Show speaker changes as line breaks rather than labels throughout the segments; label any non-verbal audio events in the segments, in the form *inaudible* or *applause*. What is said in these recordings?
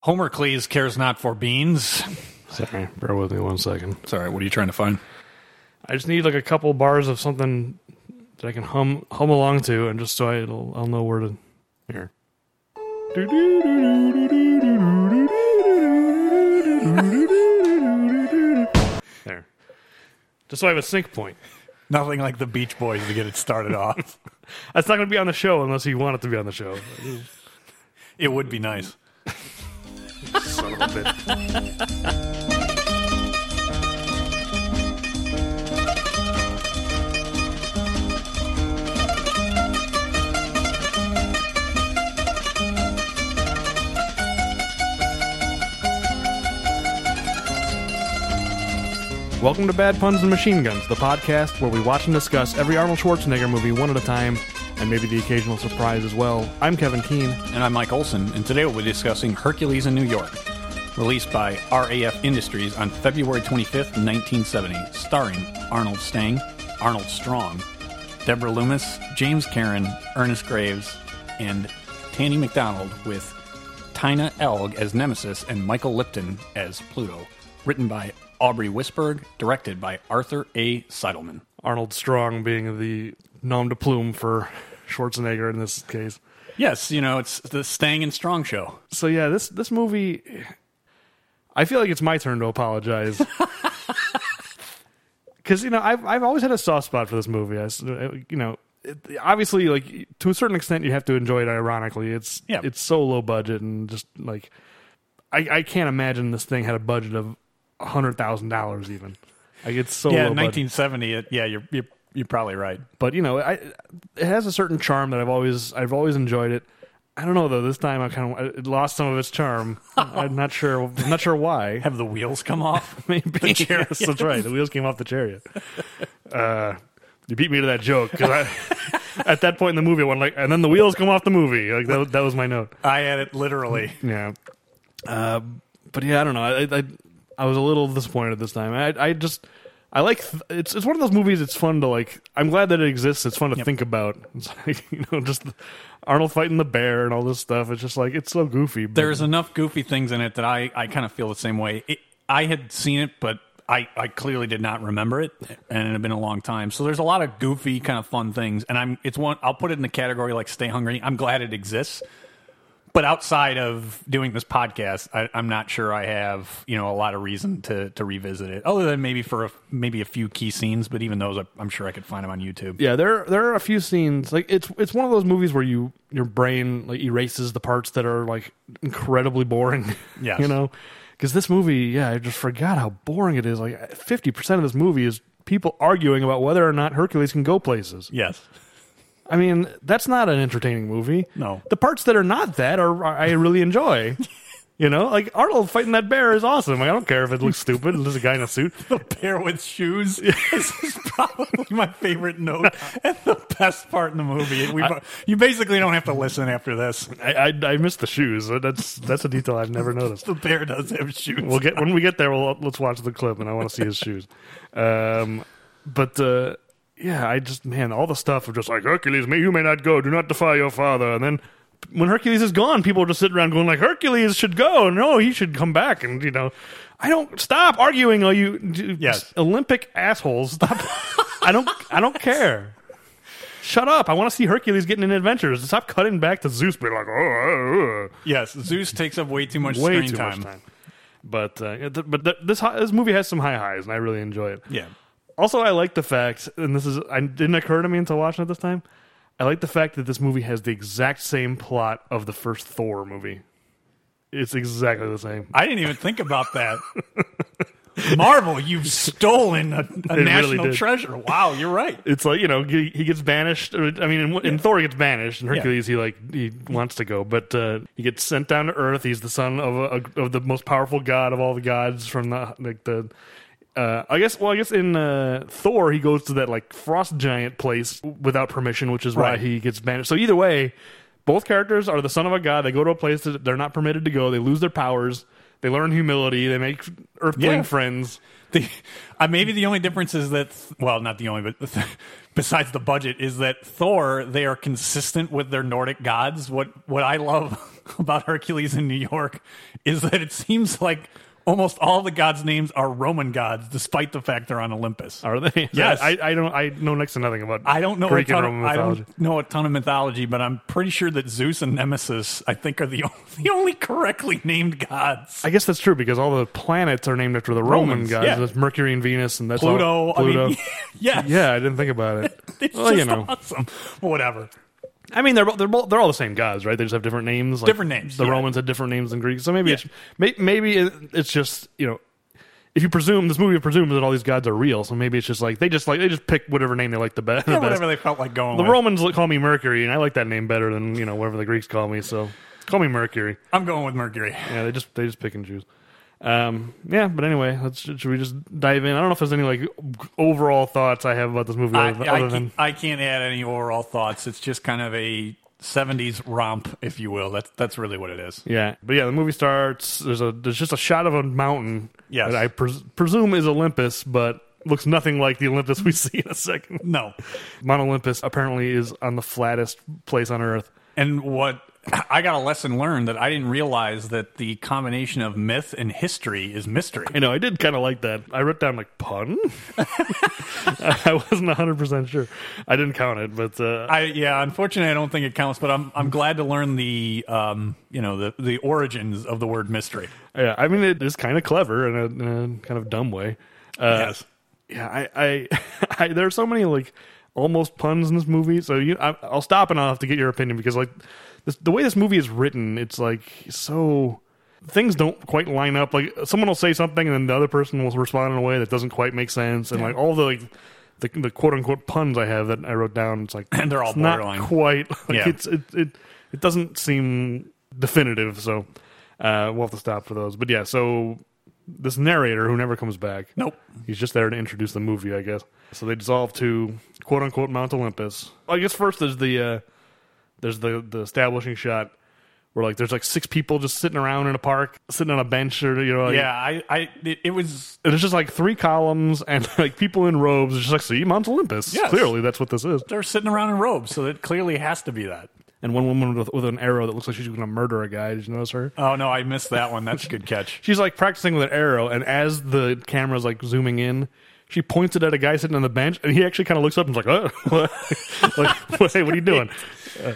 Homer Cleese cares not for beans.
Sorry, bear with me one second.
Sorry, what are you trying to find?
I just need like a couple bars of something that I can hum hum along to, and just so I, will I'll know where to. Here. There. Just so I have a sync point.
Nothing like the Beach Boys to get it started *laughs* off.
That's not going to be on the show unless you want it to be on the show.
It would be nice.
Son of a bitch. Welcome to Bad Puns and Machine Guns, the podcast where we watch and discuss every Arnold Schwarzenegger movie one at a time, and maybe the occasional surprise as well. I'm Kevin Keene.
And I'm Mike Olson, and today we'll be discussing Hercules in New York, released by RAF Industries on February 25th, 1970, starring Arnold Stang, Arnold Strong, Deborah Loomis, James Karen, Ernest Graves, and Tanny McDonald with Tina Elg as Nemesis and Michael Lipton as Pluto, written by Aubrey Wisberg, directed by Arthur A. Seidelman.
Arnold Strong being the nom de plume for Schwarzenegger in this case.
Yes, you know, it's the Stang and Strong show.
So yeah, this this movie I feel like it's my turn to apologize. *laughs* Cuz you know, I've I've always had a soft spot for this movie. I s- you know, it, obviously like to a certain extent you have to enjoy it ironically. It's
Yeah.
it's so low budget and just like I I can't imagine this thing had a budget of $100,000 even. Like it's so
Yeah,
low budget.
1970. It, yeah, you're, you're you're probably right.
but you know, I it has a certain charm that I've always I've always enjoyed it. I don't know though. This time I kind of it lost some of its charm. I'm not sure. I'm not sure why.
Have the wheels come off? *laughs*
Maybe the chariot. *laughs* that's right. The wheels came off the chariot. Uh, you beat me to that joke 'cause I, *laughs* at that point in the movie, I went like, and then the wheels come off the movie. Like that, that was my note.
I had it literally.
Yeah. Uh, but yeah, I don't know. I, I I was a little disappointed this time. I I just I like th- it's it's one of those movies. It's fun to like. I'm glad that it exists. It's fun to think about. It's *laughs* like you know just Arnold fighting the bear and all this stuff. It's just like it's so goofy. But
There's enough goofy things in it that I, I kind of feel the same way. It, I had seen it, but I, I clearly did not remember it, and it had been a long time. So there's a lot of goofy, kind of fun things, and I'm it's one. I'll put it in the category like Stay Hungry. I'm glad it exists, but outside of doing this podcast, I, I'm not sure I have you know a lot of reason to to revisit it, other than maybe for a, maybe a few key scenes. But even those, I, I'm sure I could find them on YouTube.
yeah, there there are a few scenes like it's it's one of those movies where you your brain like erases the parts that are like incredibly boring. *laughs*
Yes.
you know, because this movie, yeah, I just forgot how boring it is. Like fifty percent of this movie is people arguing about whether or not Hercules can go places.
Yes.
I mean, that's not an entertaining movie.
No.
The parts that are not that are are- I
*laughs*
really enjoy. you know, like Arnold fighting that bear is awesome. Like, I don't care if it looks stupid. There's a guy in a suit.
*laughs* The bear with shoes. This is probably my favorite
*laughs*
note and the best part in the movie. We, you basically don't have to listen after this.
I, I I miss the shoes. That's that's a detail I've never noticed.
The bear does have shoes.
*laughs* We'll get when we get there. We'll let's watch the clip, and I want to see his shoes. Um, but uh, yeah, I just man, all the stuff of just like Hercules, may you may not go. Do not defy your father. And then when Hercules is gone, people are just sitting around going like Hercules should go. No, he should come back. And you know, I don't stop arguing. Oh, you d-
Yes.
Olympic assholes. Stop. I don't. I don't care. Shut up! I want to see Hercules getting in adventures. Stop cutting back to Zeus being like, oh, oh, oh
yes, Zeus takes up way too much
way
screen
too
time.
much time. But uh, yeah, th- but th- this hi- this movie has some high highs, and I really enjoy it.
Yeah.
Also, I like the fact, and this is I didn't occur to me until watching it this time. I like the fact that this movie has the exact same plot of the first Thor movie. It's exactly the same.
I didn't even think about
*laughs*
that. Marvel, you've stolen a, a
really
national
did.
treasure. Wow, you're right.
It's like you know he he gets banished. or- I mean, in, in Thor he gets banished, and Hercules he like he wants to go, but uh, he gets sent down to Earth. He's the son of a, of the most powerful god of all the gods from the like the. Uh, I guess. Well, I guess in uh, Thor he goes to that like frost giant place without permission, which is why
Right.
he gets banished. So either way, both characters are the son of a god. They go to a place that they're not permitted to go. They lose their powers. They learn humility. They make Earthling
Yeah.
friends.
The, *laughs* uh, maybe the only difference is that, well, not the only, but *laughs* besides the budget, is that Thor they are consistent with their Nordic gods. What what I love *laughs* about Hercules in New York is that it seems like almost all the gods' names are Roman gods, despite the fact they're on Olympus.
Are they? *laughs*
Yes.
I, I don't. I know next to nothing about.
I don't know
Greek
a ton.
and Roman
of, I
mythology.
don't know a ton of mythology, but I'm pretty sure that Zeus and Nemesis, I think, are the *laughs* only, the only correctly named gods.
I guess that's true because all the planets are named after the Roman
Romans,
gods.
yeah.
That's Mercury and Venus, and that's
Pluto.
All, Pluto.
I *laughs*
*laughs*
mean, yes.
yeah, I didn't think about *laughs* it.
It's
well,
just
you know,
awesome. Whatever.
I mean, they're bo- they're bo- they're all the same gods, right? They just have different names. like,
Different names,
The
yeah.
Romans had different names than Greeks, so maybe
Yeah.
it's may, maybe it, it's just you know. If you presume this movie presumes that all these gods are real, so maybe it's just like they just like they just pick whatever name they like the, be- the
Yeah, *laughs*
best.
whatever they felt like going
The
with.
Romans li- call me Mercury, and I like that name better than you know whatever the Greeks call me. So call me Mercury.
I'm going with Mercury.
Yeah, they just they just pick and choose. Um, yeah, but anyway, let's, should we just dive in? I don't know if there's any like overall thoughts I have about this movie
I,
other,
I
other
can't,
than
I can't add any overall thoughts. It's just kind of a 70s romp, if you will. That's that's really what it is.
yeah. But yeah, the movie starts. There's a there's just a shot of a mountain
Yes.
that I pres- presume is Olympus, but looks nothing like the Olympus we *laughs* see in a second.
No.
Mount Olympus apparently is on the flattest place on Earth.
And what I got a lesson learned that I didn't realize that the combination of myth and history is mystery.
I know I did kind of like that. I wrote down like pun. *laughs* I wasn't 100 percent sure. I didn't count it, but uh,
I yeah, unfortunately, I don't think it counts. But I'm I'm glad to learn the um you know the the origins of the word mystery.
Yeah, I mean it is kind of clever in a, in a kind of dumb way. Uh,
yes.
Yeah, I, *laughs* I, I there are so many like almost puns in this movie. So you, I, I'll stop and I'll have to get your opinion because like this, the way this movie is written, it's like so things don't quite line up. Like someone will say something and then the other person will respond in a way that doesn't quite make sense, and like all the like. The, the quote unquote puns I have that I wrote down, it's like
And they're all
it's not
borderline.
quite. Like
Yeah.
It's it, it it doesn't seem definitive, so uh, we'll have to stop for those. But yeah, so this narrator who never comes back.
Nope.
He's just there to introduce the movie, I guess. So they dissolve to quote unquote Mount Olympus. I guess first there's the uh, there's the the establishing shot where like there's like six people just sitting around in a park, sitting on a bench or you know like,
Yeah, I I it, it was
There's just like three columns and like people in robes. It's just like see Mount Olympus.
Yes.
Clearly that's what this is.
they're sitting around in robes, so it clearly has to be that.
And one woman with, with an arrow that looks like she's going to murder a guy. Did you notice her?
Oh no, I missed that one. That's a good catch.
she's like practicing with an arrow, and as the camera's like zooming in, she points it at a guy sitting on the bench, and he actually kind of looks up and is like, "Uh, what? *laughs* like, *laughs* what- hey, what are you doing?" Uh,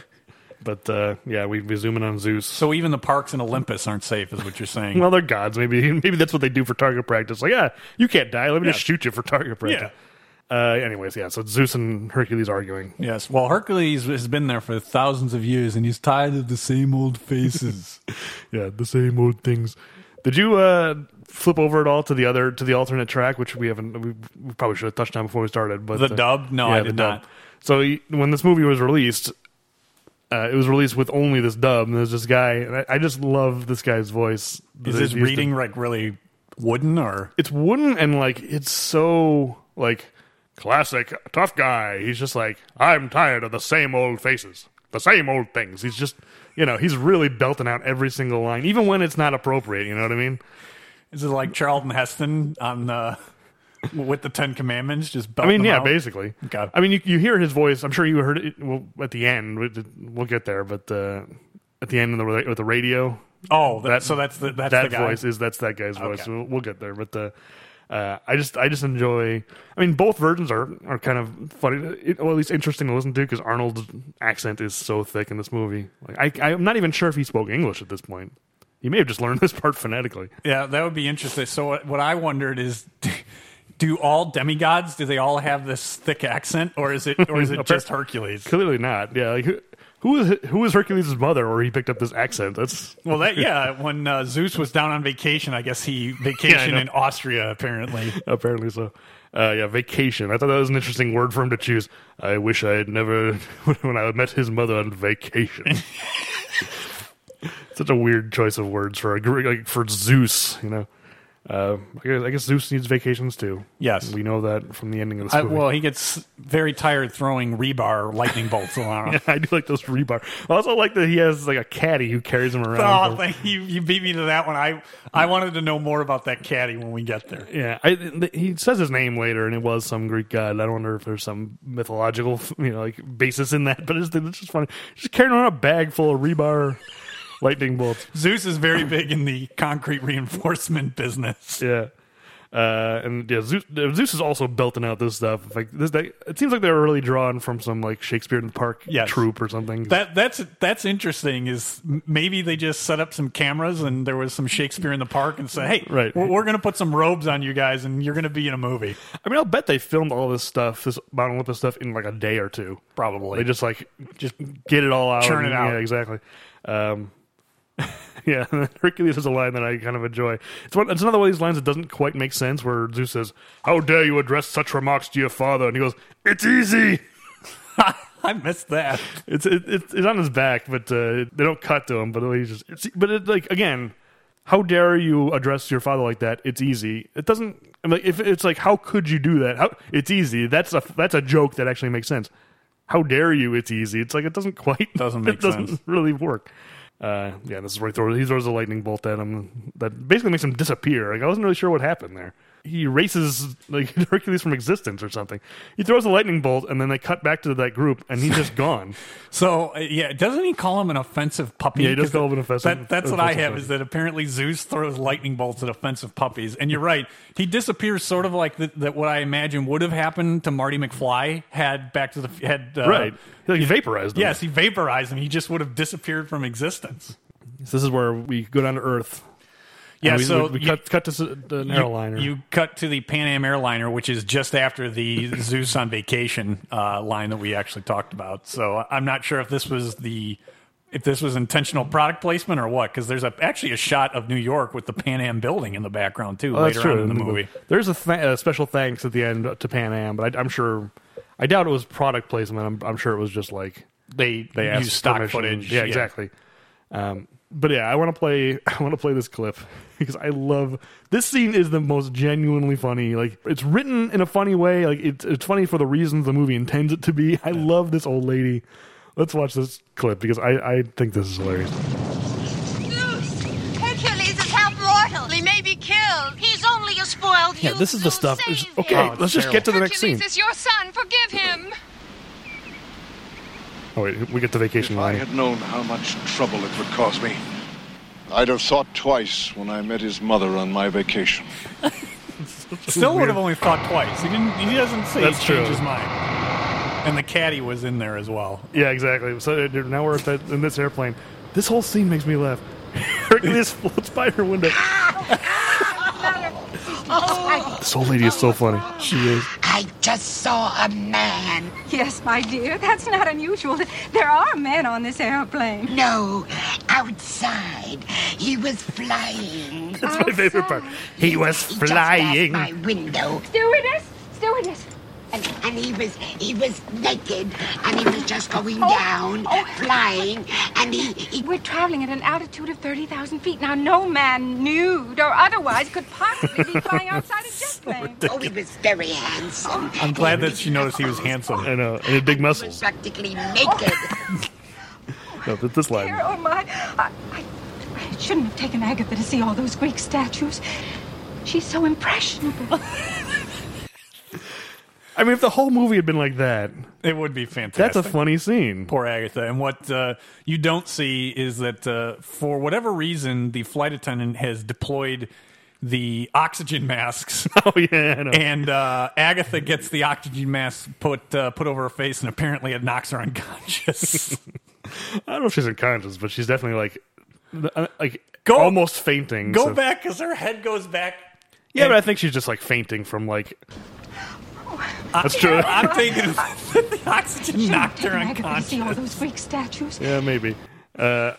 but uh, yeah, we we zoom in on Zeus.
So even the parks in Olympus aren't safe, is what you're saying.
Well, they're gods. Maybe *laughs* maybe that's what they do for target practice. Like, yeah, you can't die. Let me just shoot you for target practice. Uh, anyways, yeah. So Zeus and Hercules arguing.
yes. Well, Hercules has been there for thousands of years, and he's tired of the same old
*laughs*
faces.
Yeah, the same old things. Did you uh, flip over at all to the other to the alternate track, which we haven't? We, we probably should have touched on before we started. But
The
uh,
dub? No, I
the
did
dub.
not.
So y- when this movie was released, uh, it was released with only this dub, and there's this guy, and I, I just love this guy's voice.
is
They
this
used to-
reading like really wooden or?
it's wooden and like it's so like classic tough guy. He's just like I'm tired of the same old faces, the same old things. He's just you know he's really belting out every single line, even when it's not appropriate. You know what I mean?
Is it like Charlton Heston on the with the Ten Commandments? Just
I mean, yeah,
out?
basically.
Okay.
I mean, you you hear his voice. I'm sure you heard it well, at the end. we- We'll get there, but uh, at the end of the, ra- with the radio,
Oh, that,
That-
so that's the that's
that
the guy.
voice is that's that guy's voice.
Okay.
We'll, we'll get there, but the uh, I just I just enjoy. I mean, both versions are are kind of funny, it, or at least interesting to listen to because Arnold's accent is so thick in this movie. Like I, I'm not even sure if he spoke English at this point. He may have just learned *laughs* this part phonetically.
Yeah, that would be interesting. So what, what I wondered is, do all demigods do they all have this thick accent, or is it or is
*laughs*
it just Hercules?
Clearly not. Yeah. Like, who, who is who is Hercules' mother, or he picked up this accent? That's
Well, that yeah, when uh, Zeus was down on vacation, I guess
*laughs*
he vacationed
know.
in Austria
*laughs*
apparently.
apparently so. Uh, yeah, vacation. I thought that was an interesting word for him to choose. I wish I had never *laughs* when I met his mother
*laughs*
on vacation. Such a weird choice of words for a Greek, like for Zeus, you know. Uh, I, guess, I guess Zeus needs vacations too.
Yes.
we know that from the ending of this
I,
movie.
well, he gets very tired throwing rebar lightning *laughs* bolts around.
*laughs* I do like those rebar. I also like that he has like a caddy who carries him around.
Oh, thank you. You beat me to that one. I I wanted to know more about that caddy when we get there.
yeah, I, th- he says his name later, and it was some Greek god. I wonder if there's some mythological, *laughs* you know, like basis in that. But it's, it's just funny. Just carrying around a bag full of rebar, *laughs* lightning bolts.
Zeus is very big in the concrete reinforcement business.
Yeah. Uh, and yeah, Zeus, uh, Zeus is also belting out this stuff. Like this, they, it seems like they were really drawn from some like Shakespeare in the Park
Yes.
troupe or something.
That that's that's interesting. Is maybe they just set up some cameras and there was some Shakespeare in the park and said, "Hey,
Right.
we're, we're going to put some robes on you guys and you're going to be in a movie."
I mean, I'll bet they filmed all this stuff, this Mount Olympus stuff, in like a day or two.
Probably.
They just like just get it all out,
Churn it
and-
out.
Yeah, exactly. Um, *laughs* yeah, *laughs* Hercules is a line that I kind of enjoy. It's one. It's another one of these lines that doesn't quite make sense. Where Zeus says, "How dare you address such remarks to your father?" And he goes, "It's easy."
*laughs* I missed that.
It's it, it's it's on his back, but uh, they don't cut to him. But he's just. It's, but it, like again, how dare you address your father like that? It's easy. It doesn't. I mean, if it's like, how could you do that? How it's easy. That's a that's a joke that actually makes sense. How dare you? It's easy. It's like it doesn't quite
Doesn't make
*laughs* it doesn't
sense.
Really work. Uh, yeah, this is where he throws, he throws a lightning bolt at him that basically makes him disappear. Like I wasn't really sure what happened there. He erases *laughs* like Hercules from existence or something. He throws a lightning bolt and then they cut back to that group and he's just *laughs* gone.
So uh, yeah, doesn't he call him an offensive puppy?
Yeah, he does
'Cause
call him an offensive-
That, that's what I
offensive
have
puppy.
is that apparently Zeus throws lightning bolts at offensive puppies, and you're right. He disappears, sort of like the, that. What I imagine would have happened to Marty McFly had Back to the F- had uh,
right. He like vaporized him.
Yes, he vaporized him. He just would have disappeared from existence.
So this is where we go down to Earth.
Yeah,
And we,
so
we, we
you-
cut cut to s- the an airliner.
You cut to the Pan Am airliner, which is just after the *laughs* Zeus on vacation uh, line that we actually talked about. So I'm not sure if this was the if this was intentional product placement or what, because there's a, actually a shot of New York with the Pan Am building in the background too
Oh,
later on in the movie.
There's a, th- a special thanks at the end to Pan Am, but I, I'm sure. I doubt it was product placement. I'm, I'm sure it was just like
They
they
they
asked
use stock
permission.
footage.
Yeah, exactly. Um, but yeah, I want to play. *laughs* I want to play this clip because I love this scene. Is the most genuinely funny. Like it's written in a funny way. Like it's it's funny for the reasons the movie intends it to be. I love this old lady. Let's watch this clip because I, I think this is hilarious.
Zeus! Hercules is half mortal. He may be killed.
He's only a spoiled
Yeah,
youth.
this is the
Zeus,
stuff.
save
It's-
him.
okay,
Oh, it's
let's just
terrible.
get to the next
Hercules
scene.
is your son. Forgive him.
Oh wait, we get to vacation
If I
line.
had known how much trouble it would cause me, I'd have thought twice when I met his mother on my vacation.
Still would have only thought twice. He didn't. He doesn't say
That's
he
true.
changed his mind. And the caddy was in there as well.
Yeah, exactly. So uh, now we're at that, in this airplane. This whole scene makes me laugh. *laughs* Hercules floats by her window. this old lady is so funny. She is.
I just saw a man.
Yes, my dear, that's not unusual. There are men on this airplane.
No, outside. He was flying.
That's my favorite part. He was
He
flying.
Just passed my window,
Stewardess, stewardess.
and, and he was he was naked, and he was just going down, flying, and he,
*laughs*
he
We're traveling at an altitude of 30,000 feet. Now, no man, nude or otherwise, could possibly be flying
*laughs*
outside a jet plane.
oh, he was very handsome.
I'm glad that she noticed he was handsome.
I know, and his big
He was
muscles.
practically naked.
No, but this line.
Dear, oh my. I, I, I shouldn't have taken Agatha to see all those Greek statues. She's
*laughs*
so impressionable.
I mean, if the whole movie had been like that,
It would be fantastic.
that's a funny scene. *laughs*
poor Agatha. And what uh, you don't see is that uh, for whatever reason, the flight attendant has deployed the oxygen
*laughs*
masks,
Oh yeah, I know.
and uh, Agatha gets the oxygen mask put uh, put over her face, and apparently it knocks her
*laughs*
unconscious.
I don't know if she's unconscious, but she's definitely like, uh, like
Go-
almost fainting.
Go
so-
back because her head goes back.
Yeah, but I think she's just like fainting from like. That's true.
I'm taking *laughs* the oxygen
Shouldn't have
knocked her
taken Agatha to see all
unconscious.
those Greek statues.
yeah, maybe. Uh,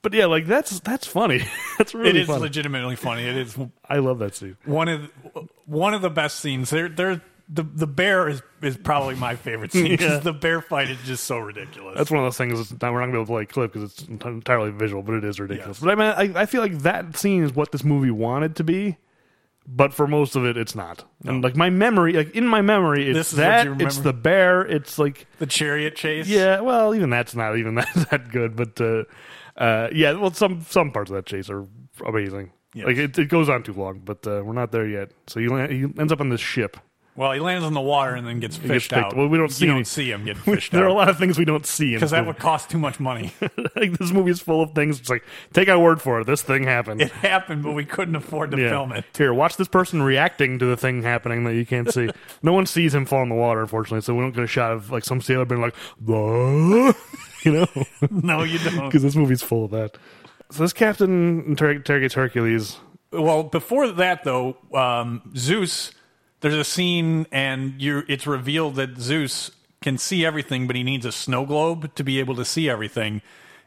but yeah, like that's that's funny. *laughs* that's
It
really
is
funny.
legitimately funny. It is
I love that scene.
one of the, one of the best scenes. There, there. The, the bear is, is probably my favorite scene 'cause
*laughs* Yeah.
the bear fight is just so ridiculous.
That's one of those things. That's not, we're not gonna be able to play a clip because it's ent- entirely visual, but it is ridiculous. But I mean, I, I feel like that scene is what this movie wanted to be. but for most of it, it's not. And like my memory, like in my memory, it's
This is what
that.
you
It's
remember?
the bear. It's like
The chariot chase.
yeah. Well, even that's not even *laughs* that, that good. But uh, uh, yeah, well, some some parts of that chase are amazing.
Yes.
Like it, it goes on too long, but uh, we're not there yet. So he, land, he ends up on this ship.
Well, he lands in the water and then gets fished
gets picked-
out.
well, we don't see
you
any-
don't see him get
*laughs*
fished
There are a
out
lot of things we don't see in
because
this
that
movie.
would cost too much money.
*laughs*
*laughs*
like this movie is full of things. It's like take our word for it. This thing happened.
it happened, but we couldn't afford to
Yeah.
film it. *laughs*
Here, watch this person reacting to the thing happening that you
*laughs*
can't see. no one sees him fall in the water, unfortunately. So we don't get a shot of like some sailor being like, "Bah," *laughs*
*laughs*
you know,
No, you don't.
because this movie's full of that. So this captain inter- interrogates Hercules.
Well, before that though, um, Zeus. There's a scene, and you it's revealed that Zeus can see everything, but he needs a snow globe to be able to see everything.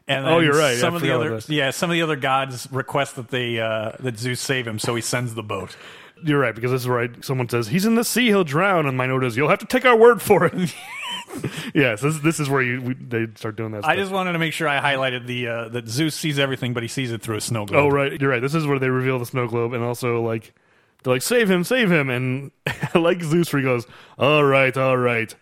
And
Oh,
then
you're right. I
Some of the
forgot about
other,
this.
yeah, some of the other gods request that they uh, that Zeus save him, so he sends the boat.
You're right because this is right. Someone says he's in the sea, he'll drown, and my note is you'll have to take our word for it. *laughs* yes, this, this is where you we, they start doing that.
I
stuff.
just wanted to make sure I highlighted the uh, that Zeus sees everything, but he sees it through a snow globe.
Oh right, you're right. This is where they reveal the snow globe, and also like they're like save him, save him, and *laughs* like Zeus, where he goes, all right, all right,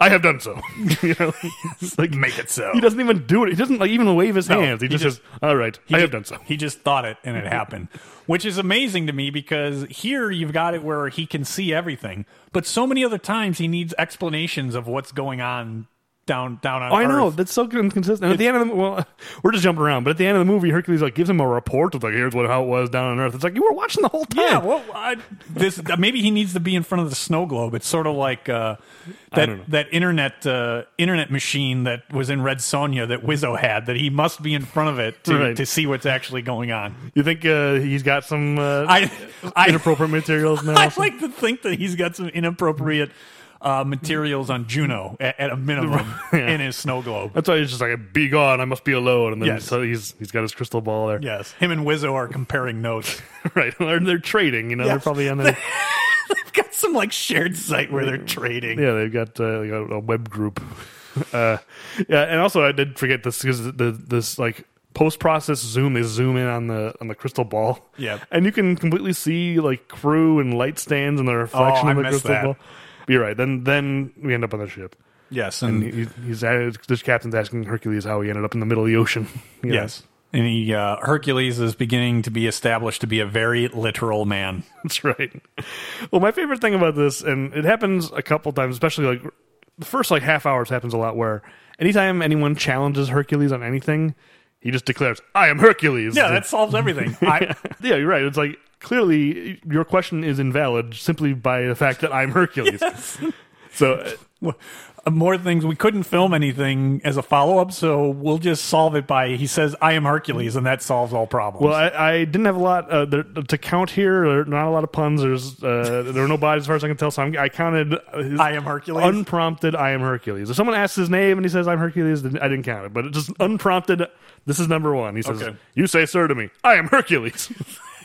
I have done so. *laughs* you know, it's like
Make it so.
He doesn't even do it. He doesn't like even wave his
No,
hands. He,
he
just,
just-
says, all right, I have
ju-
done so.
He just thought it
*laughs*
and it happened, which is amazing to me because here you've got it where he can see everything, but so many other times he needs explanations of what's going on down down on.
Oh, I know
Earth.
that's so inconsistent. And at the end of the well, *laughs* we're just jumping around, but at the end of the movie, Hercules like gives him a report of like here's what how it was down on Earth. It's like you were watching the whole time.
Yeah, well, I, this maybe he needs to be in front of the snow globe. It's sort of like uh, that that internet uh, internet machine that was in Red Sonja that Wizzo had. That he must be in front of it to,
Right.
to see what's actually going on.
you think uh, he's got some uh,
I, I *laughs*
inappropriate materials now?
I like to think that he's got some inappropriate uh, materials on Juno at, at a *laughs* minimum in his snow globe.
That's why he's just like, "Be gone! I must be alone." And then
Yes.
so he's he's got his crystal ball there,
Yes, him and Wizzo are comparing notes.
*laughs* right? They're, they're trading, you know. They're
Yes.
probably on a
*laughs* They've got some like shared site where they're trading.
yeah. They've got uh, like a, a web group. *laughs* uh, yeah, and also I did forget this because the this like post process zoom is zoom in on the on the crystal ball.
Yeah.
and you can completely see like crew and light stands and the reflection
Oh, I
of the
missed
crystal
that.
ball. You're right. Then then we end up on the ship.
Yes,
And he, he's this captain's asking Hercules how he ended up in the middle of the ocean. *laughs* You know,
yes, and he uh, Hercules is beginning to be established to be a very literal man.
That's right. Well, my favorite thing about this, and it happens a couple times, especially like the first like half hours happens a lot where anytime anyone challenges Hercules on anything, he just declares, I am Hercules.
Yeah, that solves *laughs* everything. I,
Yeah, you're right. It's like clearly your question is invalid simply by the fact that I'm *laughs* Hercules. So uh,
w- more things we couldn't film anything as a follow up, so we'll just solve it by he says, "I am Hercules," and that solves all problems.
Well, I, I didn't have a lot uh, there, to count here. There are not a lot of puns. There's uh, there are no bodies as far as I can tell. So I'm, I counted. uh, His
I am Hercules?
Unprompted, I am Hercules. If someone asks his name and he says I'm Hercules, then I didn't count it. But it just unprompted. This is number one. He says,
Okay.
"You say sir to me. I am Hercules." *laughs*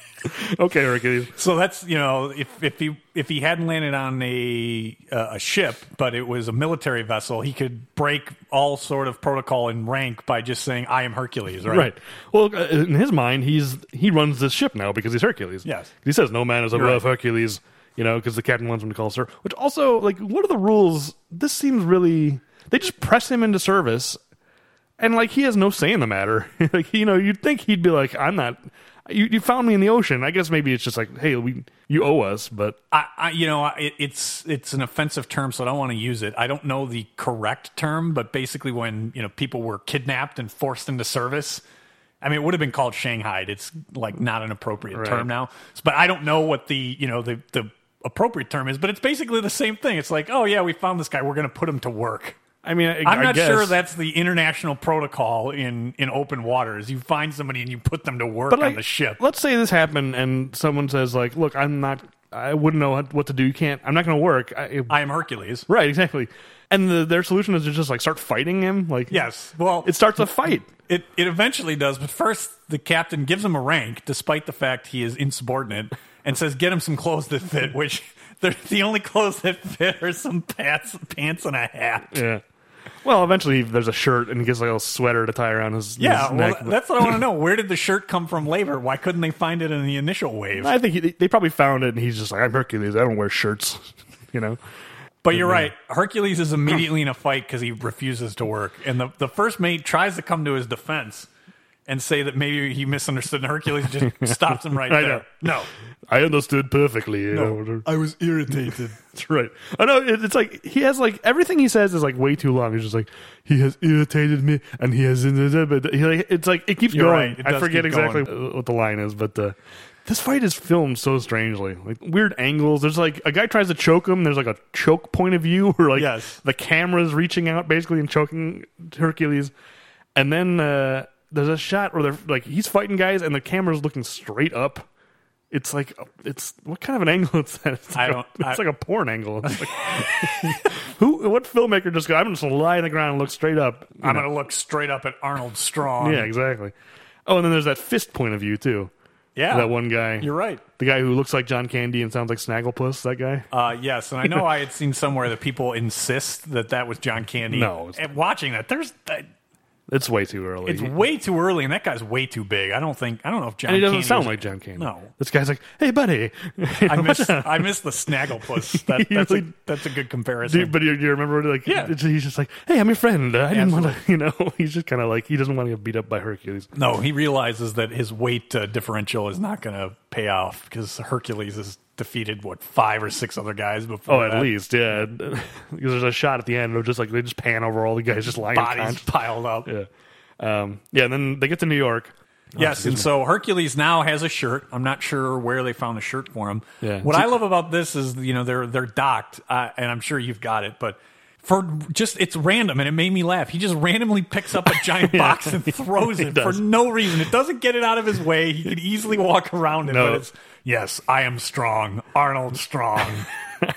okay, Hercules.
So that's you know if if he if he hadn't landed on a uh, a ship, but it was a military vessel, he could break all sort of protocol and rank by just saying I am Hercules, right?
Right. Well, uh, in his mind, he's he runs this ship now because he's Hercules.
Yes.
He says no man is above
right.
Hercules, you know, because the captain wants him to call sir. Which also, like, what are the rules? This seems really they just press him into service, and like he has no say in the matter. *laughs* like, you know, you'd think he'd be like, I'm not. You, you found me in the ocean. I guess maybe it's just like, hey, we you owe us, but
I, I you know I- it, it's it's an offensive term, so I don't want to use it. I don't know the correct term, but basically when you know people were kidnapped and forced into service. I mean, it would have been called Shanghai. It's like not an appropriate term now, but I don't know what the you know the the appropriate term is. But it's basically the same thing. It's like, oh yeah, we found this guy. We're going to put him to work.
I mean, I,
I'm
I
not
guess.
sure that's the international protocol in in open waters. You find somebody and you put them to work on
like,
the ship.
Let's say this happened, and someone says like, "Look, I'm not. I wouldn't know what to do. You can't. I'm not going to work. I,
I am Hercules.
Right, exactly. And the, their solution is to just like start fighting him. Like,
Yes. Well,
it starts a fight.
It it eventually does, but first the captain gives him a rank, despite the fact he is insubordinate, and says, "Get him some clothes that fit." *laughs* Which they're, the only clothes that fit are some pants, pants and a hat.
Yeah. Well, eventually there's a shirt and he gets like a sweater to tie around his,
Yeah,
his
well,
neck. but-
that's what I want to know. Where did the shirt come from later? Why couldn't they find it in the initial wave?
I think he, they probably found it and he's just like, I'm Hercules. I don't wear shirts. *laughs* you know?
But you're right. Hercules is immediately in a fight because he refuses to work. And the, the first mate tries to come to his defense and say that maybe he misunderstood and Hercules just
*laughs*
stops him right
I
there. No.
I understood perfectly. You know, whatever.
I was irritated.
That's *laughs* right. I know it, it's like he has like everything he says is like way too long. He's just like he has irritated me and he has but he like it's like it keeps
You're
going.
right, it
I
does
forget
keep going.
exactly what the line is, but uh, this fight is filmed so strangely, like weird angles. There's like a guy tries to choke him. There's like a choke point of view *laughs* where like
Yes.
the camera's reaching out basically and choking Hercules, and then uh, there's a shot where they're like he's fighting guys and the camera's looking straight up. It's like it's what kind of an angle is that? It's
I
like a-
don't-
It's
I-
like a porn angle. It's like, *laughs* who? What filmmaker just go? I'm just gonna lie on the ground and look straight up. you
I'm
know?
going to look straight up at Arnold Strong.
Yeah, exactly. Oh, and then there's that fist point of view too.
Yeah.
That one guy.
You're right.
The guy who looks like John Candy and sounds like Snagglepuss. That guy.
Uh, yes, and I know I had seen somewhere that people insist that that was John Candy.
No, it's-
and watching that, there's that,
It's way too early.
it's way too early, and that guy's way too big. I don't think I don't know if John
and he doesn't
Candy
sound
was-
like John Candy.
No.
This guy's like, hey, buddy. *laughs*
I miss I miss the snagglepuss. That,
He
that's, a,
really-
that's a good comparison.
Dude, but you, you remember, like,
Yeah.
it's- he's just like, hey, I'm your friend. I didn't want to, *laughs* you know, he's just kind of like, he doesn't want to get beat up by Hercules.
no, he realizes that his weight uh, differential is not going to pay off because Hercules has defeated what five or six other guys before.
Oh, at
that.
least, yeah. *laughs* Because there's a shot at the end, and just like they just pan over all the guys just lying.
bodies
unconscious.
piled up.
Yeah. Um, yeah, and then they get to New York.
Yes, and so Hercules now has a shirt. I'm not sure where they found the shirt for him.
Yeah.
What
So-
I love about this is you know they're they're docked, uh, and I'm sure you've got it, but for just it's random and it made me laugh. He just randomly picks up a
*laughs*
giant box and throws it for
does.
no reason. It doesn't get it out of his way. He could easily walk around it,
No.
but it's yes, I am strong, Arnold Strong.
*laughs*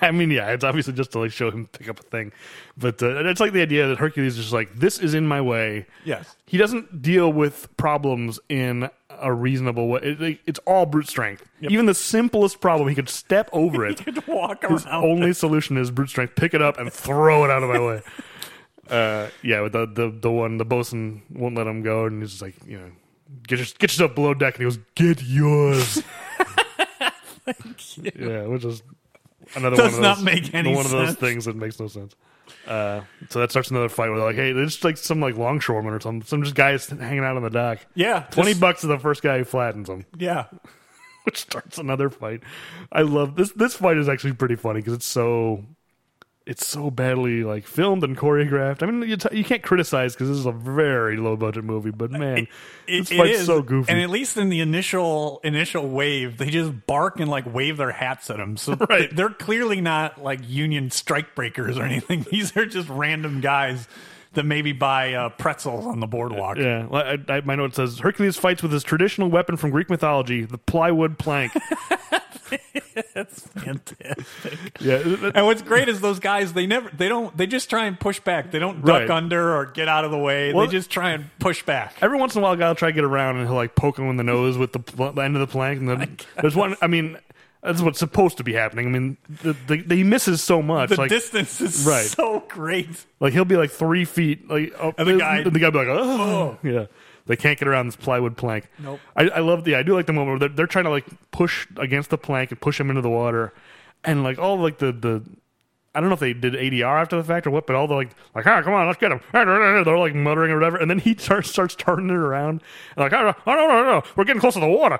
I mean, yeah, it's obviously just to like show him pick up a thing, but uh, it's like the idea that Hercules is just like this is in my way.
Yes.
he doesn't deal with problems in a reasonable way. It- it- it's all brute strength. Even the simplest problem, he could step over
*laughs* he
it.
could walk *laughs*
His
around.
only solution is brute strength. Pick it up and throw it out of my
*laughs*
way. Uh, yeah, with the, the the one the bosun won't let him go, and he's just like, you know, get your, get yourself below deck, and he goes, get
*laughs*
yours. Yeah, which is another
Does
one of
not
those,
make any
one of those
sense.
things that makes no sense. Uh, so that starts another fight where they're like, hey, there's just like some like longshoreman or something, some just guy sitting- hanging out on the dock.
Yeah,
twenty
this-
bucks to the first guy who flattens him,
yeah.
which *laughs* starts another fight. I love this. This fight is actually pretty funny because it's so. It's so badly like filmed and choreographed. I mean, you, t- you can't criticize because this is a very low budget movie, but man,
It-
this
it
fight's
is,
so goofy.
And at least in the initial initial wave, they just bark and like wave their hats at him. So
*laughs* Right.
they're clearly not like union strike breakers or *laughs* anything. These are just random guys that maybe buy uh, pretzels on the boardwalk.
Yeah, well, I, I, my note says Hercules fights with his traditional weapon from Greek mythology, the
*laughs*
plywood plank.
That's fantastic.
yeah, it- it-
*laughs* And what's great is those guys they never they don't they just try and push back. They don't duck
Right.
under or get out of the way.
Well-
they just try and push back.
every once in a while, a guy will try to get around and he'll like poke him in the nose with the, pl- the end of the plank. And then there's one. I mean, that's what's supposed to be happening. I mean, the, the, the, he misses so much.
The
like,
distance is
Right.
so great.
like he'll be like three feet. Like up,
And the guy-
the guy be like, oh, yeah. They can't get around this plywood plank.
Nope.
I, I love the. I do like the moment where they're, they're trying to like push against the plank and push him into the water, and like all like the the. I don't know if they did ADR after the fact or what, but all the like, like, ah, come on, let's get him. *laughs* They're like muttering or whatever, and then he starts starts turning it around, and like, oh no, no, no, no, we're getting close to the water.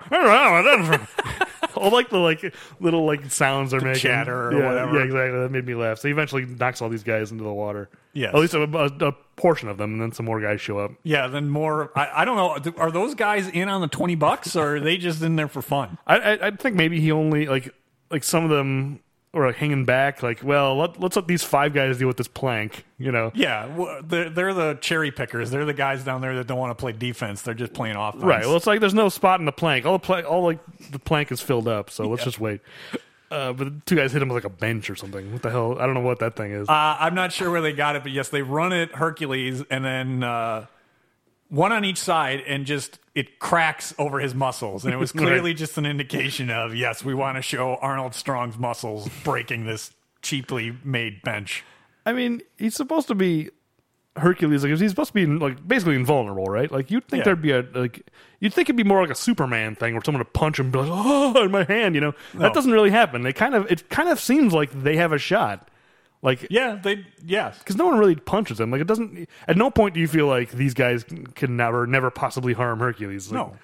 *laughs* all like the like little like sounds they're making,
chatter or
yeah,
whatever.
Yeah, exactly. That made me laugh. So he eventually knocks all these guys into the water.
Yes.
at least a, a, a portion of them, and then some more guys show up.
Yeah, then more. I, I don't know. do- Are those guys in on the twenty bucks, or are they just in there for fun?
I, I, I think maybe he only like like some of them were like, hanging back. Like, well, let, let's let these five guys deal with this plank. You know,
Yeah, w- they're, they're the cherry pickers. They're the guys down there that don't want to play defense. They're just playing offense.
right? Well, it's like there's no spot in the plank. All the pla- all like the plank is filled up. So let's just wait. Uh, but the two guys hit him with like a bench or something. What the hell? I don't know what that thing is.
uh, I'm not sure where they got it, but yes, they run it Hercules, and then uh, one on each side, and just it cracks over his muscles, and it was clearly
Right.
just an indication of yes, we want to show Arnold Strong's muscles breaking this cheaply made bench.
I mean, he's supposed to be Hercules, like he's supposed to be like basically invulnerable, right? Like you'd think
Yeah.
there'd be a like you'd think it'd be more like a Superman thing where someone would punch him, and be like, oh, in my hand, you know. That
No.
doesn't really happen. They kind of it kind of seems like they have a shot, like
Yeah, they yeah.
because no one really punches him. Like it doesn't. At no point do you feel like these guys can never never possibly harm Hercules. Like,
No.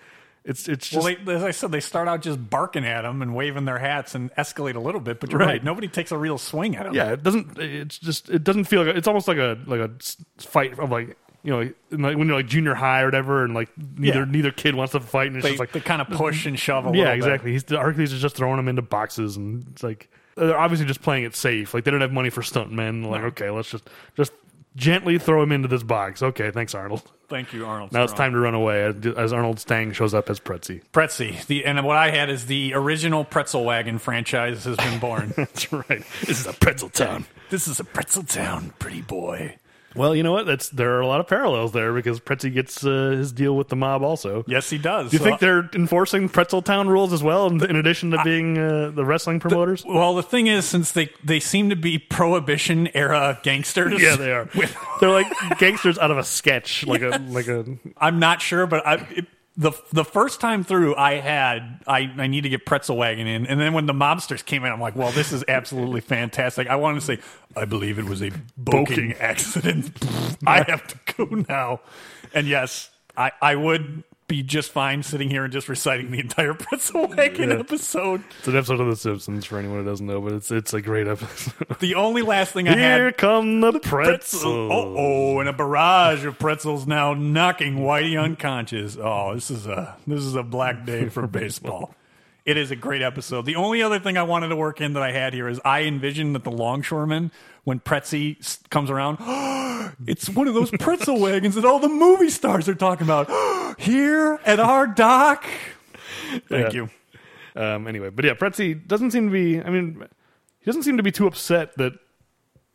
it's it's just
Well, they, as I said, they start out just barking at him and waving their hats and escalate a little bit. But you're right,
Right.
nobody takes a real swing at him.
yeah, it doesn't. It's just it doesn't feel like it's almost like a like a s- fight of like you know like, in, like, when you're like junior high or whatever, and like neither
Yeah.
neither kid wants to fight, and it's
they,
just like
they kind of push and shove a little.
yeah,
bit.
exactly. He's Hercules is just throwing them into boxes, and it's like they're obviously just playing it safe. Like they don't have money for stuntmen. Like okay, let's just just gently throw him into this box. Okay, thanks Arnold.
Thank you, Arnold.
Now it's
Strong.
time to run away as, as Arnold Stang shows up as Pretzi.
Pretzi. The and what I had is the original pretzel wagon franchise has been born.
*laughs* That's right. This is a pretzel town.
this is a pretzel town, pretty boy.
Well, you know what? That's there are a lot of parallels there because Pretzi gets uh, his deal with the mob also.
Yes, he does.
Do you
So-
think they're enforcing Pretzel Town rules as well, in, in addition to being uh, the wrestling promoters?
Well, the thing is, since they they seem to be prohibition era gangsters,
yeah, they *laughs* are.
With,
they're like gangsters out of a sketch, like a like a.
I'm not sure, but I. It, the, the first time through, I had I, I need to get pretzel wagon in, and then when the mobsters came in, I'm like, well, this is absolutely fantastic. I wanted to say, I believe it was a boking accident. I have to go now, and yes, I I would be just fine sitting here and just reciting the entire pretzel wagon
Yeah.
episode.
It's an episode of The Simpsons for anyone who doesn't know, but it's it's a great episode. *laughs*
The only last thing I had
Here come the
pretzel.
pretzel.
Oh, oh, and a barrage of pretzels now knocking Whitey unconscious. Oh, this is a this is a black day
*laughs*
for baseball. It is a great episode. The only other thing I wanted to work in that I had here is I envisioned that the longshoreman, when Pretzi s- comes around, *gasps* it's one of those
*laughs*
pretzel wagons that all the movie stars are talking about. *gasps* here at our dock. Thank
Yeah.
you.
Um, anyway, but yeah, Pretzi doesn't seem to be. I mean, he doesn't seem to be too upset that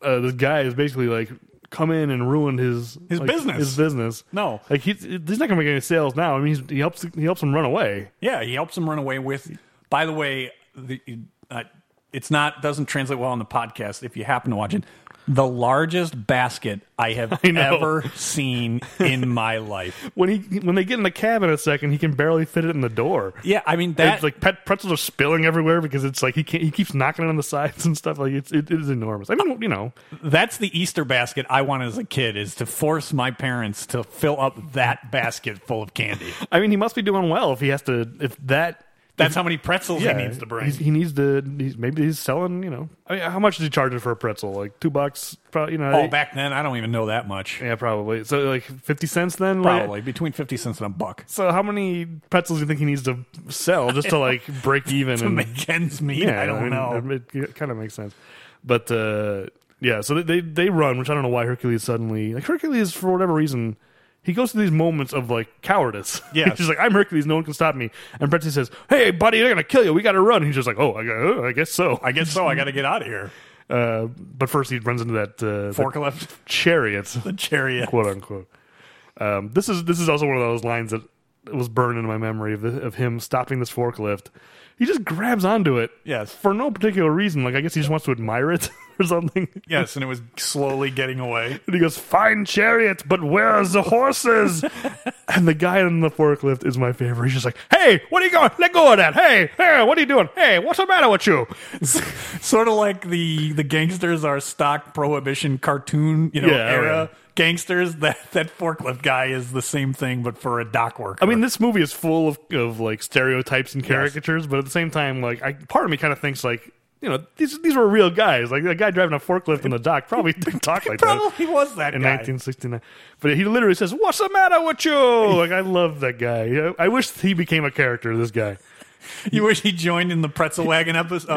uh, this guy is basically like come in and ruined his
His
like,
business.
His business.
No.
like he's he's not gonna make any sales now. I mean, he's, he helps he helps him run away.
Yeah, he helps him run away with. By the way, the, uh, it's not doesn't translate well on the podcast. If you happen to watch it, the largest basket *laughs* I have
I know.
ever seen in my life.
When he when they get in the cab in a second, he can barely fit it in the door.
Yeah, I mean
And
that.
it's like pet pretzels are spilling everywhere because it's like he can't. He keeps knocking it on the *laughs* sides and stuff. Like it's it, it is enormous. I mean, you know,
that's the Easter basket I wanted as a kid is to force my parents to fill up that basket full of candy.
I mean, he must be doing well if he has to. If that
That's how many pretzels he needs to bring.
He's, he needs to. He's, maybe he's selling. You know, I mean, how much is he charging for a pretzel? Like two bucks? Probably. You know.
oh,
they-
back then I don't even know that much.
Yeah, probably. So like fifty cents then. Like-
Probably between fifty cents and a buck
so how many pretzels do you think he needs to sell just to like break
*laughs* *laughs*
even
to
and
make ends meet. I don't
mean,
know.
It, kind of makes sense, but uh, yeah. So they, they they run, which I don't know why Hercules suddenly like Hercules for whatever reason. He goes through these moments of like cowardice. *laughs*
Yes.
he's just like, "I'm Hercules, no one can stop me." And Pretzi says, "Hey, buddy, they're gonna kill you. We gotta run." he's just like, "Oh, I, gu- I guess so."
I guess so. I got to get out of here.
*laughs* Uh, but first, he runs into that uh, that
Forklift,
chariot, *laughs*
the chariot.
quote unquote. Um, this is this is also one of those lines that was burned into my memory of, the, of him stopping this forklift. He just grabs onto it,
Yes.
for no particular reason. Like I guess he just wants to admire it *laughs* or something.
Yes, and it was slowly getting
*laughs*
away.
And he goes, "Fine chariot, but where's the *laughs* horses?" and the guy on the forklift is my favorite. He's just like, "Hey, what are you going? Let go of that! Hey, hey, what are you doing? Hey, what's the matter with you?"
sort of like the the gangsters are stock prohibition cartoon, you know,
Yeah,
era
yeah.
gangsters. That that forklift guy is the same thing, but for a dock worker.
*laughs* I mean, this movie is full of, of like stereotypes and caricatures, but at the same time, like I, part of me kind of thinks like you know these these were real guys. Like a guy driving a forklift in the dock probably didn't *laughs* talk like that
probably was that
in
guy.
1969. But he literally says, "What's the matter with you?"
*laughs*
Like I love that guy. You know, I wish he became a character. This guy.
you wish he joined in the pretzel wagon episode.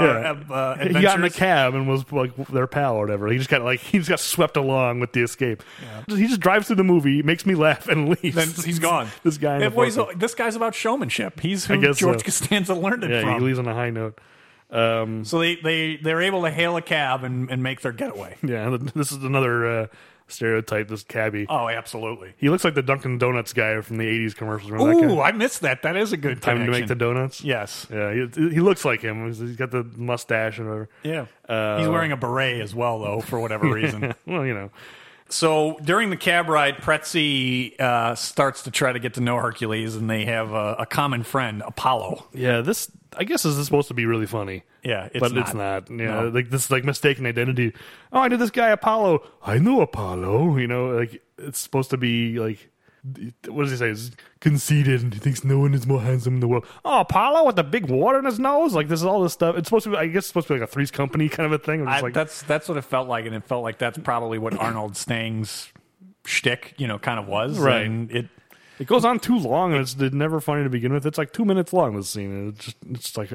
Uh, uh,
he got in a
adventures?
cab and was like their pal or whatever. He just got like he just got swept along with the escape. He just drives through the movie, makes me laugh, and leaves.
Then he's gone.
*laughs* This guy. in
Yeah,
the
well, he's-
forklift.
this guy's about showmanship. He's
I
who
guess
George
so.
Costanza learned it
yeah,
from.
he leaves on a high note. Um,
so they, they, they're able to hail a cab and, and make their getaway.
Yeah, and this is another uh, stereotype. This cabbie,
Oh, absolutely.
he looks like the Dunkin' Donuts guy from the '80s commercials. Remember that
Ooh,
guy?
I missed that. That is a good
time
connection.
to make the donuts.
Yes.
yeah, he, he looks like him. He's- He's got the mustache and whatever.
Yeah. *laughs*
Uh,
He's wearing a beret as well, though, for whatever reason.
well, you know.
So during the cab ride, Pretzi uh, starts to try to get to know Hercules, and they have a, a common friend, Apollo.
Yeah, this I guess this is supposed to be really funny.
Yeah, it's
but
not.
it's not. Yeah,
No.
like this like mistaken identity. Oh, I knew this guy Apollo. I knew Apollo. You know, like it's supposed to be like what does he say? It's conceited and he thinks no one is more handsome in the world. Oh, Apollo with the big water in his nose. Like this is all this stuff. It's supposed to. be I guess it's supposed to be like a Three's Company kind of a thing. I'm just
I,
like
that's that's what it felt like, and it felt like that's probably what Arnold Stang's shtick, you know, kind of was.
Right.
And it
It goes on too long, and it's it's never funny to begin with. It's like two minutes long. This scene, and it's just it's like,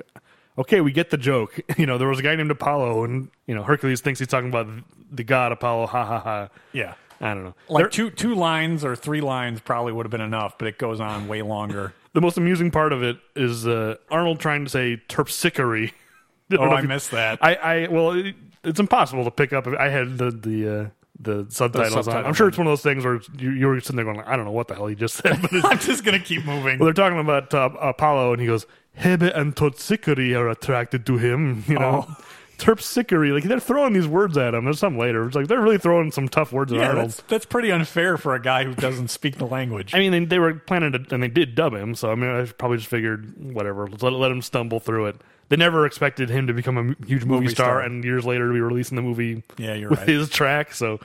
okay, we get the joke. *laughs* You know, there was a guy named Apollo, and you know Hercules thinks he's talking about the god Apollo. Ha ha ha.
yeah,
I don't know.
like
There-
two two lines or three lines probably would have been enough, but it goes on way longer.
the most amusing part of it is uh, Arnold trying to say terpsichore. *laughs*
oh, I
missed.
missed that.
I, I well, it, it's impossible to pick up. I had the the uh, the subtitles on.
subtitles
I'm sure
on.
it's one of those things where you, you were sitting there going, I don't know what the hell he just said, *laughs* but
*laughs*
it's
I'm just gonna keep moving.
Well, they're talking about uh, Apollo, and he goes, Hebe and Terpsichore are attracted to him. *laughs* You know,
Oh.
Terpsichore. Like they're throwing these words at him. There's some later. It's like they're really throwing some tough words at
yeah,
Arnold.
that's, that's pretty unfair for a guy who doesn't speak the language.
I mean, they, they were planning to, and they did dub him. So I mean, I probably just figured, whatever, let, let him stumble through it. They never expected him to become a m- huge movie,
Movie
star,
star.
and years later to be releasing the movie
Yeah, you're
with
right.
his track. So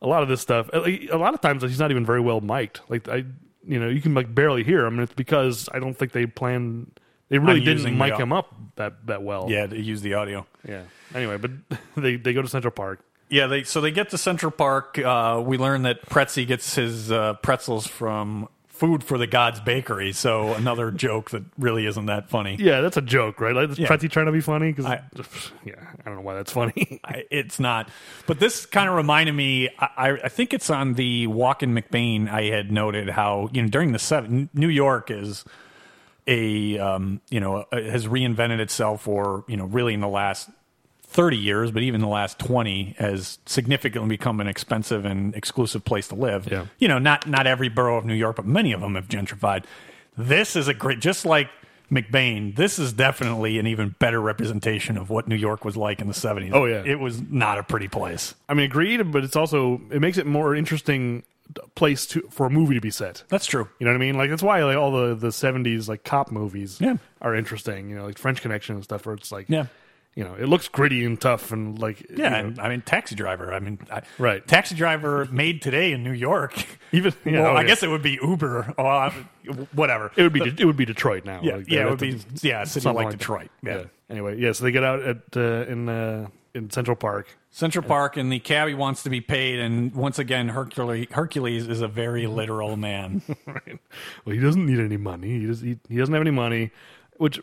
a lot of this stuff, like, a lot of times he's not even very well mic'd. Like I, you know, you can like barely hear him, and it's because I don't think they planned. They really
using
didn't mic
the-
him up that that well.
yeah, to use the audio.
yeah. Anyway, but *laughs* they they go to Central Park.
Yeah, they so they get to Central Park. Uh, we learn that Pretzi gets his uh, pretzels from Food for the Gods Bakery. So another *laughs* joke that really isn't that funny.
Yeah, that's a joke, right? Like, is
Yeah.
Pretty trying to be funny? Because
I-
*laughs* yeah, I don't know why that's funny. *laughs*
I, it's not. But this kind of reminded me. I, I- I think it's on the Walk in McBain. I had noted how you know during the seven, New York is a um, you know uh, has reinvented itself, or you know really in the last. 30 years, but even the last 20 has significantly become an expensive and exclusive place to live.
Yeah.
You know, not not every borough of New York, but many of them have gentrified. This is a great just like McBain, this is definitely an even better representation of what New York was like in the 70s.
Oh, yeah.
It was not a pretty place.
I mean, agreed, but it's also it makes it more interesting place to for a movie to be set.
That's true.
You know what I mean? Like that's why like all the the seventies like cop movies
Yeah.
are interesting. You know, like French Connection and stuff, where it's like
Yeah.
you know, it looks gritty and tough and like you
Yeah,
know,
and, I mean, Taxi Driver. I mean, I,
Right.
Taxi Driver made today in New York.
*laughs* even
*laughs*
yeah,
well,
oh,
I
yeah.
guess it would be Uber. Or, uh, whatever.
it would be it would be Detroit now.
yeah,
Like,
yeah,
they'd
it would be
have to-
yeah, a city
something
like,
that.
Detroit. yeah.
Anyway, yeah, so they get out at uh, in uh, in Central Park. *laughs*
Central Park and the cabbie wants to be paid, and once again, Hercules, Hercules is a very
Mm-hmm.
literal
*laughs*
man.
Right. Well, he doesn't need any money. He, does, he, he doesn't have any money, which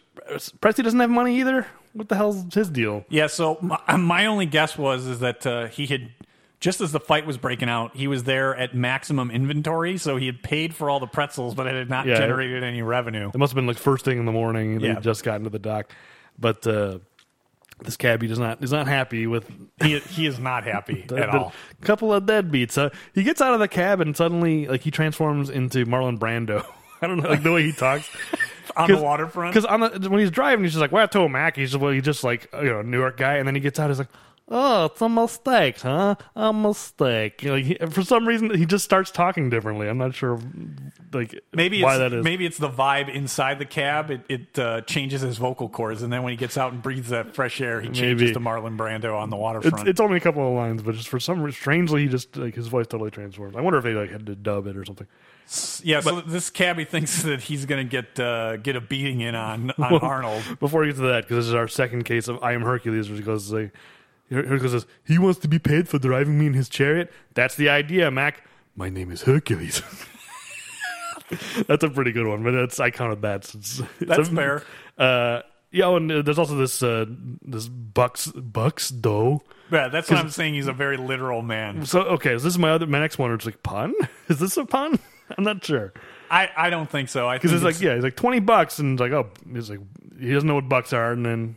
Presley doesn't have money either. What the hell's his deal?
yeah, so my, my only guess was is that uh, he had just as the fight was breaking out, he was there at maximum inventory, so he had paid for all the pretzels, but it had not
Yeah.
generated any revenue.
It must have been like first thing in the morning. They
Yeah.
just got into the dock, but uh, this cabbie does not is not happy with
He he is not *laughs* happy
the,
at
the
all.
couple of deadbeats. Uh, he gets out of the cab and suddenly like he transforms into Marlon Brando. *laughs* I don't know like the way he talks.
*laughs* On the waterfront?
because on the when he's driving, he's just like, "Well, to Mac." He's just, well, he's just like you know New York guy, and then he gets out, he's like, "Oh, it's a mistake, huh? A mistake." You know, he, for some reason, he just starts talking differently. I'm not sure, like
Maybe
why
it's,
that is.
maybe it's the vibe inside the cab. It it uh, changes his vocal cords, and then when he gets out and breathes that fresh air, he changes
Maybe.
to Marlon Brando on the
It's,
waterfront.
it's only a couple of lines, but just for some reason, strangely, he just like his voice totally transforms. I wonder if they like had to dub it or something.
Yeah, so this cabbie thinks that he's going to get uh, get a beating in *laughs* on, on Arnold.
Before we get to that, because this is our second case of I am Hercules, which goes like Her- Hercules says he wants to be paid for driving me in his chariot. That's the idea, Mac. My name is Hercules. *laughs* that's a pretty good one, but that's I counted that. It's, it's
That's
a-
fair.
Uh, yeah, oh, and uh, there's also this uh, this bucks bucks dough.
Yeah, that's what I'm saying. He's a very literal man.
So okay, so this is my other my next one. It's like pun. *laughs* Is this a pun? *laughs* I'm not sure.
I, I don't think so. I
Because
think
it's like, yeah, he's like twenty bucks, and it's like, oh, he's like, he doesn't know what bucks are, and then,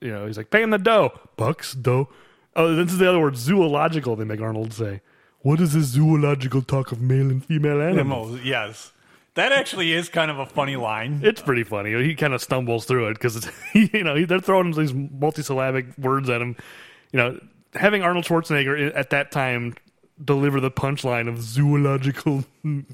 you know, he's like, pay him the dough, bucks, dough. Oh, this is the other word, zoological. They make Arnold say, "What is this zoological talk of male and female animals?"
animals. Yes, that actually is kind of a funny line.
It's pretty funny. He kind of stumbles through it *laughs* because you know they're throwing these multisyllabic words at him. You know, having Arnold Schwarzenegger i- at that time deliver the punchline of zoological. *laughs*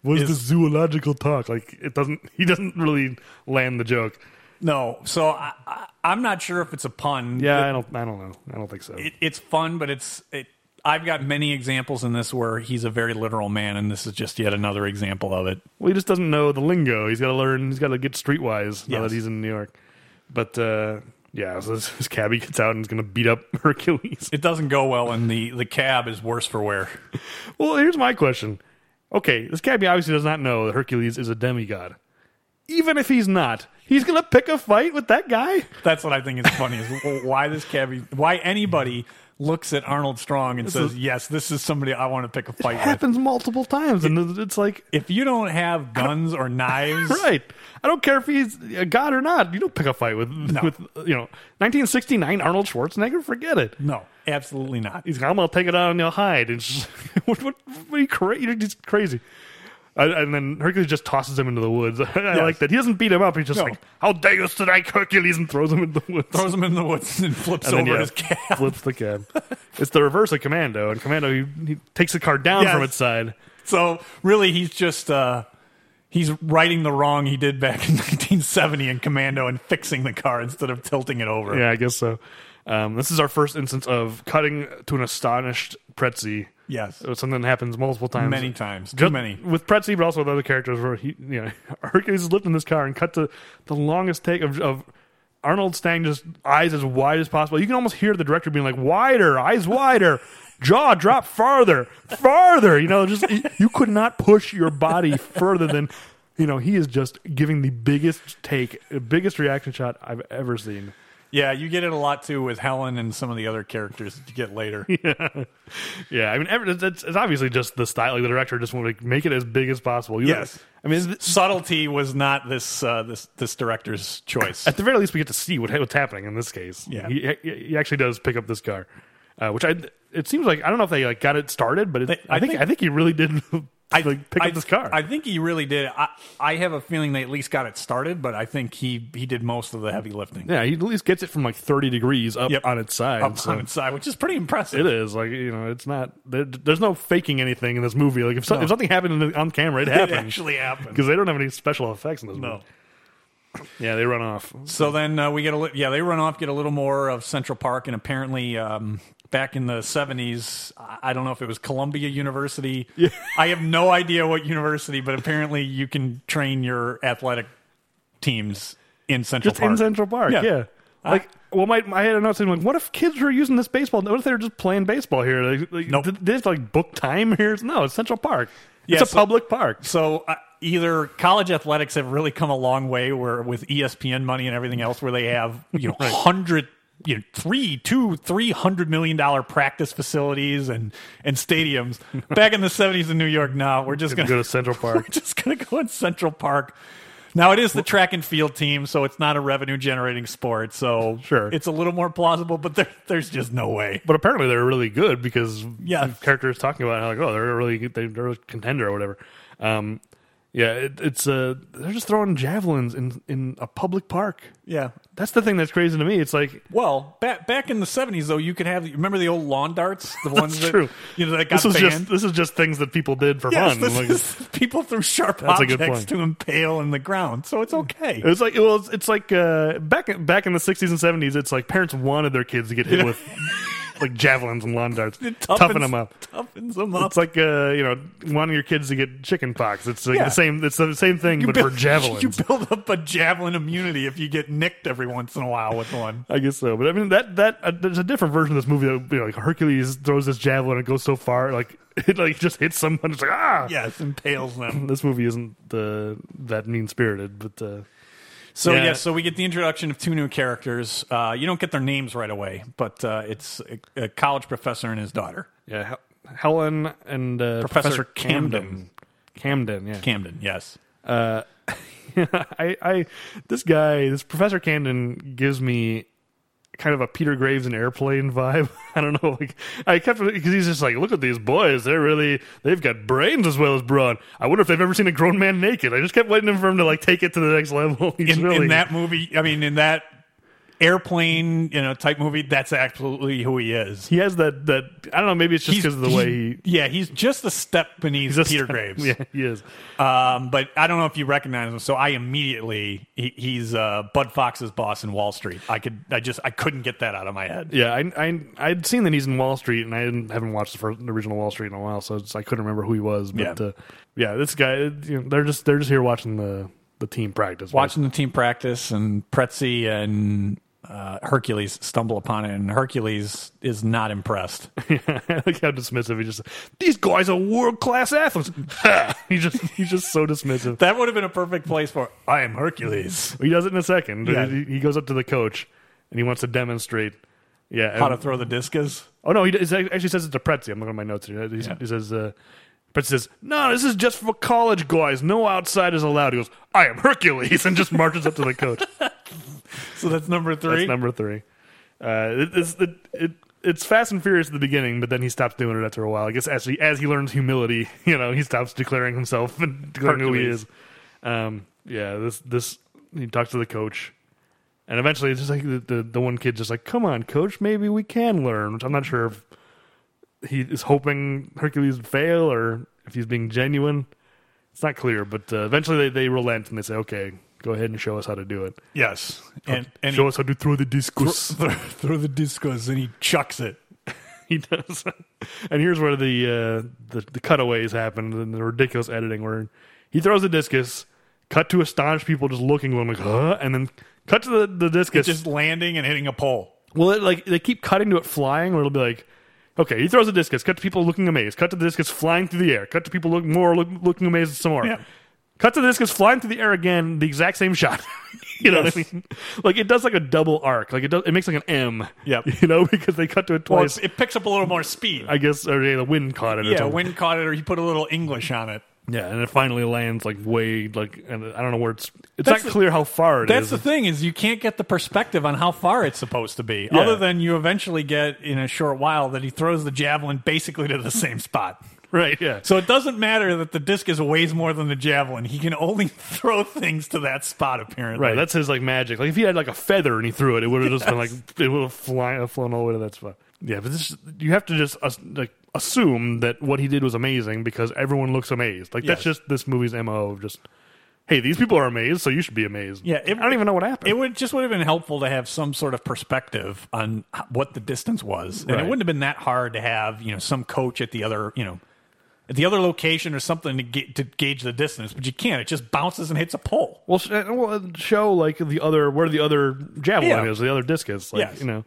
What is
Is-
the zoological talk? Like it doesn't. He doesn't really land the joke.
No, so I, I, I'm not sure if it's a pun.
Yeah, I don't. I don't know. I don't think so.
it, it's fun, but it's. It, I've got many examples in this where he's a very literal man, and this is just yet another example of it.
Well, he just doesn't know the lingo. He's got to learn. He's got to get streetwise now
Yes.
that he's in New York. But uh, yeah, so this, this cabbie gets out and is going to beat up *laughs* Hercules.
It doesn't go well, and the the cab is worse for wear.
Well, here's my question. Okay, this cabbie obviously does not know that Hercules is a demigod. Even if he's not, he's going to pick a fight with that guy.
That's what I think is funny is why this cabbie, why anybody looks at Arnold Strong and says,
is-
"Yes, this is somebody I want to pick a
It
fight with."
happens multiple times, and it's like,
If you don't have guns or knives,
*laughs* right? I don't care if he's a god or not. You don't pick a fight with with you know 1969 Arnold Schwarzenegger. Forget it.
no, absolutely not.
He's like, I'm gonna take it out on your hide. And she's *laughs* like, what, what, what are you crazy? He's crazy. And, and then Hercules just tosses him into the woods. *laughs* I like that. He doesn't beat him up. He's just
No.
like, "How dare you strike Hercules?" and throws him into the woods.
Throws him in the woods and flips
*laughs* and
over
yeah,
his cab.
flips
*laughs*
the cab. it's the reverse of Commando. And Commando, he, he takes the car down
Yes.
from its side.
So really, he's just uh, he's righting the wrong he did back in *laughs* 1970 in Commando and fixing the car instead of tilting it over.
Yeah, I guess so. Um, this is our first instance of cutting to an astonished Pretzi.
Yes.
It was something that happens multiple times.
Many times. Too
Just-
many.
With Pretzi, but also with other characters where he, you know, *laughs* Hercules is lifting this car and cut to the longest take of, of Arnold Stang just eyes as wide as possible. You can almost hear the director being like, wider, eyes wider, jaw drop farther, farther. You know, just you could not push your body further than, you know, he is just giving the biggest take, biggest reaction shot I've ever seen.
Yeah, you get it a lot too with Helen and some of the other characters that you get
*laughs*
later.
Yeah, I mean, every, it's, it's obviously just the style. Like the director just wanted to make it as big as possible. You-
Yes.
I mean, it's-
Subtlety was not this uh, this this director's
*laughs*
choice.
at the very least, we get to see what, what's happening in this case.
Yeah.
he, he he actually does pick up this car, uh, which I it seems like I don't know if they like got it started, but it,
They-
I,
I
think,
think-
I think he really did *laughs*
I
like, pick
I-
up this car.
I think he really did. I, I have a feeling they at least got it started, but I think he he did most of the heavy lifting.
yeah, he at least gets it from like thirty degrees up
Yep.
on its side.
Up
so
on its side, which is pretty impressive.
It is like you know, it's not. There, there's no faking anything in this movie. Like if, so, if something happened in the, on camera, it happened.
actually happened.
*laughs* because they don't have any special effects in this
No.
movie. Yeah, they run off.
So then uh, we get a li- yeah they run off get a little more of Central Park and apparently um, back in the seventies I I don't know if it was Columbia University *laughs* I have no idea what university but apparently you can train your athletic teams in Central
Just
Park
in Central Park. Yeah.
Yeah.
Like, well, my, my head notes like, what if kids were using this baseball? What if they were just playing baseball here? Like, like,
Nope.
did they have to, like book time here? No, it's Central Park. It's
Yeah,
a
so- *laughs*
public park.
so uh, either college athletics have really come a long way where with E ESPN money and everything else where they have you
*laughs*
know hundred you know three two three hundred million dollar practice facilities and and
*laughs*
stadiums back in the seventies in New York now we're just gonna
Go to Central Park.
*laughs* we're just gonna go in Central Park. Now it is the track and field team, so it's not a revenue generating sport. So
Sure.
it's a little more plausible, but there, there's just no way.
but apparently they're really good because
Yeah.
the character is talking about how like oh they're a really good- they're a really contender or whatever. Um, yeah, it, it's uh they're just throwing javelins in in a public park.
Yeah.
That's the thing that's crazy to me. It's like
Well, back back in the seventies though, you could have remember the old lawn darts, the ones that
true.
you know that got
this is
banned.
just this is just things that people did for
yes,
fun.
this
Like,
is, people threw sharp
That's a good
objects
point.
to impale in the ground, so it's okay.
It's like well, it's, it's like uh, back back in the sixties and seventies. It's like parents wanted their kids to get hit with like javelins and lawn darts,
*laughs* It
toughen them up.
toughens them up.
It's like uh, you know wanting your kids to get chicken pox. It's like
Yeah.
the same. It's the same thing, but for
*laughs*
javelins.
you build up a javelin immunity if you get nicked every once in a while with one.
I guess so, but I mean that that uh, there's a different version of this movie that you know, like Hercules throws this javelin and it goes so far like *laughs* it like just hits someone. It's like ah.
Yes, impales them.
This movie isn't the that mean spirited, but uh,
So
Yeah.
yeah. so we get the introduction of two new characters. Uh, you don't get their names right away, but uh, it's a, a college professor and his daughter,
yeah, Hel- Helen and uh,
Professor
Camden. Camden, yeah.
Camden. Yes,
Uh, *laughs* I, I, this guy, this Professor Camden gives me kind of a Peter Graves and airplane vibe. *laughs* I don't know, like I kept because he's just like, look at these boys, they're really they've got brains as well as brawn. I wonder if they've ever seen a grown man naked. I just kept waiting for him to like take it to the next level. *laughs* He's
in,
really
in that movie, I mean, in that airplane, you know, type movie, that's absolutely who he is.
He has that that I don't know. Maybe it's just because of the way he.
yeah, he's just a step beneath
he's a
Peter
step-
Graves.
*laughs* Yeah, he is.
Um, but I don't know if you recognize him, so I immediately he, he's uh, Bud Fox's boss in Wall Street. I could, I just, I couldn't get that out of my head.
Yeah, I, I I'd seen that he's in Wall Street, and I didn't, haven't watched the first the original Wall Street in a while, so it's, I couldn't remember who he was. But
Yeah.
yeah, uh, yeah this guy, you know, they're just they're just here watching the the team practice. *laughs*
Watching the team practice, and Pretzi and uh, Hercules stumble upon it, and Hercules is not impressed.
I like how dismissive he just. These guys are world class athletes. *laughs* he just he's just so
*laughs*
dismissive.
that would have been a perfect place for *laughs* I am Hercules.
He does it in a second.
Yeah.
He, he goes up to the coach, and he wants to demonstrate. Yeah,
How
and-
to throw the discus.
Oh no, he does- he actually says it to Pretzi. I'm looking at my notes here. He, he says, uh, Pretzi says, "No, this is just for college guys. No outsiders allowed." He goes, "I am Hercules," *laughs* and just marches up to the coach.
So that's number three.
That's number three. Uh, it, it's it, it, it's Fast and Furious at the beginning, but then he stops doing it after a while. I guess as he, as he learns humility, *laughs* you know, he stops declaring himself and *laughs* declaring who he
Hercules.
is. Um, yeah, this this he talks to the coach. And eventually, it's just like the, the the one kid's just like, "Come on, coach, maybe we can learn." Which I'm not sure if he is hoping Hercules would fail or if he's being genuine. It's not clear, but uh, eventually they, they relent and they say, "Okay, go ahead and show us how to do it.
yes, and and
show
he
us how to throw the discus."
throw, *laughs* throw the discus, and he chucks it.
*laughs* he does. and here's where the uh, the, the cutaways happen and the ridiculous editing where he throws a discus, cut to astonished people just looking at him like, huh? And then cut to the, the discus.
Just landing and hitting a pole.
well, it, like they keep cutting to it flying where it'll be like, okay, he throws a discus, cut to people looking amazed, cut to the discus flying through the air, cut to people look more look, looking amazed some more.
Yeah.
Cut to the discus flying through the air again, the exact same shot. *laughs* you know what I
Yes.
mean? Like it does like a double arc. Like it does, it makes like an M.
Yep.
*laughs* You know, because they cut to it
Well,
twice.
it's, it picks up a little more speed.
I guess or yeah, the wind caught it. or
yeah,
something.
wind caught it, or he put a little English on it.
Yeah, and it finally lands like way like and I don't know where it's. It's
That's the-
not clear how far it is.
That's the thing is you can't get the perspective on how far it's supposed to be.
Yeah.
Other than you eventually get in a short while that he throws the javelin basically to the same spot.
*laughs* right? Yeah. So
So it doesn't matter that the disc is weighs more than the javelin. He can only *laughs* throw things to that spot apparently.
right, that's his like magic. Like if he had like a feather and he threw it, it would have just been like it would have fly, flown all the way to that spot. Yeah, but this you have to just as- like assume that what he did was amazing because everyone looks amazed. Like that's
Yes.
just this movie's mo of just. Hey, these people are amazed, so you should be amazed.
Yeah, it-
I don't even know what happened.
It would just would have been helpful to have some sort of perspective on h- what the distance was, and
Right.
it wouldn't have been that hard to have you know some coach at the other you know at the other location or something to ga- to gauge the distance. But you can't; it just bounces and hits a pole.
Well, sh- uh, well, show like the other where the other javelin
Yeah.
is, the other discus. Like
Yes.
you know,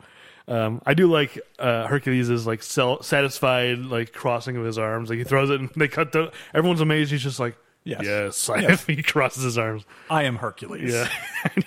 um, I do like uh, Hercules is like sel- satisfied like crossing of his arms. Like he throws it and they cut the. Everyone's amazed. He's just like. Yes,
Yes.
yes. *laughs* he crosses his arms.
I am Hercules.
*laughs* Yeah,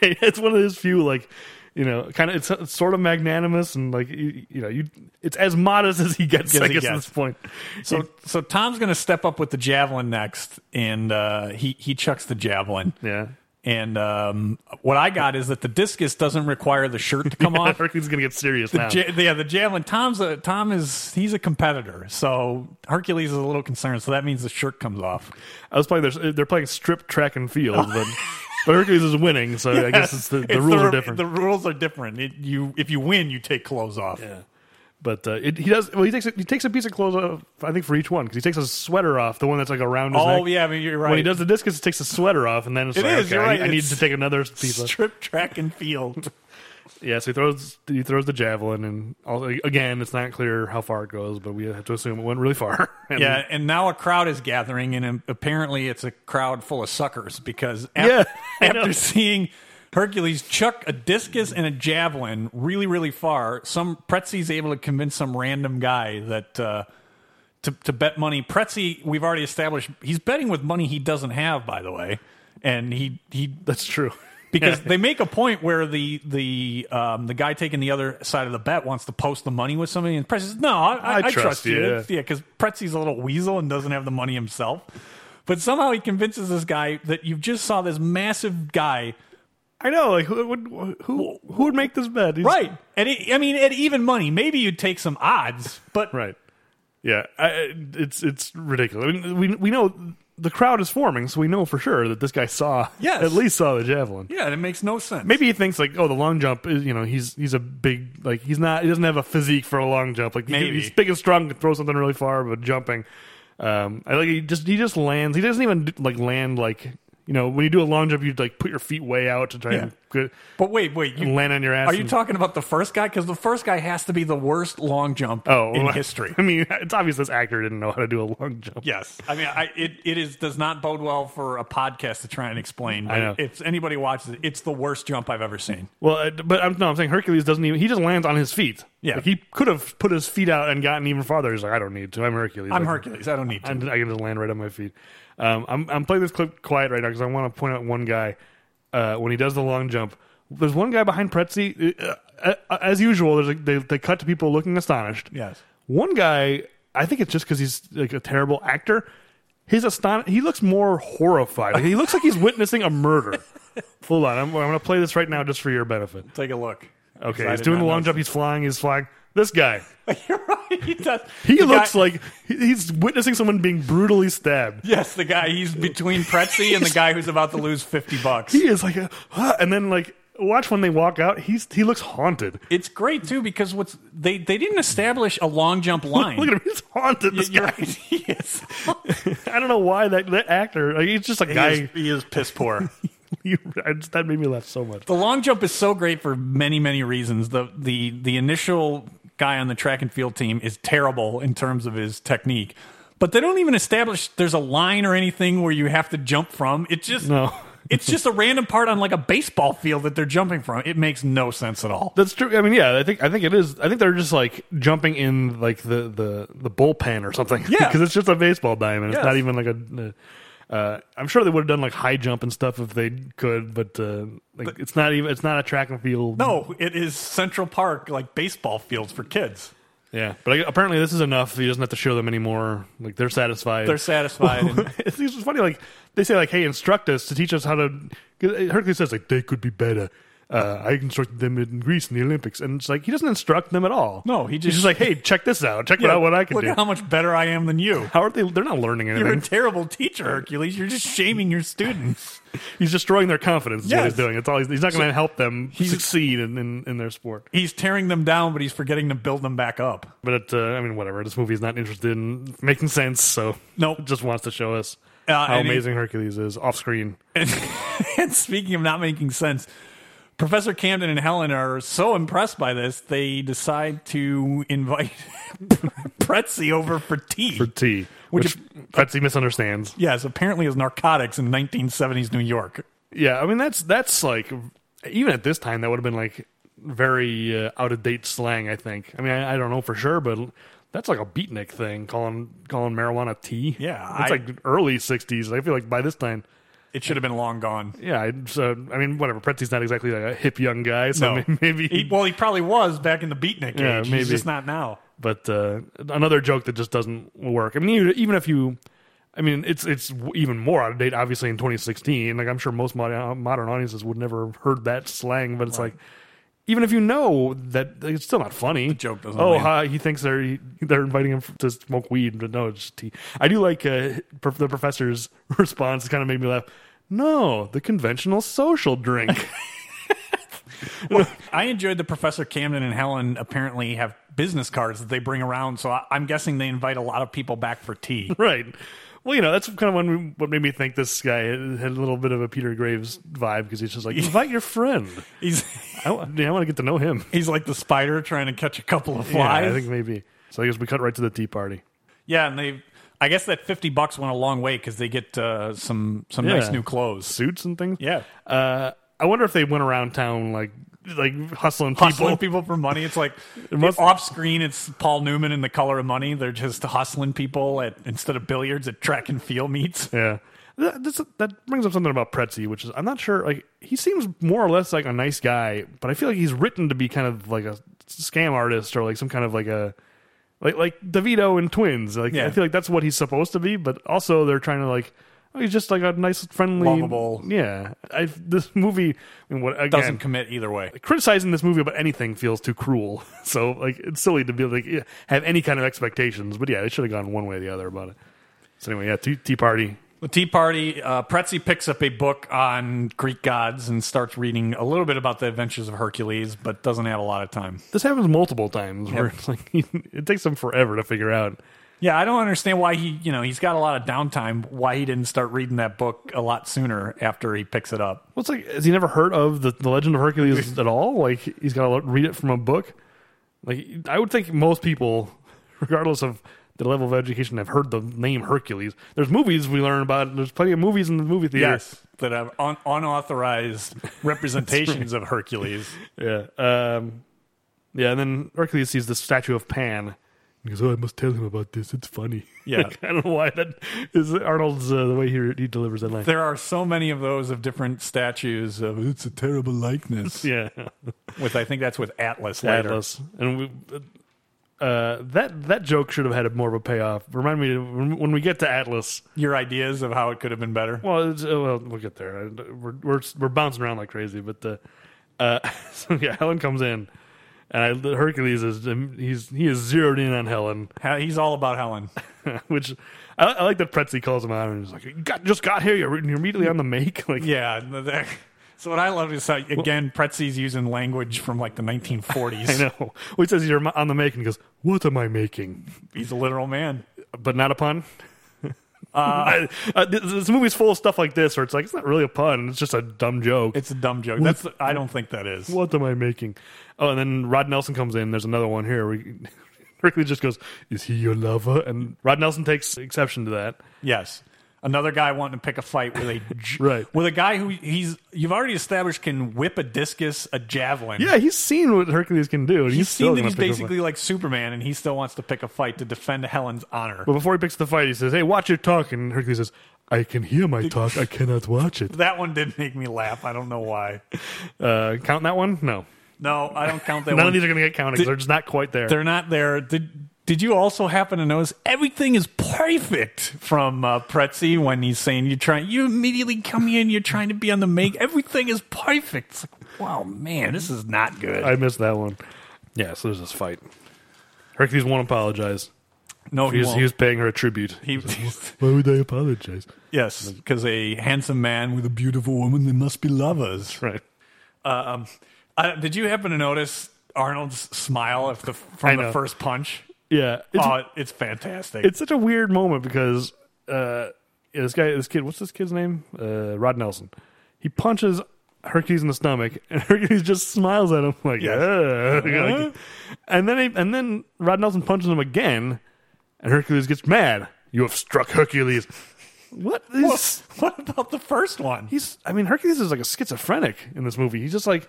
it's one of those few like, you know, kind of it's, it's sort of magnanimous and like you, you know you it's as modest as he gets.
Yes,
I
he
guess at
gets.
this point.
So so Tom's going to step up with the javelin next, and uh, he he chucks the javelin.
yeah,
And um, what I got is that the discus doesn't require the shirt to
*laughs*
come off.
Hercules is gonna get serious
The
now.
ja- yeah, the javelin. Tom's a, Tom is he's a competitor, so Hercules is a little concerned. So that means the shirt comes off.
I was playing. Their, they're playing strip track and field, but, but Hercules is winning,
*laughs*
so I guess it's the, the rules are different.
Oh. The rules are different. It, you if you win, you take clothes off.
but uh, it, he does. Well, he takes a, he takes a piece of clothes off. I think for each one because he takes a sweater off, the one that's like around his
Oh
neck.
yeah, I mean, you're right.
When he does the discus, he takes a sweater off, and then it's
It
like,
is,
okay,
you're
I-
right,
I, need
it's-
to
*laughs*
take another piece. Of,
strip track and
*laughs*
field.
yeah, so he throws he throws the javelin, and all, again, it's not clear how far it goes, but we have to assume it went really far. *laughs* And-
yeah, and now a crowd is gathering, and um, apparently it's a crowd full of suckers because af-
Yeah, *laughs* I know.
after seeing Hercules chuck a discus and a javelin really, really far, some Pretzi's able to convince some random guy that uh, to to bet money. Pretzi, we've already established he's betting with money he doesn't have, by the way, and he he
that's true.
*laughs* because they make a point where the the um, the guy taking the other side of the bet wants to post the money with somebody, and Pretzi says, "No, I, I, I trust, you."
yeah.
Yeah, because Pretzi's a little weasel and doesn't have the money himself. But somehow he convinces this guy that you just saw this massive guy,
I know, like who would who who would make this bet? He's-
right? And he, I mean, at even money, maybe you'd take some odds, but
Right. Yeah, I, I- it's it's ridiculous. I mean, we we know the crowd is forming, so we know for sure that this guy saw,
Yes.
at least saw the javelin.
Yeah, it makes no sense.
Maybe he thinks like, oh, the long jump is you know he's he's a big like he's not he doesn't have a physique for a long jump like he-
Maybe.
he's big and strong can throw something really far but jumping, um, I like he just he just lands he doesn't even like land like you know when you do a long jump you like put your feet way out to try
Yeah.
and good,
But wait, wait. You,
land on your ass.
are you
and-
talking about the first guy? Because the first guy has to be the worst long jump
oh
in
well,
history.
*laughs* I mean it's obvious this actor didn't know how to do a long jump.
Yes, I mean, I, it it is does not bode well for a podcast to try and explain. But
I know.
if anybody watches it, it's the worst jump I've ever seen.
Well, I- but I'm, no, I'm saying Hercules doesn't even. He just lands on his feet.
Yeah.
like, he could have put his feet out and gotten even farther. He's like, I don't need to. I'm Hercules.
I'm
I can-
Hercules. I don't need to.
I'm, I can just land right on my feet. Um, I'm, I'm playing this clip quiet right now because I want to point out one guy uh, when he does the long jump. There's one guy behind Pretzi. Uh, uh, as usual, there's a, they, they cut to people looking astonished.
Yes.
One guy, I think it's just because he's like a terrible actor. His aston- he looks more horrified. Like, he looks like he's witnessing
*laughs*
a murder. Hold on, I'm, I'm going to play this right now just for your benefit.
Take a look.
Okay,
I
he's
did
doing
not
the long
notice.
jump. He's flying. He's flying. This guy.
*laughs* You're right. He does.
He
The
looks
guy-
like he- he's witnessing someone being brutally stabbed.
yes, the guy. He's between Pretzi and the guy who's about to lose fifty bucks.
He is like, a, "Huh," and then like watch when they walk out. He's he looks haunted. *laughs*
It's great too because what's they they didn't establish a long jump line.
*laughs* Look at him. He's haunted.
Y-
This
You're
guy.
right. *laughs* He is.
*laughs* I don't know why that that actor. Like, he's just a guy. *laughs*
he is piss poor.
you, I just, that made me laugh so
*laughs*
much.
the long jump is so great for many many reasons the the the initial guy on the track and field team is terrible in terms of his technique but they don't even establish there's a line or anything where you have to jump from it just
No.
it's just a random part on like a baseball field that they're jumping from it makes no sense at all
That's true. I mean, yeah, I think I think it is. I think they're just like jumping in like the the the bullpen or something. *laughs*
Yeah.
because it's just a baseball diamond.
Yes.
It's not even like a. Uh, I'm sure they would have done like high jump and stuff if they could, but uh, like it's not even it's not a track and field.
no it is central park like baseball fields for kids
Yeah, but I, apparently this is enough. He doesn't have to show them anymore. Like they're satisfied.
they're satisfied and-
*laughs* it's, it's just funny. Like they say, like, "Hey, instruct us to teach us how to." 'cause uh, Hercules says, "Like they could be better." Uh, I instructed them in Greece in the Olympics, and it's like he doesn't instruct them at all.
No, he
he's
just-
just like, "Hey, check this out. Check out what I can
look
do."
at how much better i am than you
How are they? They're not learning
you're a
anything.
terrible teacher hercules you're just shaming your students
He's destroying their confidence. Is what
Yes.
he's doing. It's all. He's, he's not going to help them succeed in, in, in their sport.
he's tearing them down, but he's forgetting to build them back up.
But it, uh, I mean, whatever. This movie's not interested in making sense, so *laughs*
Nope.
it just wants to show us
Uh,
how
and he-
amazing Hercules is off screen.
And, *laughs* and speaking of not making sense, Professor Camden and Helen are so impressed by this, they decide to invite *laughs* Pretzi over for tea.
for tea,
Which
which, Betsy misunderstands.
yes, apparently as narcotics in 1970s New York.
Yeah, I mean that's that's like even at this time that would have been like very uh, out of date slang. I think. I mean, I, I don't know for sure, but that's like a beatnik thing calling calling marijuana tea.
Yeah,
it's
I-
like early '60s. I feel like by this time,
It should have been long gone.
yeah. I, so I mean, whatever. Pretzi's not exactly like a hip young guy, so
No.
*laughs* maybe.
He, well, he probably was back in the beatnik
Yeah,
age. He's
maybe.
just not now.
but uh, another joke that just doesn't work. I mean, even, even if you, I mean, it's it's w- even more out of date. Obviously, in 2016, like I'm sure most modern, modern audiences would never have heard that slang. But it's like, even if you know that, it's still not funny. The
joke doesn't
Oh,
land.
hi, he thinks they're he- they're inviting him f- to smoke weed, but no, it's just tea. I do like uh, prof- the professor's *laughs* response. Kind of made me laugh. No, the conventional social drink.
I enjoyed the Professor Camden and Helen apparently have business cards that they bring around, so I, I'm guessing they invite a lot of people back for tea.
right. Well, you know, that's kind of one, what made me think this guy had a little bit of a Peter Graves vibe because he's just like, invite your friend.
He's *laughs*
I, wa- yeah, I want to get to know him.
He's like the spider trying to catch a couple of
Yeah,
flies.
I think maybe. So I guess we cut right to the tea party.
Yeah, and they. I guess that fifty bucks went a long way because they get uh, some some nice
Yeah.
new clothes.
Suits and things.
Yeah.
Uh, I wonder if they went around town like like hustling,
Hustling
people.
people, for money. It's
*laughs*
like
must-
off screen. It's Paul Newman in The Color of Money. They're just hustling people at instead of billiards at track and field meets.
Yeah. That, this, that brings up something about Pretzi, which is I'm not sure. Like he seems more or less like a nice guy, but I feel like he's written to be kind of like a scam artist or like some kind of like a like like Devito and Twins. Like
Yeah.
I feel like that's what he's supposed to be, but also they're trying to like oh he's just like a nice friendly
Lovable.
Yeah, I, this movie I mean, what again,
Doesn't commit either way.
criticizing this movie about anything feels too cruel. *laughs* So like it's silly to be like yeah, have any kind of expectations. But yeah, they should have gone one way or the other about it. So anyway, yeah, tea, tea party.
The Tea Party, uh, Pretzi picks up a book on Greek gods and starts reading a little bit about the adventures of Hercules, but doesn't have a lot of time.
This happens multiple times where it's like *laughs* it takes them forever to figure out.
Yeah, I don't understand why he, you know, he's got a lot of downtime, why he didn't start reading that book a lot sooner after he picks it up.
Well, it's like has he never heard of the, the Legend of Hercules at all? Like he's got to read it from a book. Like I would think most people, *laughs* regardless of the level of education, have heard the name Hercules. There's movies we learn about. There's plenty of movies in the movie theater.
That have un- *laughs* unauthorized representations of *laughs* Hercules.
Yeah. Um, yeah, and then Hercules sees the statue of Pan. He goes, "Oh, I must tell him about this. It's funny."
Yeah.
Like, *laughs* I don't know why that is Arnold's uh, the way he he delivers that line.
There are so many of those of different statues of it's a terrible likeness.
*laughs* yeah,
With I think that's with Atlas later.
Atlas, and we, uh, that that joke should have had more of a payoff. Remind me to- when when we get to Atlas.
Your ideas of how it could have been better.
Well, it's, uh, well, we'll get there. I- We're we're we're bouncing around like crazy, but the uh, *laughs* so yeah, Helen comes in, and I, Hercules is um, he's he is zeroed in on Helen. *laughs*
How- He's all about Helen.
which I, I like that Pretzi calls him out and he's like, "You got, just got here. You're, you're immediately on the make." *laughs*
*laughs*
Like,
Yeah. th- th- So what I love is how, again, Pretzi's using language from like the *laughs* 1940s.
I know. Well, he says you're on the make and he goes, "What am I making?"
He's a literal man.
But not a pun. *laughs* I- uh, this, this movie's full of stuff like this, where it's like it's not really a pun; it's just a dumb joke.
It's a dumb joke. That's I don't think that is.
what am I making? Oh, and then Rod Nelson comes in. There's another one here. We, *laughs* Hercules just goes, "Is he your lover?" And Rod Nelson takes exception to that.
Yes. Another guy wanting to pick a fight with a
*laughs*
j-
Right.
with a guy who he's you've already established can whip a discus, a javelin.
Yeah, he's seen what Hercules can do, and he's,
He's
still
seen that
gonna
he's
pick a fight.
basically like Superman, and he still wants to pick a fight to defend Helen's honor.
But before he picks the fight, he says, "Hey, watch your talk." And Hercules says, "I can hear my talk. I cannot
*laughs*
watch it."
That one did make me laugh. I don't know why.
Uh, count that one? No,
No, I don't count that.
none
one.
of these are going to get counted. 'cause they're just not quite there.
They're not there. Did Did you also happen to notice everything is perfect from uh, Pretzi when he's saying you try you immediately come in you're trying to be on the make everything is perfect. It's like, wow, man, this is not good.
I missed that one. Yeah, so there's this fight. Hercules won't apologize.
no,
He
he,
was,
won't.
he was paying her a tribute.
He-
Why would I apologize?
*laughs* yes, because a handsome man with a beautiful woman, they must be lovers.
Right.
Um, I, did you happen to notice Arnold's smile if the, from
know.
the first punch?
Yeah. It's,
oh, it's fantastic.
it's such a weird moment because uh, yeah, this guy, this kid, what's this kid's name? Uh, Rod Nelson. He punches Hercules in the stomach, *laughs* and Hercules just smiles at him like,
Yes.
"Ugh." *laughs*
Uh-huh.
Like, and then he, and then Rod Nelson punches him again, and Hercules gets mad. You have struck Hercules. *laughs* What is?
what, *laughs* what about the first one?
He's. I mean, Hercules is like a schizophrenic in this movie. He's just like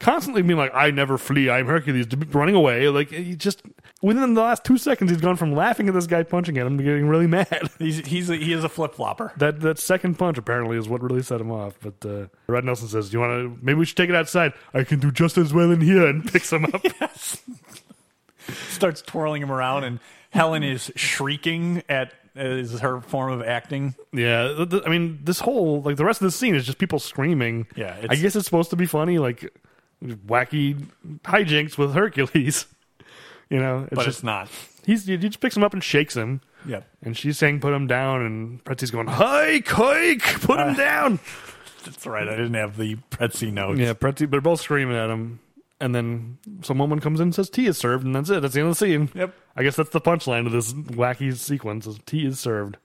constantly being like, "I never flee. I'm Hercules," to be running away. Like he just within the last two seconds, he's gone from laughing at this guy punching at him to getting really *laughs* mad.
He's, he's a, he is a flip flopper.
That that second punch apparently is what really set him off. But uh, Red Nelson says, "Do you want to? Maybe we should take it outside. I can do just as well in here." And *laughs* picks
*laughs*
him up.
starts twirling him around, and Helen is shrieking at is her form of acting.
yeah, th- th- I mean, this whole like the rest of the scene is just people screaming.
Yeah,
I
it's-
guess it's supposed to be funny, like wacky hijinks with Hercules. *laughs* You know, it's
But
just
it's not.
he's he just picks him up and shakes him.
Yep.
And she's saying, "Put him down," and Pretzi's going, "Hike, hike, put him down."
That's right. I didn't have the Pretzi notes.
Yeah, Pretzi, they're both screaming at him. And then some woman comes in and says tea is served, and that's it. That's the end of the scene.
Yep.
I guess that's the punchline of this wacky sequence is tea is served.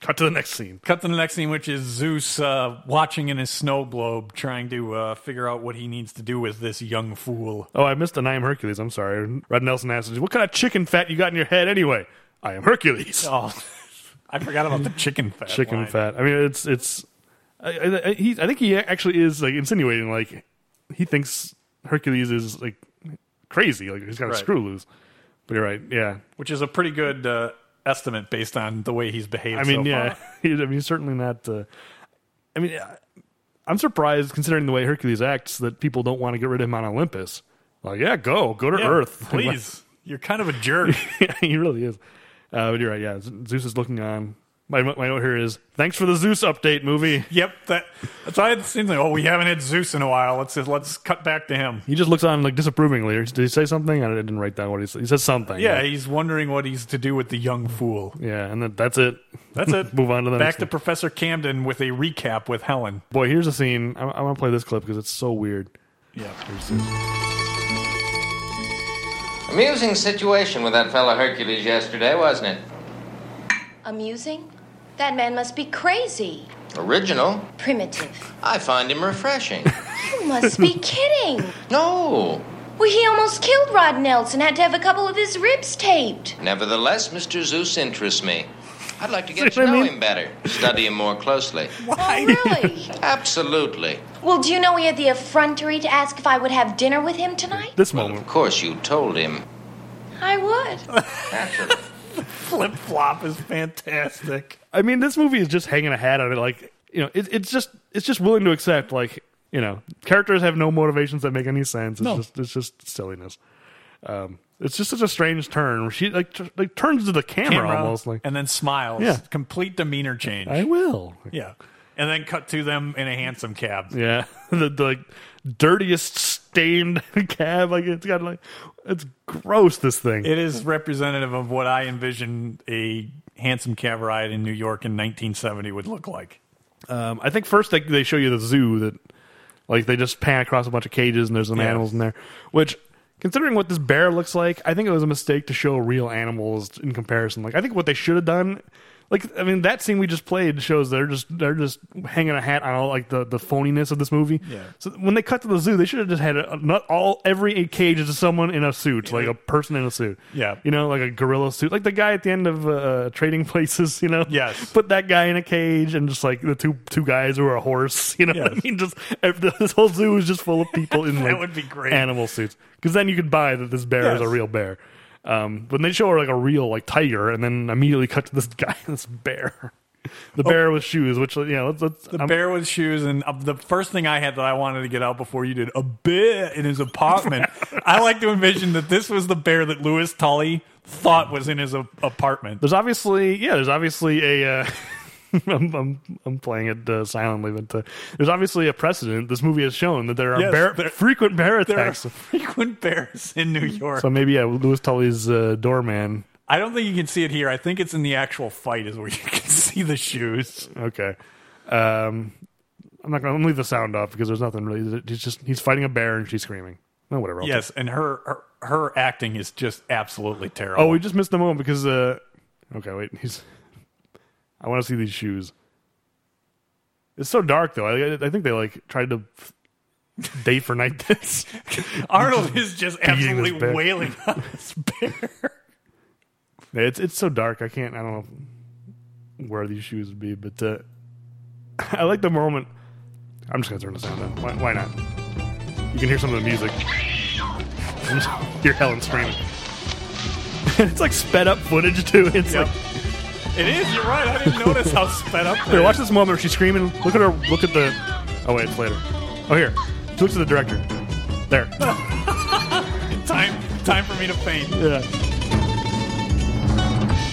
Cut to the next scene.
Cut to the next scene, which is Zeus uh, watching in his snow globe, trying to uh, figure out what he needs to do with this young fool.
Oh, I missed an I am Hercules. I'm sorry. Red Nelson asks, what kind of chicken fat you got in your head anyway? I am *laughs* Hercules.
Oh, *laughs* I forgot about the chicken fat.
*laughs* chicken
line.
fat. I mean, it's, it's, I, I, I- he, I think he actually is like insinuating, like, he thinks Hercules is like crazy. Like, he's got a
Right.
screw loose. But you're right. Yeah.
which is a pretty good uh, estimate based on the way he's behaved.
I mean,
so
yeah.
far.
*laughs* He's- I mean, he's certainly not. Uh, I mean, I- I'm surprised considering the way Hercules acts that people don't want to get rid of him on Olympus. Like, yeah, go, go to
Yeah,
Earth, *laughs*
please. You're kind of a jerk. *laughs*
he really is. Uh, but you're right. Yeah, Z- Zeus is looking on. My, my note here is thanks for the Zeus update movie.
Yep, that that's why it seems like oh we haven't had Zeus in a while. Let's just, let's cut back to him.
He just looks on like disapprovingly. Did he say something? I didn't write down what he said. He says something.
Yeah,
Like,
he's wondering what he's to do with the young fool.
yeah, and then that's it.
That's it.
*laughs* Move on to the
back
next
to
one.
Professor Camden with a recap with Helen.
Boy, here's a scene. I, I want to play this clip because it's so weird.
*laughs* Yeah,
Amusing situation with that fellow Hercules yesterday, wasn't it?
Amusing? That man must be crazy.
Original.
Primitive.
I find
*laughs*
him refreshing.
You
*laughs*
must be kidding.
no.
Well, he almost killed Rod Nelson, had to have a couple of his ribs taped.
Nevertheless, Mr. Zeus interests me. I'd like to get
See
to
what I
know
mean?
him better, study him more closely.
Oh, really?
*laughs* Absolutely.
well, do you know he had the effrontery to ask if I would have dinner with him tonight?
This
Well,
moment.
of course, you told him.
I would.
Naturally.
flip flop is fantastic.
I mean, this movie is just hanging a hat on it. Like, you know, it, it's just it's just willing to accept. Like, you know, characters have no motivations that make any sense. It's
No.
just it's just silliness. Um, it's just such a strange turn. She like t- like turns to the camera,
Camera,
almost like
and then smiles.
Yeah.
complete demeanor change.
I will.
yeah, and then cut to them in a handsome cab.
*laughs* Yeah, the, the like, dirtiest stained *laughs* cab. Like it's got like it's gross. This thing.
It is representative of what I envision a handsome cab ride in New York in 1970 would look like.
Um, I think first they, they show you the zoo that, like, they just pan across a bunch of cages and there's some
Yeah.
animals in there. Which, considering what this bear looks like, I think it was a mistake to show real animals in comparison. Like, I think what they should have done, like, I mean, that scene we just played shows they're just they're just hanging a hat on all like the the phoniness of this movie.
Yeah.
So when they cut to the zoo, they should have just had a, not all every cage is someone in a suit, like a person in a suit.
Yeah.
You know, like a gorilla suit, like the guy at the end of uh, Trading Places. You know.
Yes.
Put that guy in a cage and just like the two two guys who are a horse. *laughs* You know what I
Yes.
mean? Just if the- *laughs* this whole zoo is just full of people
*laughs*
in
That
like
would be great.
animal suits because then you could buy that this bear is a
Yes.
real bear. Um, when they show her like a real like tiger and then immediately cut to this *laughs* guy this bear, the bear with shoes, which you know let's, let's
Oh. The
I'm-
bear with shoes, and uh, the first thing I had that I wanted to get out before you did a bear in his
*laughs*
apartment. I like to envision that this was the bear that Lewis Tully thought was in his a- apartment.
there's obviously yeah there's obviously a uh, *laughs* I'm, I'm I'm playing it uh, silently but uh, there's obviously a precedent this movie has shown that there are
Yes,
bear,
there-
frequent bear
There are
attacks
frequent bears in New York.
so maybe yeah Louis Tully's uh, doorman
I don't think you can see it here. I think it's in the actual fight is where *laughs* you can see the shoes.
Okay. Um, I'm not gonna I'm gonna leave the sound off because there's nothing really. He's just he's fighting a bear and she's screaming. No, whatever. I'll
Yes, and her her, her acting is just absolutely
take- Oh,
terrible.
we just missed the moment because. Uh, okay, wait. He's. I want to see these shoes. It's so dark though. I, I- I think they like tried to day for night *laughs* this.
Arnold is just
this
absolutely
bear.
wailing on this bear.
It's it's so dark. I can't. I don't know where these shoes would be, but uh, *laughs* I like the moment. I'm just gonna turn the sound down. Why, why not? You can hear some of the music. *laughs* You just hear Helen screaming. *laughs* it's like sped up footage too. It's
Yep.
like
It is. You're right. I didn't notice how sped up.
here,
it
watch
is.
this moment where she's screaming. Look at her. Look at the. Oh wait, it's later. Oh here, she looks at the director. There.
time. Time for me to faint.
Yeah.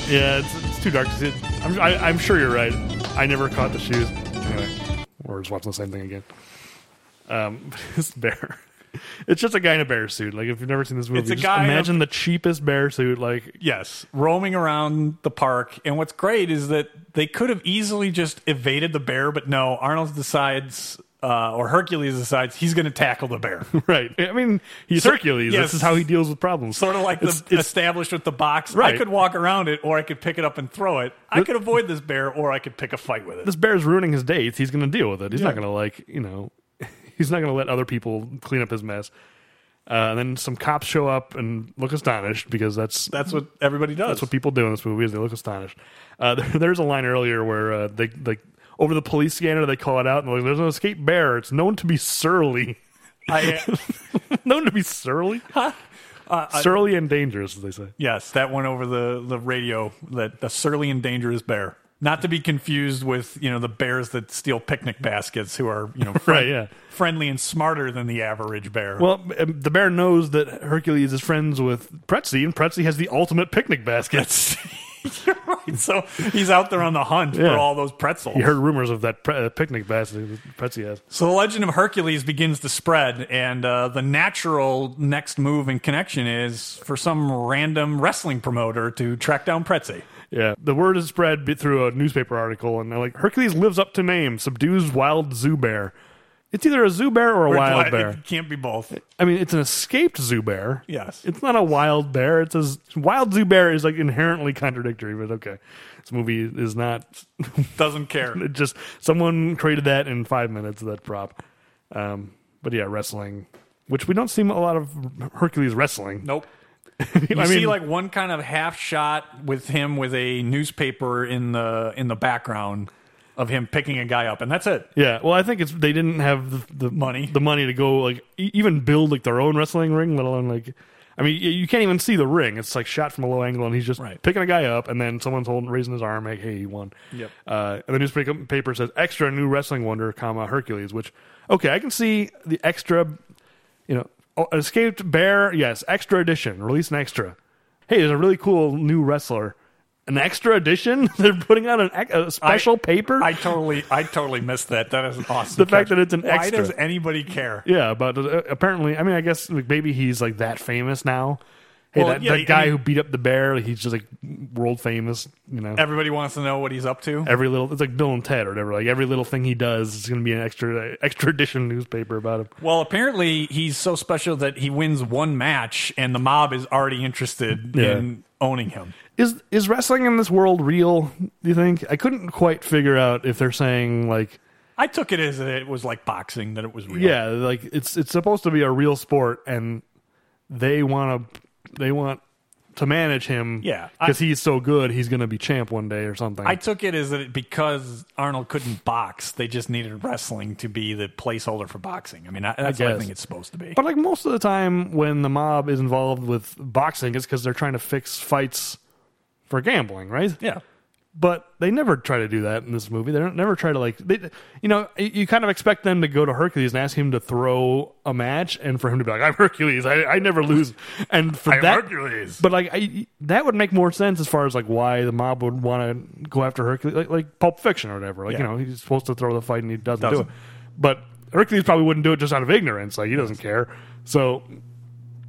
Yeah, it's, it's too dark to see. It. I'm, I, I'm sure you're right. I never caught the shoes. Anyway, we're just watching the same thing again. Um, *laughs* this bear. It's just a guy in a bear suit. Like if you've never seen this movie,
It's a
just
guy in a-
imagine the cheapest bear suit. Like *laughs*
Yes, roaming around the park. And what's great is that they could have easily just evaded the bear, but no. Arnold decides, uh, or Hercules decides, he's going to tackle the bear.
right. I mean, he's
So-
Hercules.
yes.
This is how he deals with problems.
sort of like
It's-
the
it's-
established with the box. I
Right.
could walk around it, or I could pick it up and throw it. I could avoid this bear, or I could pick a fight with it.
this bear's ruining his dates. He's going to deal with it. He's
Yeah.
not going to like you know, *laughs* he's not going to let other people clean up his mess. Uh, and then some cops show up and look astonished because that's
that's what everybody does.
That's what people do in this movie is they look astonished. Uh, *laughs* there, there's a line earlier where uh, they like over the police scanner they call it out and they're like, "There's an escaped bear. It's known to be surly, *laughs*
I, *laughs*
known to be *laughs* surly, Uh, surly and dangerous," as they say.
yes, that went over the the radio. That the surly and dangerous bear. Not to be confused with you know the bears that steal picnic baskets, who are you know
*laughs*
fri-
Right, yeah.
friendly and smarter than the average bear.
Well, um, the bear knows that Hercules is friends with Pretzi, and Pretzi has the ultimate picnic basket.
That's- You're *laughs* right. So he's out there on the hunt
Yeah.
for all those pretzels.
*laughs* You heard rumors of that pre- uh, picnic basket that Pretzi has.
So the legend of Hercules begins to spread, and uh, the natural next move and connection is for some random wrestling promoter to track down Pretzi.
Yeah, the word is spread be- through a newspaper article, and they're like, Hercules lives up to name, subdues wild zoo bear. It's either a zoo bear or a
We're
wild
glad-
bear.
It can't be both.
I mean, it's an escaped zoo bear.
Yes.
It's not a wild bear. It's a z- wild zoo bear is like inherently contradictory, but okay. This movie is not. *laughs*
Doesn't care.
It just someone created that in five minutes. That prop. Um, but yeah, wrestling, which we don't see a lot of Hercules wrestling.
Nope.
*laughs* I
You see like one kind of half shot with him with a newspaper in the in the background of him picking a guy up, and that's it.
Yeah, well, I think it's they didn't have the, the
Money.
the money to go like e- even build like their own wrestling ring, let alone like. I mean, y- you can't even see the ring. It's like shot from a low angle, and he's just
Right.
picking a guy up, and then someone's holding, raising his arm, like, "Hey, he won."
Yep.
Uh, and the newspaper paper says, "Extra new wrestling wonder, comma Hercules." Which, okay, I can see the extra. You know, oh, an escaped bear. Yes, extra edition. Release an extra. Hey, there's a really cool new wrestler. An extra edition? *laughs* They're putting out an, ex- a special paper.
I totally, I totally missed that. That is an awesome.
*laughs* The
catch.
fact that it's an
Why
extra.
does anybody care?
Yeah, but uh, apparently, I mean, I guess like, maybe he's like that famous now. Hey,
Well,
that,
yeah, I
that guy
mean-
who beat up the bear, like, he's just like world famous. You know, every,
Everybody wants to know what he's up to.
little it's like Bill and Ted or whatever. Like every little thing he does is going to be an extra *laughs* extra edition newspaper about him.
Well, apparently he's so special that he wins one match, and the mob is already interested
Yeah.
in owning him.
Is is wrestling in this world real? Do you think? I couldn't quite figure out if they're saying like
I took it as that it was like boxing, that it was real.
yeah, like it's it's supposed to be a real sport, and they want to they want to manage him.
Yeah, I-
because he's so good, he's going to be champ one day or something.
I took it as that it, because Arnold couldn't box, they just needed wrestling to be the placeholder for boxing. I mean, I, that's what I
guess.
think it's supposed to be.
But like most of the time, when the mob is involved with boxing, it's because they're trying to fix fights for gambling, right?
yeah.
But they never try to do that in this movie. They don't never try to like they, you know, y- you kind of expect them to go to Hercules and ask him to throw a match, and for him to be like, "I'm Hercules, I, I never lose," and for
I'm
that,
Hercules.
But like I, that would make more sense as far as like why the mob would want to go after Hercules, like like Pulp Fiction or whatever. Like you
Yeah.
know, he's supposed to throw the fight and he doesn't,
Doesn't.
do it. But Hercules probably wouldn't do it just out of ignorance. Like he doesn't care. So,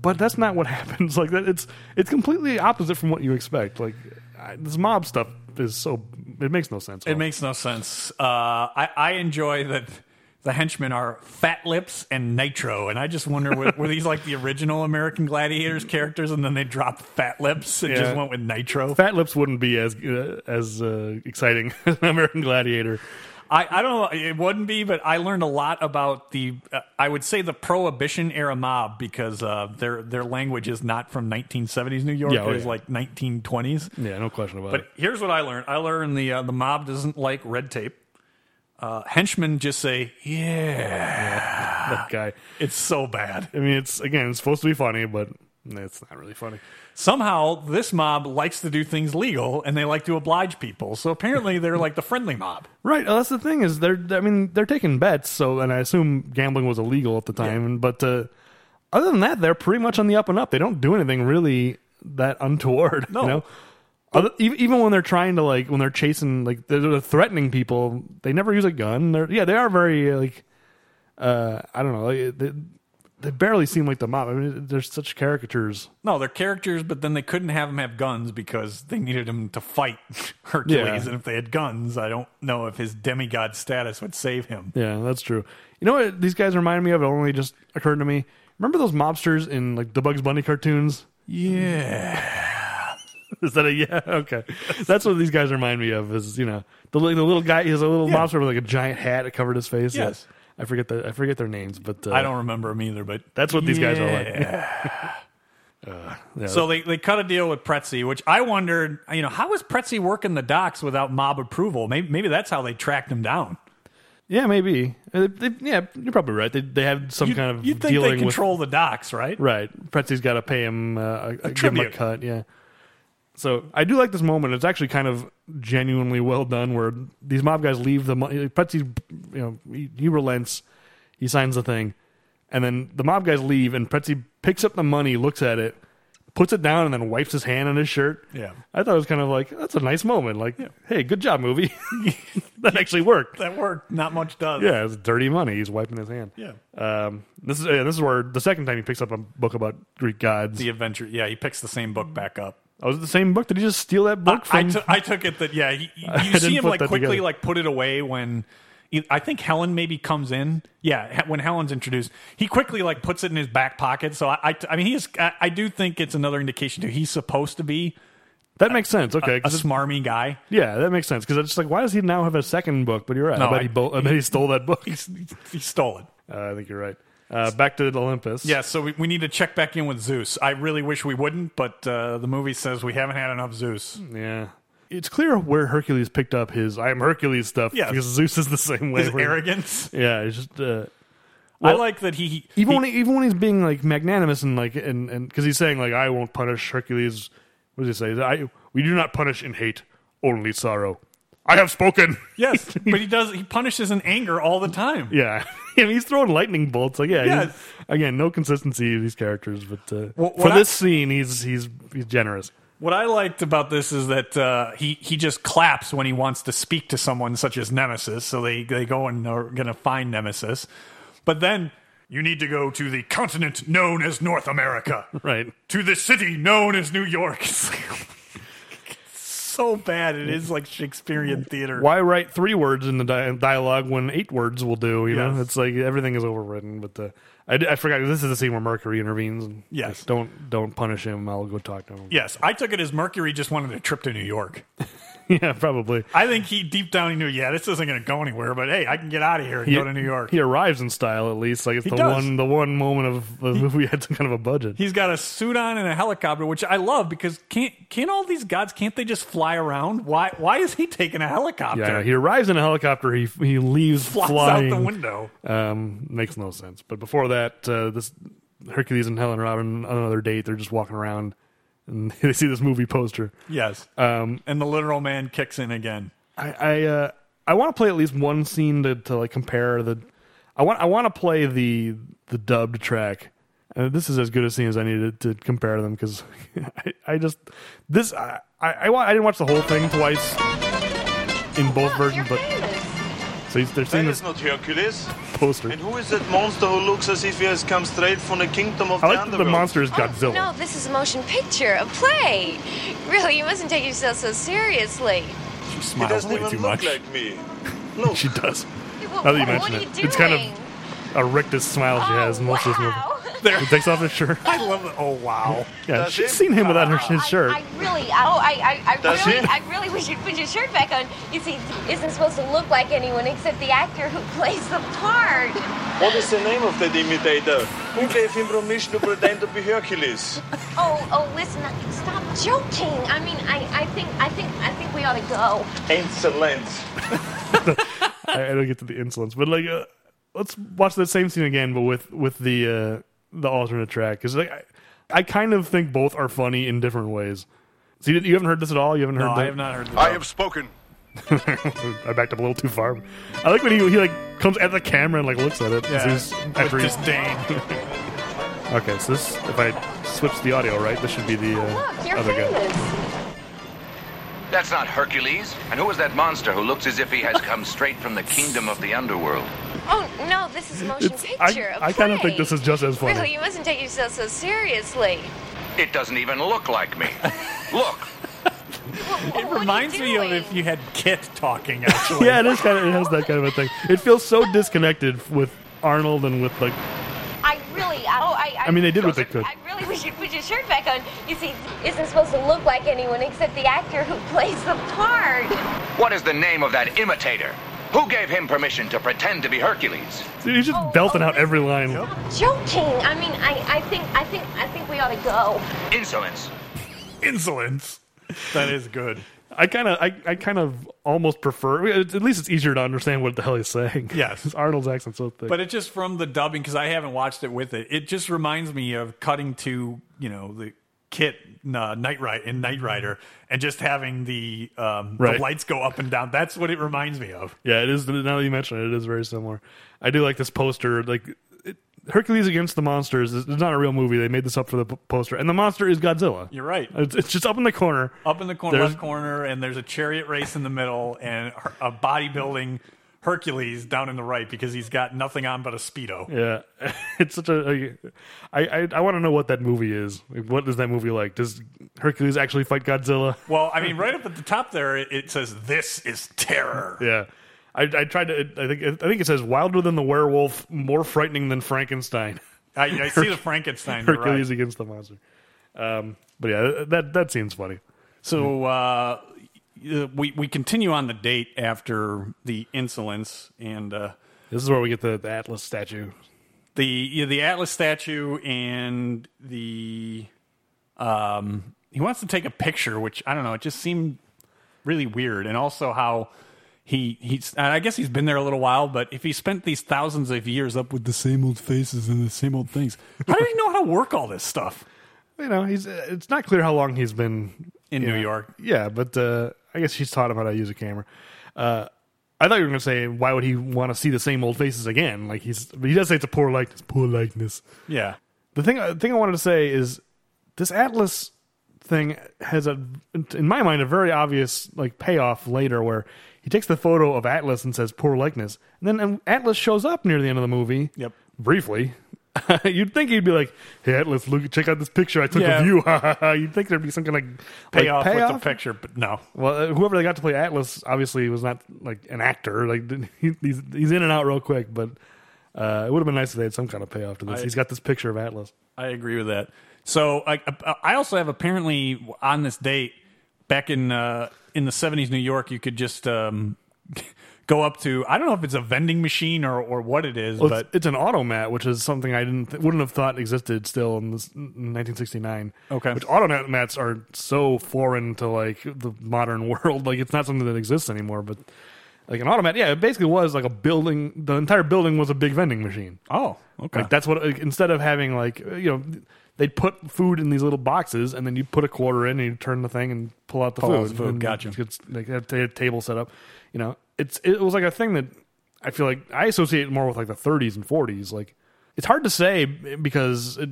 but that's not what *laughs* happens. Like that, it's it's completely opposite from what you expect. Like I, this mob stuff is so it makes no sense.
It makes no sense. Uh, I, I enjoy that the henchmen are Fat Lips and Nitro, and I just wonder were, were these like the original American Gladiators characters, and then they dropped Fat Lips and
Yeah.
just went with Nitro.
Fat lips wouldn't be as uh, as uh, exciting *laughs* as an American Gladiator.
I, I don't know. It wouldn't be, but I learned a lot about the. Uh, I would say the Prohibition era mob because uh, their their language is not from 1970s New York.
Yeah, oh,
it is
yeah.
like 1920s.
Yeah, no question about
But here's what I learned. I learned the uh, the mob doesn't like red tape. Uh, henchmen just say, "Yeah,
that guy.
it's so bad."
I mean, it's again, it's supposed to be funny, but it's not really funny.
Somehow, this mob likes to do things legal, and they like to oblige people. So apparently, they're like the friendly mob.
Right. Well, that's the thing is they're. I mean, they're taking bets. So, and I assume gambling was illegal at the time. But uh, other than that, they're pretty much on the up and up. They don't do anything really that untoward.
No.
You know? Other, even, even when they're trying to like when they're chasing like they're, they're threatening people, they never use a gun. They're yeah, they are very uh, like uh, I don't know. Like, they, they barely seem like the mob. I mean, they're such caricatures.
No, they're characters, but then they couldn't have them have guns because they needed them to fight *laughs* Hercules.
Yeah.
And if they had guns, I don't know if his demigod status would save him.
Yeah, that's true. You know what these guys remind me of? It only just occurred to me. Remember those mobsters in like the Bugs Bunny cartoons?
Yeah.
*laughs* Is that a yeah? Okay, that's what these guys remind me of. Is you know the, li- the little guy? He's a little
Yeah.
mobster with like a giant hat that covered his face.
Yes.
I forget the I forget their names, but uh,
I don't remember them either, but
That's what these guys are like.
Yeah. so they, they cut a deal with Pretzi, which I wondered, you know, how was Pretzi working the docks without mob approval? Maybe, maybe that's how they tracked him down.
Yeah, maybe. Uh, they- they- yeah, you're probably right. They they have some
You,
kind of
you think
dealing
they
with
control the docks, right?
Right. Pretzi's got to pay him uh, a, a, give him a
tribute.
cut. Yeah. So I do like this moment. It's actually kind of genuinely well done, where these mob guys leave the money. Pretzi, you know, he, he relents. He signs the thing, and then the mob guys leave, and Pretzi picks up the money, looks at it, puts it down, and then wipes his hand on his shirt.
Yeah.
I thought it was kind of like that's a nice moment. Like, hey, good job, movie. *laughs* that
*laughs*
actually worked.
That worked. Not much does.
Yeah, it's dirty money. He's wiping his hand.
Yeah.
Um, this is yeah, this is where the second time he picks up a book about Greek gods.
The adventure. Yeah, he picks the same book back up.
Oh, is it the same book? Did he just steal that book
I, I
from?
took- I took it that yeah. He,
*laughs* I
you see
didn't
him
put
like
that
quickly
together.
like put it away when. I think Helen maybe comes in. Yeah, he- when Helen's introduced, he quickly like puts it in his back pocket. So I, I, I mean, he is. I, I do think it's another indication too. He's supposed to be
that makes sense. Okay,
a
'cause it's-
smarmy guy.
yeah, that makes sense because it's just like, why does he now have a second book? But you're right.
No,
I bet
I-
he bo- I bet he stole that book. *laughs*
He stole it.
Uh, I think you're right. Uh, back to Olympus.
Yeah, so we, we need to check back in with Zeus. I really wish we wouldn't, but uh, the movie says we haven't had enough Zeus.
Yeah. It's clear where Hercules picked up his I am Hercules stuff
Yeah.
because Zeus is the same way.
His
where-
arrogance.
Yeah, it's just uh,
I like that he
even
he-
when he, even when he's being like magnanimous and like and and because he's saying like I won't punish Hercules. What does he say? I we do not punish in hate, only sorrow. I have spoken.
*laughs*
*laughs*
yes, but he does he punishes in anger all the time.
Yeah, *laughs* I mean, he's throwing lightning bolts. Like, yeah, he's-
Yes.
again, no consistency in these characters, but uh,
What-
for
what I-
this scene, he's he's he's generous.
What I liked about this is that uh, he he just claps when he wants to speak to someone such as Nemesis. So they they go and are going to find Nemesis, but then you need to go to the continent known as North America, *laughs*
Right.
To the city known as New York. *laughs* It's like- it's so bad. It is like Shakespearean theater.
Why write three words in the di- dialogue when eight words will do? You know,
Yes.
it's like everything is overwritten. But the I, d- I forgot this is the scene where Mercury intervenes. And
Yes.
like, don't don't punish him. I'll go talk to him.
Yes, I took it as Mercury just wanted a trip to New York.
*laughs* yeah, probably.
I think he deep down he knew, yeah, this isn't going to go anywhere, but hey, I can get out of here and go to New York.
He arrives in style at least. Like it's the
does.
one the one moment of the *laughs* movie had some kind of a budget.
He's got a suit on and a helicopter, which I love because can't can all these gods can't they just fly around? Why why is he taking a helicopter?
yeah, he arrives in a helicopter. He he leaves
flies
flying
out the window.
Um, makes no sense. But before that, uh, this Hercules and Helen are out on another date. They're just walking around, and *laughs* they see this movie poster.
Yes,
Um,
and the literal man kicks in again.
I I, uh, I want to play at least one scene to, to like compare the. I want I want to play the the dubbed track. Uh, this is as good a scene as I needed to compare them because *laughs* I, I just this I, I I wa- I didn't watch the whole thing twice in both versions, but so he's- they're seeing
That
this
is not Hercules.
poster.
And who is that monster who looks as if he has come straight from the kingdom of
I
the
like that the
underworld?
monster is
Oh,
Godzilla.
no, this is a motion picture, a play. Really, you mustn't take yourself so seriously.
She
He
smiles
doesn't
way
even
too
look
much.
like me. Look,
She does.
Well,
Now that you
what
mention
are
it,
you doing? Oh,
it's kind of- A rictus smile she has in most of this movie.
wow. *laughs*
He takes off his shirt.
I love it. Oh wow.
Yeah,
Does
she's
he?
seen him without her, his
I-
shirt.
I, really, oh, I, I, I
Does
really,
he?
I really wish you'd put your shirt back on. You see, isn't supposed to look like anyone except the actor who *laughs* plays the part.
what is the name of that imitator? Who gave him permission to pretend to be Hercules?
Oh, oh, listen, stop joking. I mean, I, I think, I think, I think we ought to go.
Insolent.
I, I don't get to the insolence, but like, uh, let's watch that same scene again, but with with the uh, the alternate track because like I, I kind of think both are funny in different ways. So you, you haven't heard this at all. You haven't heard.
No,
the,
I have not heard. That.
I have spoken.
*laughs* I backed up a little too far. I like when he, he like comes at the camera and like looks at it. 'cause he's- after
with
he's-
disdain.
okay, so this if I switch the audio right, this should be the uh,
Look, you're
other guy.
famous.
That's not Hercules. And who is that monster who looks as if he has come straight from the kingdom of the underworld?
Oh no, this is a motion
It's- I-
picture. a
I kinda
play.
think this is just as funny.
Really, you mustn't take yourself so seriously.
It doesn't even look like
*laughs*
me. Look.
It
Reminds me of if you had Kit
*laughs*
talking. Actually,
Yeah, it is kind of it has that kind of a thing. It feels so disconnected with Arnold and with like
I really, oh, I, I.
I mean they did what they could.
I really wish you'd put your shirt back on. You see, isn't supposed to look like anyone except the actor who plays the part.
What is the name of that imitator? Who gave him permission to pretend to be Hercules?
Dude, he's just belting out every line.
Joking. I mean, I, I think, I think, I think we ought to go.
Insolence.
insolence. That is good.
I kind of, I, I kind of almost prefer. At least it's easier to understand what the hell he's saying. *laughs*
Yes.
Because Arnold's accent's so thick.
But it just from the dubbing because I haven't watched it with it. It just reminds me of cutting to you know the Kit uh, Night Rider in Night Rider and just having the um,
Right.
the lights go up and down. That's what it reminds me of.
yeah, it is. Now that you mention it, it is very similar. I do like this poster. Like it, Hercules against the monsters is is not a real movie. They made this up for the p- poster, and the monster is Godzilla.
You're right.
It's, it's just up in the corner.
Up in the corner,
Uh, There's-
left corner, and there's a chariot race in the middle, and her- a bodybuilding Hercules down in the right because he's got nothing on but a speedo.
Yeah, *laughs* it's such a. a- I I, I want to know what that movie is. Like, what is that movie like? Does Hercules actually fight Godzilla? *laughs*
Well, I mean, right up at the top there, it, it says, "This is terror."
Yeah. I, I tried to. I think. I think it says wilder than the werewolf, more frightening than Frankenstein. *laughs*
I, I see the Frankenstein. you're right.
Hercules against the monster. Um, but yeah, that that seems funny.
So uh, we we continue on the date after the insolence and uh,
This is where we get the, the Atlas statue.
the you know, the Atlas statue and the um he wants to take a picture, which I don't know. It just seemed really weird, and also how he he's and I guess he's been there a little while, but if he spent these thousands of years up with the same old faces and the same old things, how did he know how to work all this stuff
You know, he's. uh, It's not clear how long he's been
in
you
New
know.
York?
Yeah, but uh, I guess she's taught him how to use a camera. Uh, I thought you were going to say, why would he want to see the same old faces again? Like he's, but he does say it's a poor likeness. Poor likeness.
Yeah,
The thing, the thing I wanted to say is this Atlas thing has a, in my mind, a very obvious like payoff later where he takes the photo of Atlas and says poor likeness, and then um, Atlas shows up near the end of the movie.
Yep.
Briefly. *laughs* You'd think he'd be like, "Hey, Atlas, look, check out this picture I took
Yeah.
of you." *laughs* You'd think there'd be some kind of like,
payoff with
payoff.
the picture, but no.
Well, uh, whoever they got to play Atlas obviously was not like an actor. Like *laughs* didn't- he, he's he's in and out real quick, but uh, it would have been nice if they had some kind of payoff to this.
I-
he's got this picture of Atlas.
I agree with that. So I, I also have apparently on this date back in uh, in the seventies New York, you could just um, *laughs* go up to I don't know if it's a vending machine or, or what it is,
Well,
but
it's, it's an automat, which is something I didn't th- wouldn't have thought existed still in, this, in 1969.
Okay.
which automats are so foreign to like the modern *laughs* world. Like it's not something that exists anymore. But like an automat, yeah, it basically was like a building. The entire building was a big vending machine.
oh okay,
Like that's what like, instead of having like you know they put food in these little boxes and then you put a quarter in and you turn the thing and pull out the
Pull out
food.
the food,
And
gotcha.
it's- It's like a ta- table set up. You know, it's it was like a thing that I feel like I associate more with like the 30s and 40s. Like it's hard to say because it,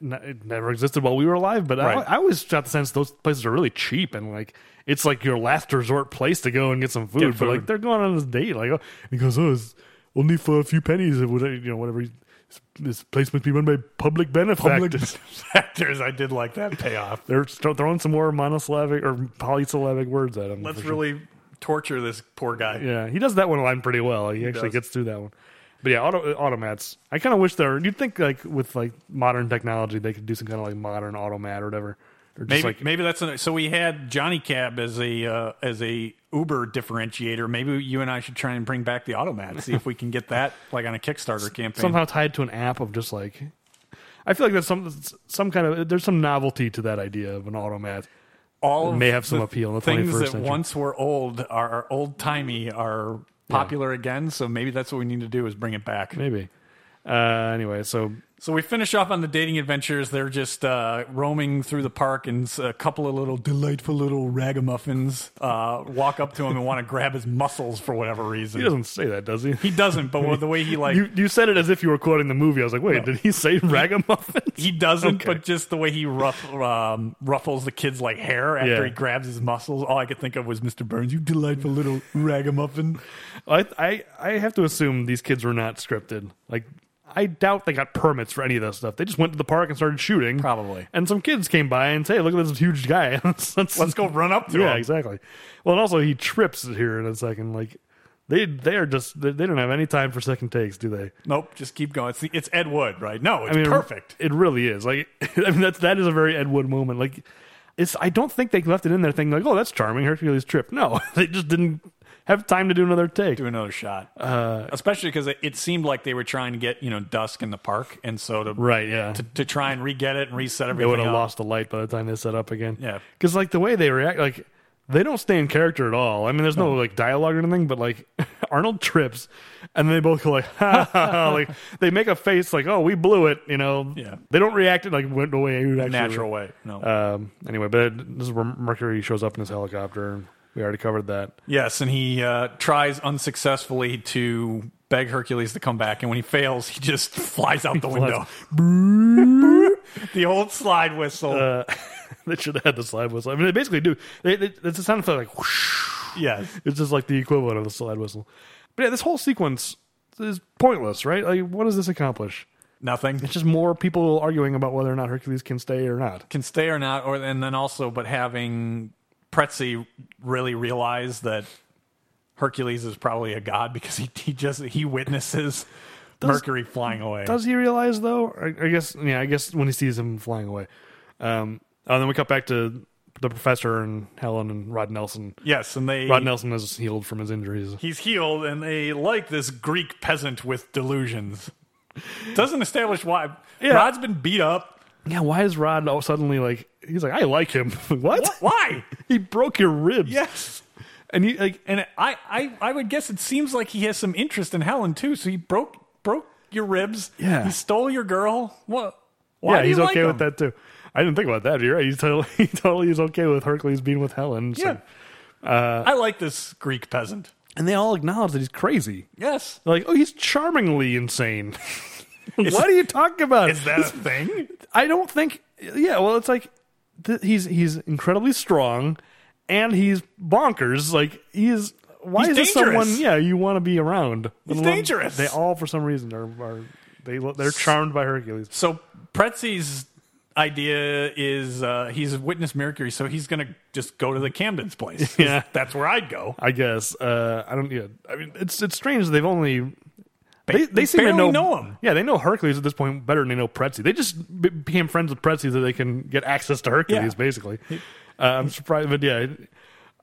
it never existed while we were alive. But
Right.
I, I always got the sense those places are really cheap and like. It's like your last resort place to go and get some food,
Get
but like
food.
they're going on this date. Like oh, he goes, oh, it's only for a few pennies or whatever. You know, whatever. he- This place must be run by
*laughs*
public benefactors.
actors I did like that payoff.
They're st- throwing some more monosyllabic or polysyllabic words at him.
Let's
for sure.
really torture this poor guy.
Yeah, he does that one line pretty well. He, actually
does.
gets through that one. But yeah, auto, automats. I kind of wish there. You'd think like with like modern technology, they could do some kind of like modern automat or whatever. Or just
Maybe
like
maybe that's an, so. We had Johnny Cab as a uh, as a Uber differentiator. Maybe you and I should try and bring back the automat. See if we can get that like on a Kickstarter campaign.
somehow tied to an app of just like I feel like there's some some kind of there's some novelty to that idea of an automat.
all
It
of
may have some
the
appeal in the
things
21st
that
century.
once were old are old timey are popular again. So maybe that's what we need to do is bring it back.
Maybe. Uh, anyway, so
So we finish off on the dating adventures. They're just uh, roaming through the park, and s- a couple of little delightful little ragamuffins uh, walk up to him and want to grab his muscles for whatever reason.
he doesn't say that, does he?
He doesn't, but with the way he like
you you said it as if you were quoting the movie. I was like, wait, did he say ragamuffins?
he doesn't,
Okay.
but just the way he ruff, um, ruffles the kid's like hair after
Yeah.
he grabs his muscles. All I could think of was Mr. Burns, you delightful little ragamuffin.
I, I I have to assume these kids were not scripted. Like I doubt they got permits for any of that stuff. They just went to the park and started shooting.
Probably.
And some kids came by and say, "Look at this huge guy. *laughs* let's, let's,
Let's go run up to
yeah,
him.
exactly. Well, and also he trips here in a second. Like they they are just they, they don't have any time for second takes, do they?
Nope, just keep going. It's, it's Ed Wood, right? No, it's
I mean,
perfect.
It really is. Like, *laughs* I mean, that's that is a very Ed Wood moment. Like, it's. I don't think they left it in there thinking like, oh, that's charming Hercules trip. No, *laughs* they just didn't have time to do another take.
Do another shot, uh, especially because it, it seemed like they were trying to get you know dusk in the park, and so to
Right? Yeah.
to, to try and re-get it and reset
they
everything.
would have
up.
lost the light by the time they set up again.
Yeah.
Because like the way they react, like they don't stay in character at all. I mean, there's no like dialogue or anything, but like *laughs* Arnold trips, and they both go like, *laughs* ha, ha, ha, like they make a face like, oh, we blew it. You know.
Yeah.
They don't react it like went the way you would actually
natural way. No,
Um, anyway, but it- this is where Mercury shows up in his helicopter. We already covered that. *laughs*
yes, and he uh, tries unsuccessfully to beg Hercules to come back, and when he fails, he just *laughs* flies out the window. *laughs* the old slide whistle.
Uh, they should have had the slide whistle. I mean, they basically do. They, they, it's a sound effect like whoosh.
yes.
It's just like the equivalent of a slide whistle. But yeah, this whole sequence is pointless, right? Like, what does this accomplish?
Nothing
It's just more people arguing about whether or not Hercules can stay or not.
can stay or not, or and then also, but having Pretzi really realize that Hercules is probably a god because he, he just he witnesses Mercury flying away.
Does he realize though? I, I guess yeah. I guess when he sees him flying away. Um, and then we cut back to the professor and Helen and Rod Nelson.
yes, and they
Rod Nelson is healed from his injuries.
he's healed, and they like this Greek peasant with delusions. Doesn't establish why. Rod's been beat up.
Yeah, why is Rod all suddenly like? He's like, I like him. *laughs* what?
Wh- Why?
He broke your ribs.
yes.
and he like
And I, I, I would guess it seems like he has some interest in Helen too. So he broke broke your ribs.
Yeah.
He stole your girl. What? Why
yeah,
do you
he's
like
okay
him?
with that too. I didn't think about that. You're right. He's totally, *laughs* he totally is okay with Hercules being with Helen. It's
Yeah.
like-
I like this Greek peasant.
and they all acknowledge that he's crazy.
Yes.
They're like, oh, he's charmingly insane. *laughs* what are you talking about?
Is that a thing?
I don't think. Yeah, well, it's like th- he's he's incredibly strong, and he's bonkers. Like he is. Why
He's
is this
dangerous.
someone? Yeah, you want to be around.
He's
Lo-
dangerous.
They all, for some reason, are, are they? lo- They're charmed by Hercules.
So Pretzi's idea is uh, he's witness Mercury, so he's gonna just go to the Camden's *laughs* place.
Yeah.
That's where I'd go.
I guess. Uh, I don't. Yeah. I mean, it's it's strange. They've only. They, they
they
seem to
barely
know,
know him.
Yeah, they know Hercules at this point better than they know Pretzi. They just be- became friends with Pretzi so they can get access to Hercules,
Yeah.
basically. Uh, I'm surprised, but yeah, it-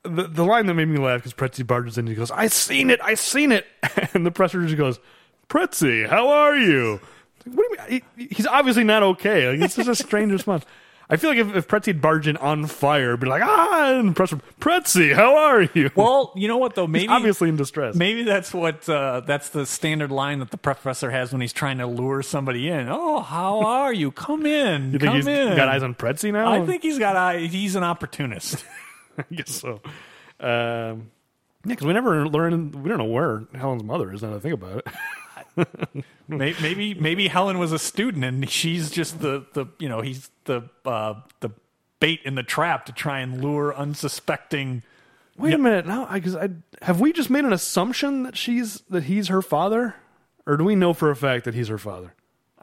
the the line that made me laugh because Pretzi barges in and he goes, "I seen it, I seen it," *laughs* and the presser just goes, "Pretzi, how are you?" It's like, what do you mean? He- he's obviously not okay. Like, it's just a strange response. I feel like if, if Pretzi'd barge in on fire, be like, ah, and the presser, Pretzi, how are you?
Well, you know what though? Maybe
obviously in distress.
Maybe that's what uh, that's the standard line that the professor has when he's trying to lure somebody in. Oh, how are you? Come in.
you think
come
he's
in.
got eyes on Pretzi now? *laughs*
I think he's got eye. He's an opportunist.
I guess so. Um, yeah, because we never learn. We don't know where Helen's mother is. Now that I think about it,
May- maybe maybe Helen was a student and she's just the the you know he's the uh, the bait in the trap to try and lure unsuspecting.
*laughs* wait a minute. Now, because I, have we just made an assumption that she's that he's her father, or do we know for a fact that he's her father?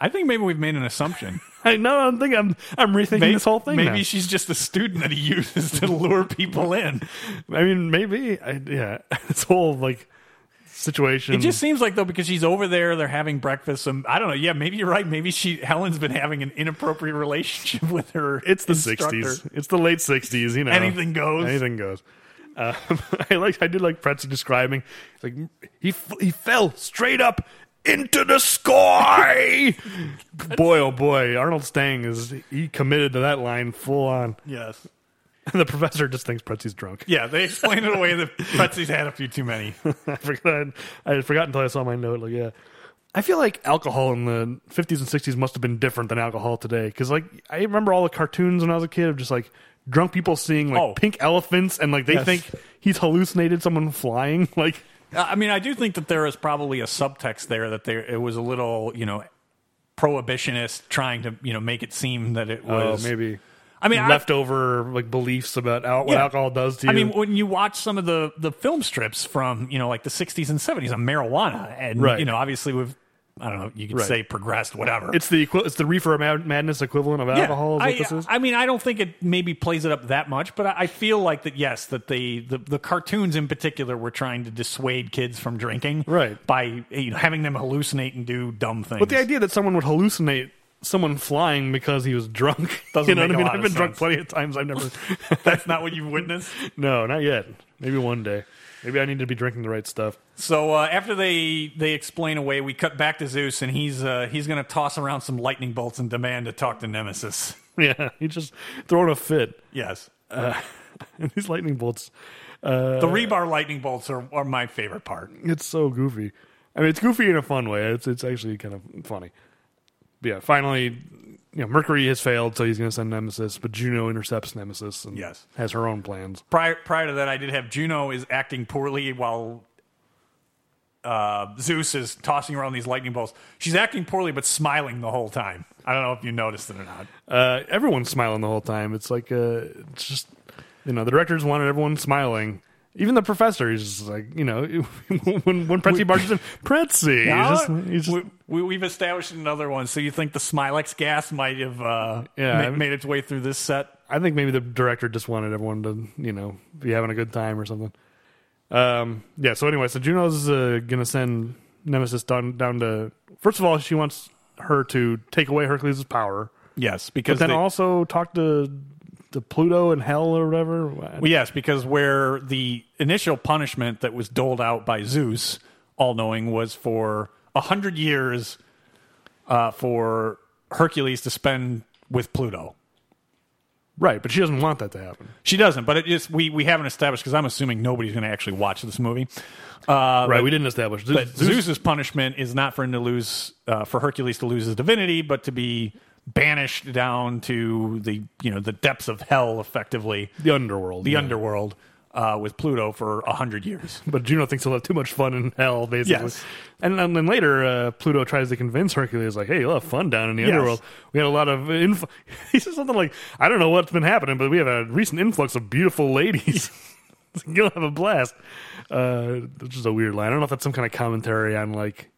I think maybe we've made an assumption.
*laughs* I know. I'm thinking. I'm I'm rethinking
May-
this whole thing.
Maybe
now.
she's just a student that he *laughs* uses to lure people in.
I mean, maybe. I, yeah, *laughs* this whole like situation.
It just seems like though because she's over there, they're having breakfast. Some I don't know. Yeah, maybe you're right. Maybe she Helen's been having an inappropriate relationship *laughs* with her.
it's the
instructor.
'60s. It's the late '60s. You know,
Anything goes.
Anything goes. Um, *laughs* I like. I did like Pretzi describing. it's Like he f- he fell straight up into
*laughs*
the sky. boy, oh boy, Arnold Stang is he committed to that line full on. *laughs*
Yes.
the professor just thinks Pretzi's drunk.
Yeah, they explain it away that Betsy's had a few too
*laughs*
many.
I forgot. I had forgotten until I saw my note. Like, yeah, I feel like alcohol in the fifties and sixties must have been different than alcohol today. Because like I remember all the cartoons when I was a kid of just like drunk people seeing like
Oh.
pink elephants and like they
Yes.
think he's hallucinated someone flying. *laughs* Like,
Uh, I mean, I do think that there is probably a subtext there that there it was a little, you know, prohibitionist trying to, you know, make it seem that
Oh,
it was I mean, I-
leftover like beliefs about al- what
Yeah.
alcohol does to you.
I mean, when you watch some of the the film strips from you know like the 60s and 70s on marijuana, and
Right.
you know, obviously we've I don't know, you could
Right.
say progressed, whatever.
it's the equi- it's the reefer mad- madness equivalent of alcohol. Is
I,
what this is.
I mean, I don't think it maybe plays it up that much, but I, I feel like that yes, that they the, the cartoons in particular were trying to dissuade kids from drinking,
Right.
By you know, having them hallucinate and do dumb things.
But the idea that someone would hallucinate someone flying because he was drunk *laughs*
Doesn't
you know
make a
what I mean?
lot
I've
of
been drunk
sense.
plenty of times.
*laughs*
I've never.
*laughs* that's not what you've witnessed.
no, not yet. Maybe one day. Maybe I need to be drinking the right stuff. *laughs*
So uh, after they they explain away, we cut back to Zeus, and he's uh, he's going to toss around some lightning bolts and demand to talk to Nemesis.
Yeah, he's just throwing a fit. uh,
Yes,
*laughs* And these lightning bolts, uh,
the rebar lightning bolts are, are my favorite part.
it's so goofy. I mean, it's goofy in a fun way. It's it's actually kind of funny. But yeah, finally, you know, Mercury has failed, so he's going to send Nemesis, but Juno intercepts Nemesis and
Yes.
has her own plans.
prior prior to that, I did have Juno is acting poorly while uh, Zeus is tossing around these lightning bolts. She's acting poorly but smiling the whole time. I don't know if you noticed it or not.
Uh, everyone's smiling the whole time. It's like uh, it's just you know the directors wanted everyone smiling. Even the professor, he's just like you know *laughs* when when Pretzi barges in, Pretzi, he's just, he's just
we, we, have established another one. So you think the Smilex gas might have uh,
Yeah,
ma-
I mean-
made its way through this set?
I think maybe the director just wanted everyone to, you know, be having a good time or something. Um, yeah. So anyway, so Juno's uh, gonna send Nemesis down down to. First of all, she wants her to take away Hercules' power,
Yes,
but
because
then
they-
also talk to to Pluto and Hell or whatever. What?
Well, yes, because where the initial punishment that was doled out by Zeus, all knowing, was for a hundred years uh, for Hercules to spend with Pluto.
Right, but she doesn't want that to happen.
She doesn't, but it just we we haven't established because I'm assuming nobody's going to actually watch this movie. Uh,
Right,
but-
we didn't establish. Zeus,
But Zeus's punishment is not for him to lose, uh, for Hercules to lose his divinity, but to be banished down to the you know the depths of hell, effectively
the underworld.
the
yeah.
underworld uh, with Pluto for a hundred years.
But Juno thinks he'll have too much fun in hell, basically.
Yes.
And, and then later, uh, Pluto tries to convince Hercules, like, "Hey, you'll have fun down in the
Yes.
underworld. We had a lot of inf-. *laughs* he says something like, "I don't know what's been happening, but we have a recent influx of
*laughs*
beautiful ladies. *laughs* you'll have a blast." Uh, which is a weird line. I don't know if that's some kind of commentary on like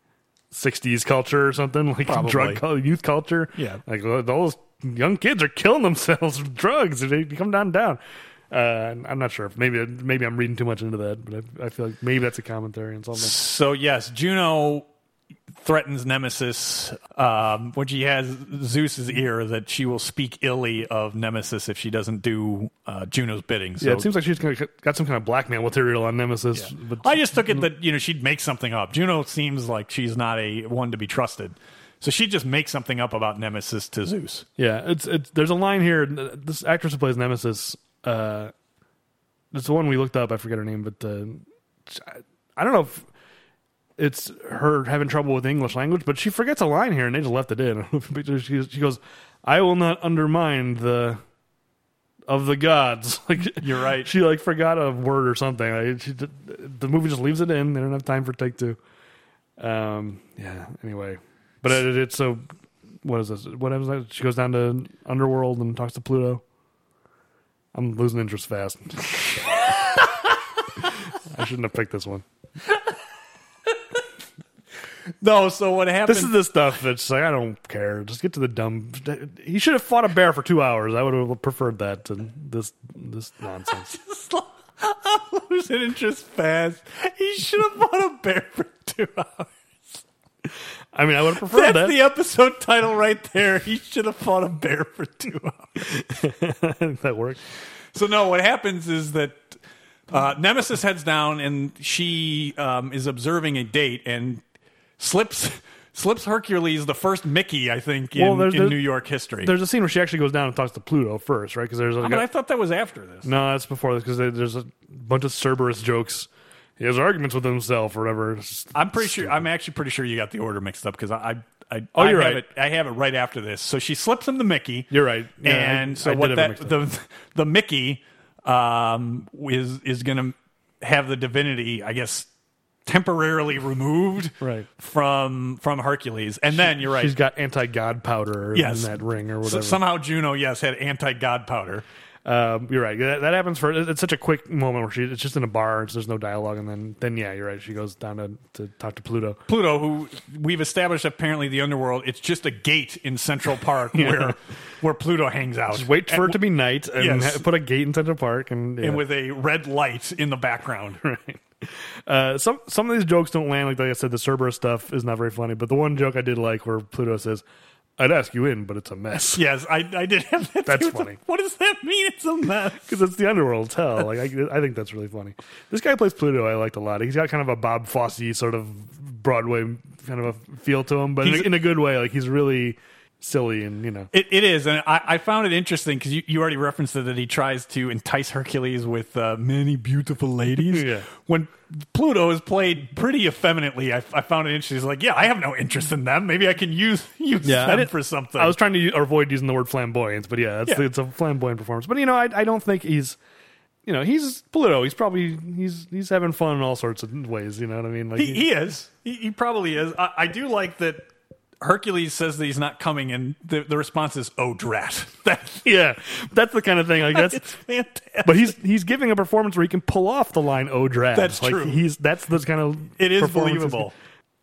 '60s culture or something, like
Probably.
drug cul- youth culture.
Yeah.
like all those young kids are killing themselves with drugs. They come down down. Uh, I'm not sure if maybe maybe I'm reading too much into that, but I, I feel like maybe that's a commentary on something.
So yes, Juno threatens Nemesis um, when she has Zeus's ear that she will speak illy of Nemesis if she doesn't do uh, Juno's bidding. So
yeah, it seems like she's kind of got some kind of blackmail material on Nemesis. But
I just took it that you know she'd make something up. Juno seems like she's not a one to be trusted, so she just makes something up about Nemesis to Zeus.
yeah, it's it's there's a line here. This actress who plays Nemesis, uh, it's the one we looked up. I forget her name, but uh, I don't know if it's her having trouble with English language, but she forgets a line here, and they just left it in. *laughs* But she she goes, "I will not undermine the." Of the gods, *laughs* like
You're right.
She like forgot a word or something. Like, she, the movie just leaves it in. They don't have time for take two. Um, yeah. Anyway, but it, it's so. What is this? What happens? next? She goes down to underworld and talks to Pluto. I'm losing interest fast. *laughs* I shouldn't have picked this one.
No, so what happened?
This is the stuff that's like I don't care. Just get to the dumb. He should have fought a bear for two hours. I would have preferred that to this this *laughs* nonsense.
*laughs* I'm losing interest fast. He should have bought a bear for two hours.
I mean, I would have preferred
That's
that.
the episode title right there. He should have fought a bear for two hours.
*laughs* that worked.
So no, what happens is that uh, Nemesis heads down and she um, is observing a date and slips slips Hercules the first Mickey I think in,
Well, there's-
in
there's-
New York history.
There's a scene where she actually goes down and talks to Pluto first, right? Because there's a
but I thought that was after this.
*laughs* No, that's before this because there's a bunch of Cerberus jokes. He has arguments with himself or whatever. It's just-
I'm pretty sure. I'm actually pretty sure you got the order mixed up because I, I, I,
Oh,
I
you're
have
right.
It, I have it right after this. So she slips him the Mickey.
You're right. Yeah,
and
I-
so
I
what
did have
that
it mixed
the the Mickey um, is is going to have the divinity, I guess, temporarily removed
Right.
from from Hercules, and then you're right.
She's got anti god powder
Yes.
in that ring or
So-
whatever.
somehow Juno, yes, had anti god powder.
um, you're right. That, that happens for it's such a quick moment where she it's just in a bar. So there's no dialogue, and then then yeah, you're right. She goes down to, to talk to Pluto.
Pluto, who we've established apparently the underworld, it's just a gate in Central
*laughs*
Park where where Pluto hangs out.
Just wait for it to be night and
Yes.
ha- put a gate in Central Park and, yeah.
and
*laughs*
with a red light in the background. *laughs*
Uh, some some of these jokes don't land. Like, like I said, the Cerberus stuff is not very funny. But the one joke I did like where Pluto says, "I'd ask you in, but it's a mess."
yes, I, I did have that.
That's
too. It's a-
funny.
What does that mean? It's a mess.
because it's the underworld it's hell. Like I, I think that's really funny. This guy who plays Pluto. I liked a lot. He's got kind of a Bob Fosse sort of Broadway kind of a feel to him, but in a,
He's-
in a good way. Like he's really silly and you know.
It, it is, and I, I found it interesting because you, you already referenced it, that he tries to entice Hercules with uh, many beautiful *laughs* ladies.
Yeah.
When Pluto is played pretty effeminately, I, I found it interesting. He's like, "Yeah, I have no interest in them. Maybe I can use *laughs* use
I
them
didn't-
for something."
I was trying to u- avoid using the word flamboyance, but yeah, it's,
Yeah.
it's a flamboyant performance. But you know, I, I don't think he's you know, he's Pluto. He's probably he's he's having fun in all sorts of ways. You know what I mean? Like
He, he is. He, he probably is. I, I do like that Hercules says that he's not coming, and the, the response is, oh, drat. *laughs* That,
yeah, that's the kind of thing. Like that's.
it's fantastic.
But he's he's giving a performance where he can pull off the line "Oh, drab."
That's
like,
true.
He's that's the kind of
It is
performance he's-
believable.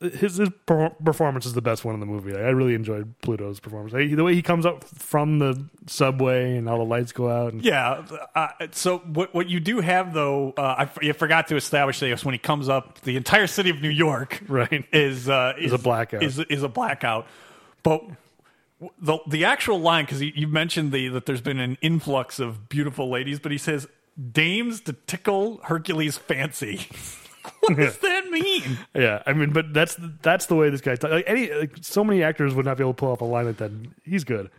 His, his per- performance is the best one in the movie. I really enjoyed Pluto's performance. Hey, The way he comes up from the subway and all the lights go out. And,
*laughs* Yeah. Uh, so what what you do have though, uh, I f- you forgot to establish this when he comes up, the entire city of New York,
Right.
is uh, is,
a blackout.
Is is a blackout, but. w- The the actual line because you mentioned the that there's been an influx of beautiful ladies, but he says dames to tickle Hercules' fancy. *laughs* what does
*laughs*
that mean?
Yeah, I mean, but that's that's the way this guy. Talk. Like any, like, so many actors would not be able to pull off a line like that. He's good.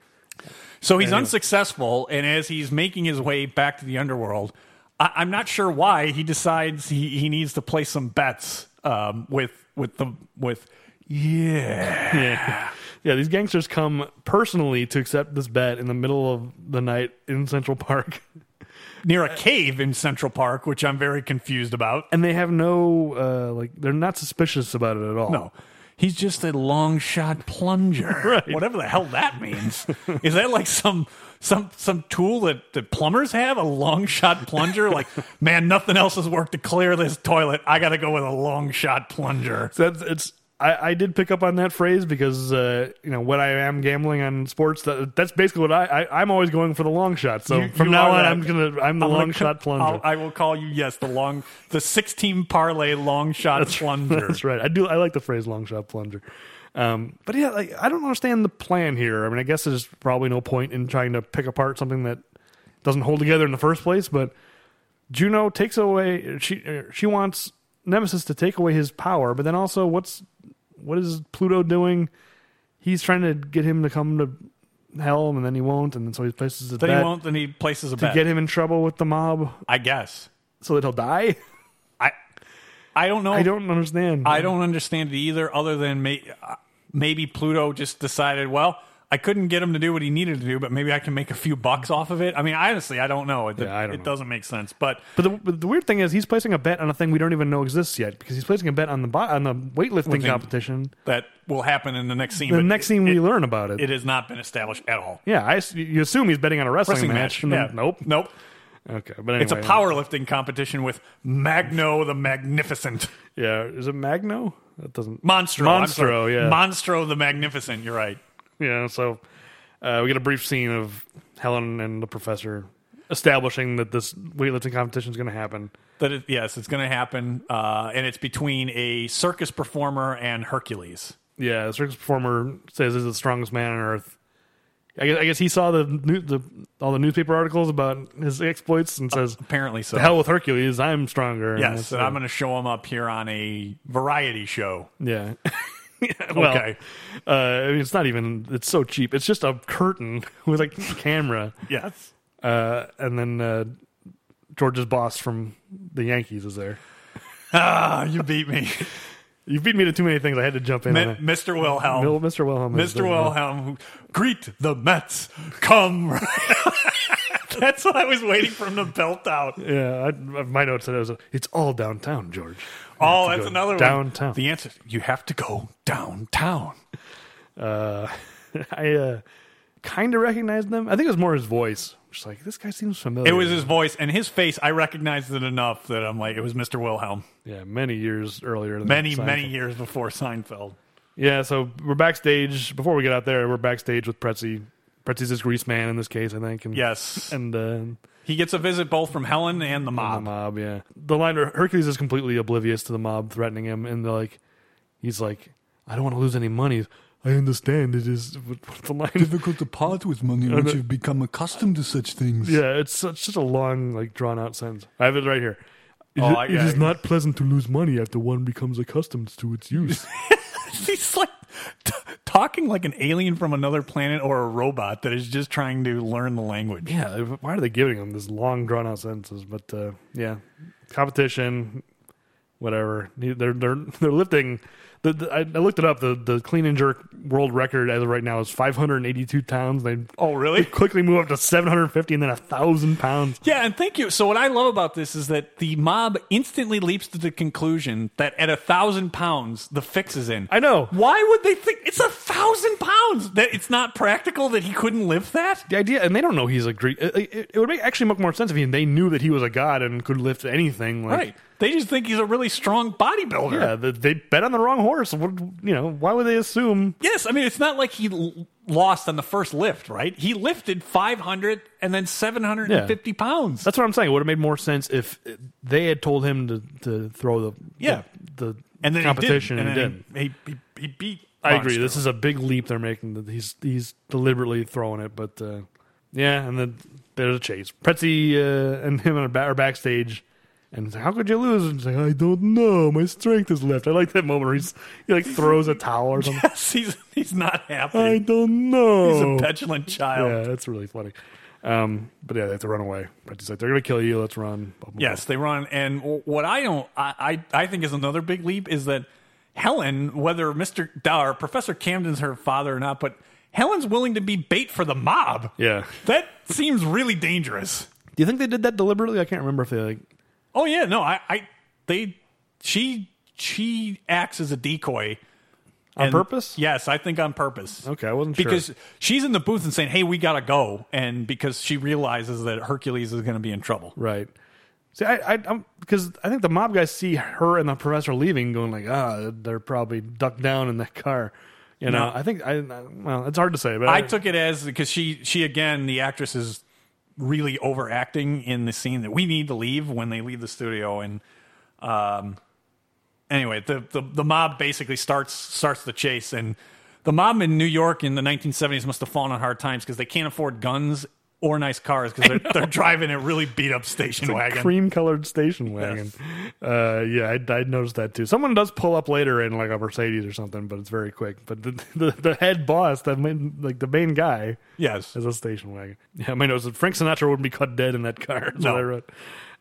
So he's unsuccessful, and as he's making his way back to the underworld, I, I'm not sure why he decides he, he needs to play some bets um, with with the with yeah.
Yeah. *laughs* Yeah, these gangsters come personally to accept this bet in the middle of the night in Central Park, *laughs*
near a cave in Central Park, which I'm very confused about.
and they have no uh, like they're not suspicious about it at all.
No, he's just a long shot plunger, whatever the hell that means. Is that like some? Some some tool that, that plumbers have a long shot plunger like man nothing else has worked to clear this toilet I got to go with a long shot plunger
So that's it's. I, I did pick up on that phrase because uh, you know when I am gambling on sports, that, that's basically what I, I I'm always going for the long shot. So
You-
from
you
now
are
on,
that.
I'm gonna I'm the
I'm gonna
long
co-
shot plunger.
I'll, I will call you yes, the long, the sixteen parlay long shot plunger.
That's right. I do. I like the phrase "long shot plunger." Um, but yeah, like, I don't understand the plan here. I mean, I guess there's probably no point in trying to pick apart something that doesn't hold together in the first place. But Juno takes away. She er, she wants Nemesis to take away his power, but then also, what's what is Pluto doing? He's trying to get him to come to hell, and then he won't, and then so he places a
Then
bet
he won't. Then he places a
to
bet.
get him in trouble with the mob,
I guess.
so that he'll die.
I I don't know.
*laughs* I don't understand.
I don't understand it either. Other than may, uh, maybe Pluto just decided. Well, I couldn't get him to do what he needed to do, but maybe I can make a few bucks off of it. I mean, honestly, I don't know. It,
Yeah, I don't
it
know.
doesn't make sense. But
But the, but the weird thing is, he's placing a bet on a thing we don't even know exists yet because he's placing a bet on the bo- on the weightlifting
Within-
competition.
that will happen in the next scene.
The
but
next scene
it,
we learn about it.
it has not been established at all.
yeah, I ass- you assume he's betting on a wrestling,
Wrestling
match.
match.
and then-
yeah.
Nope.
Nope.
Okay, but anyway,
It's a powerlifting competition with Magno the Magnificent.
Yeah, is it Magno? That doesn't
Monstro. I'm sorry.
Monstro. Yeah,
Monstro the Magnificent. You're right.
yeah. So uh, we get a brief scene of Helen and the professor establishing that this weightlifting competition is going to happen.
That it, yes, it's going to happen, uh, and it's between a circus performer and Hercules.
Yeah, the circus performer says he's the strongest man on earth. I guess, I guess he saw the, new, the all the newspaper articles about his exploits and says,
Apparently so.
"The hell with Hercules, I'm stronger." And
yes,
that's,
and
uh,
I'm going to show him up here on a variety show.
*laughs*
*laughs*
yeah. Yeah, well,
Okay.
uh, I mean, it's not even. It's so cheap. It's just a curtain *laughs* with a camera,
Yes.
uh, and then uh, George's boss from the Yankees is there.
Ah, you beat me,
*laughs* You beat me to too many things. I had to jump in.
Mi-
on
Mr.
that.
Wilhelm.
Mil- Mr. Wilhelm. is
Mr.
there.
Wilhelm, who, greet the Mets. Come. *laughs* That's what I was waiting for him to belt out.
Yeah, I, my notes said it was. It's all downtown, George. You
Oh,
have to
that's
go
another
downtown.
one. The answer you have to go downtown.
uh, *laughs* I uh, kind of recognized them. I think it was more his voice. Just like this guy seems familiar.
It was his voice and his face. I recognized it enough that I'm like, it was Mr. Wilhelm.
yeah, many years earlier. Than
Many,
Seinfeld.
many years before Seinfeld.
Yeah, so we're backstage. Before we get out there, we're backstage with Pretzi. Pretzi's this grease man in this case, I think. And,
Yes,
and uh,
he gets a visit both from Helen and the
the
mob.
mob. Yeah, the line where Hercules is completely oblivious to the mob threatening him, and they're like, he's like, I don't want to lose any money. I understand it is *laughs* what- what's the line.
difficult to part with money once you've become accustomed to such things.
Yeah, it's such, such a long, like drawn out sentence. I have it right here. It-
Oh, I-
It is
I-
not pleasant to lose money after one becomes accustomed to its use.
*laughs* He's like t- talking like an alien from another planet or a robot that is just trying to learn the language.
Yeah, why are they giving him this long drawn out sentences? But uh, yeah, competition, whatever. They're they're they're lifting. The, the, I, I looked it up. The, the clean and jerk world record as of right now is 582 pounds. They
oh really
quickly move up to 750 and then a thousand pounds.
Yeah, and thank you. So what I love about this is that the mob instantly leaps to the conclusion that at a thousand pounds the fix is in.
I know.
Why would they think it's a thousand pounds? That it's not practical that he couldn't lift that.
The idea, and they don't know he's a Greek. It, it- it would make actually make more sense if he, they knew that he was a god and could lift anything. Like,
Right. They just think he's a really strong bodybuilder.
Yeah, they, they bet on the wrong horse. What, you know, why would they assume?
Yes, I mean it's not like he l- lost on the first lift, right? He lifted 500 and then 750 pounds.
That's what I'm saying. It would have made more sense if they had told him to, to throw the
Yeah.
the, the
And then he
competition
didn't,
and
and then he, he, he beat.
I agree.
Monster.
This is a big leap they're making. That he's he's deliberately throwing it, but uh, yeah, and then there's a chase. Pretzi uh, and him are, ba- are backstage, and he's like, "How could you lose?" And he's like, "I don't know. My strength is left." I like that moment where he's he like throws a
*laughs*
towel or something.
Yes, he's he's not happy.
I don't know.
He's a petulant child.
Yeah, that's really funny. Um, but yeah, they have to run away. Pretzi's like, "They're gonna kill you. Let's run." Blah, blah, blah.
Yes, they run. And w- what I don't, I, I, I think is another big leap is that Helen, whether Mister or Professor Camden's her father or not, but Helen's willing to be bait for the mob.
Yeah.
that seems really dangerous.
Do you think they did that deliberately? I can't remember if they like.
Oh yeah, no, I, I they, she, she acts as a decoy
On
And-
purpose?
Yes, I think on purpose.
Okay, I wasn't
because
sure.
she's in the booth and saying, "Hey, we gotta go," and because she realizes that Hercules is going to be in trouble.
Right. See, I, I, I'm because I think the mob guys see her and the professor leaving, going like, ah, they're probably ducked down in that car. You know,
No.
I think I, I- well, it's hard to say, but
I took it as because she she again the actress is really overacting in the scene that we need to leave when they leave the studio and um anyway the the, the mob basically starts starts the chase and the mob in New York in the 1970s must have fallen on hard times because they can't afford guns or nice cars because they're, they're driving a really beat up station wagon.
cream colored station wagon. Uh, yeah, I, I noticed that too. Someone does pull up later in like a Mercedes or something, but it's very quick. But the *laughs* the, the head boss, the main, like the main guy,
yes,
is a station wagon. *laughs* Yeah, my notes. Frank Sinatra wouldn't be cut dead in that car. *laughs* That's
No.
what I wrote.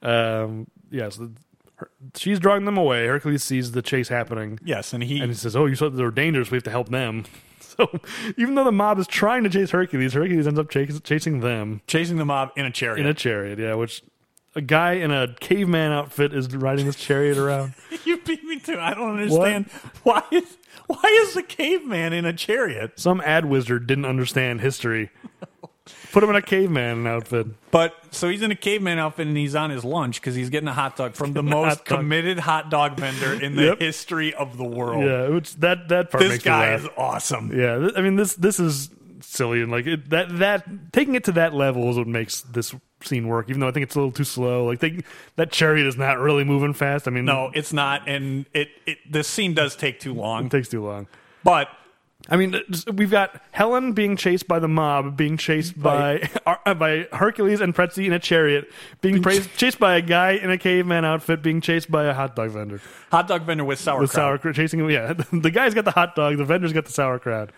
Um, yeah, so her, she's drawing them away. Hercules sees the chase happening.
yes, and he
And he says, "Oh, you said they were dangerous. We have to help them." *laughs* So, even though the mob is trying to chase Hercules, Hercules ends up chas- chasing them
chasing the mob in a chariot.
in a chariot. Yeah, which a guy in a caveman outfit is riding this
*laughs*
chariot around.
you beat me to. it. I don't understand why is why is the caveman in a chariot?
Some ad wizard didn't understand
*laughs*
history. Put him in a caveman outfit.
But so he's in a caveman outfit and he's on his lunch because he's getting a hot dog
*laughs*
from the most
hot dog.
committed hot dog vendor in the
Yep.
history of the world.
Yeah, which that that part
Oh. This
makes me
guy
laugh.
is awesome.
Yeah, th- I mean this this is silly and like it, that that taking it to that level is what makes this scene work. Even though I think it's a little too slow. Like they, that chariot is not really moving fast. I mean,
No, it's not, and it, it this scene does take too long.
it takes too long.
But
I mean, it's- we've got Helen being chased by the mob, being chased by *laughs* uh, by Hercules and Pretzi in a chariot, being praised, chased by a guy in a caveman outfit, being chased by a hot dog vendor.
hot dog vendor with sauerkraut.
The sauerkraut chasing him. Yeah, *laughs* the guy's got the hot dog, the vendor's got the sauerkraut.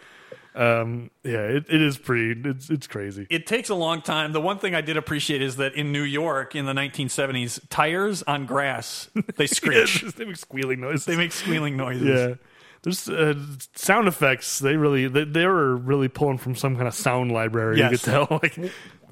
Um, yeah, it, it is pretty. It's it's crazy.
it takes a long time. The one thing I did appreciate is that in New York in the 1970s, tires on grass
*laughs*
they screech,
they make squealing noise.
they make squealing noises.
yeah. There's uh, sound effects. They really they, they were really pulling from some kind of sound library. You
Yes.
could tell. *laughs* Like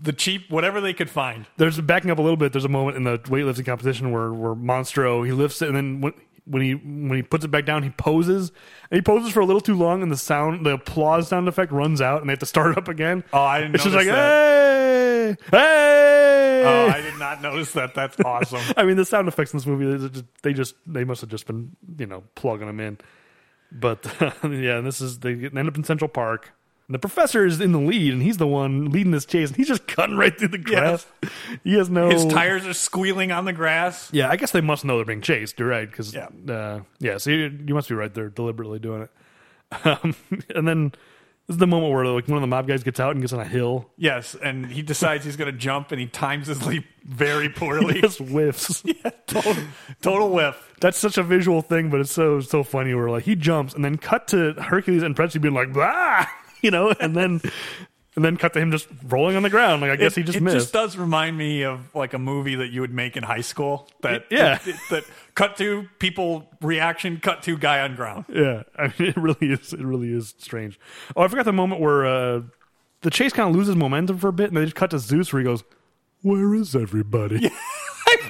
The cheap, whatever they could
*laughs*
find.
there's backing up a little bit. There's a moment in the weightlifting competition where where Monstro he lifts it and then when when he when he puts it back down he poses and he poses for a little too long and the sound the applause sound effect runs out and they have to start *laughs* it up again.
Oh, I didn't
It's just like
notice that.
hey hey.
Oh, I did not notice that. That's awesome.
*laughs* I mean, the sound effects in this movie, they just they, just, they must have just been you know plugging them in. But *laughs* yeah, and this is they get- end up in Central Park. And the professor is in the lead, and he's the one leading this chase, and he's just *laughs* cutting right through the grass. He has no
His tires are squealing on the grass.
Yeah, I guess they must know they're being chased. You're right, because
Yeah.
yeah, uh, yeah. So you, you must be right. They're deliberately doing it. *laughs* Um, and then this is the moment where like one of the mob guys gets out and gets on a hill.
Yes, and he decides he's going to jump, and he times his leap very poorly.
*laughs* He just whiffs.
*laughs* yeah, total, total whiff.
that's such a visual thing, but it's so so funny. *laughs* Where like he jumps and then cut to Hercules and Pretzi being like, "Blah," you know, and then and then cut to him just rolling on the ground. Like I guess
it,
he just
it
missed.
just does remind me of like a movie that you would make in high school. That
Yeah.
that, that cut to people reaction, cut to guy on
*laughs*
ground.
Yeah, I mean, it really is. It really is strange. Oh, I forgot the moment where uh, the chase kind of loses momentum for a bit, and they just cut to Zeus, where he goes, "Where is everybody?"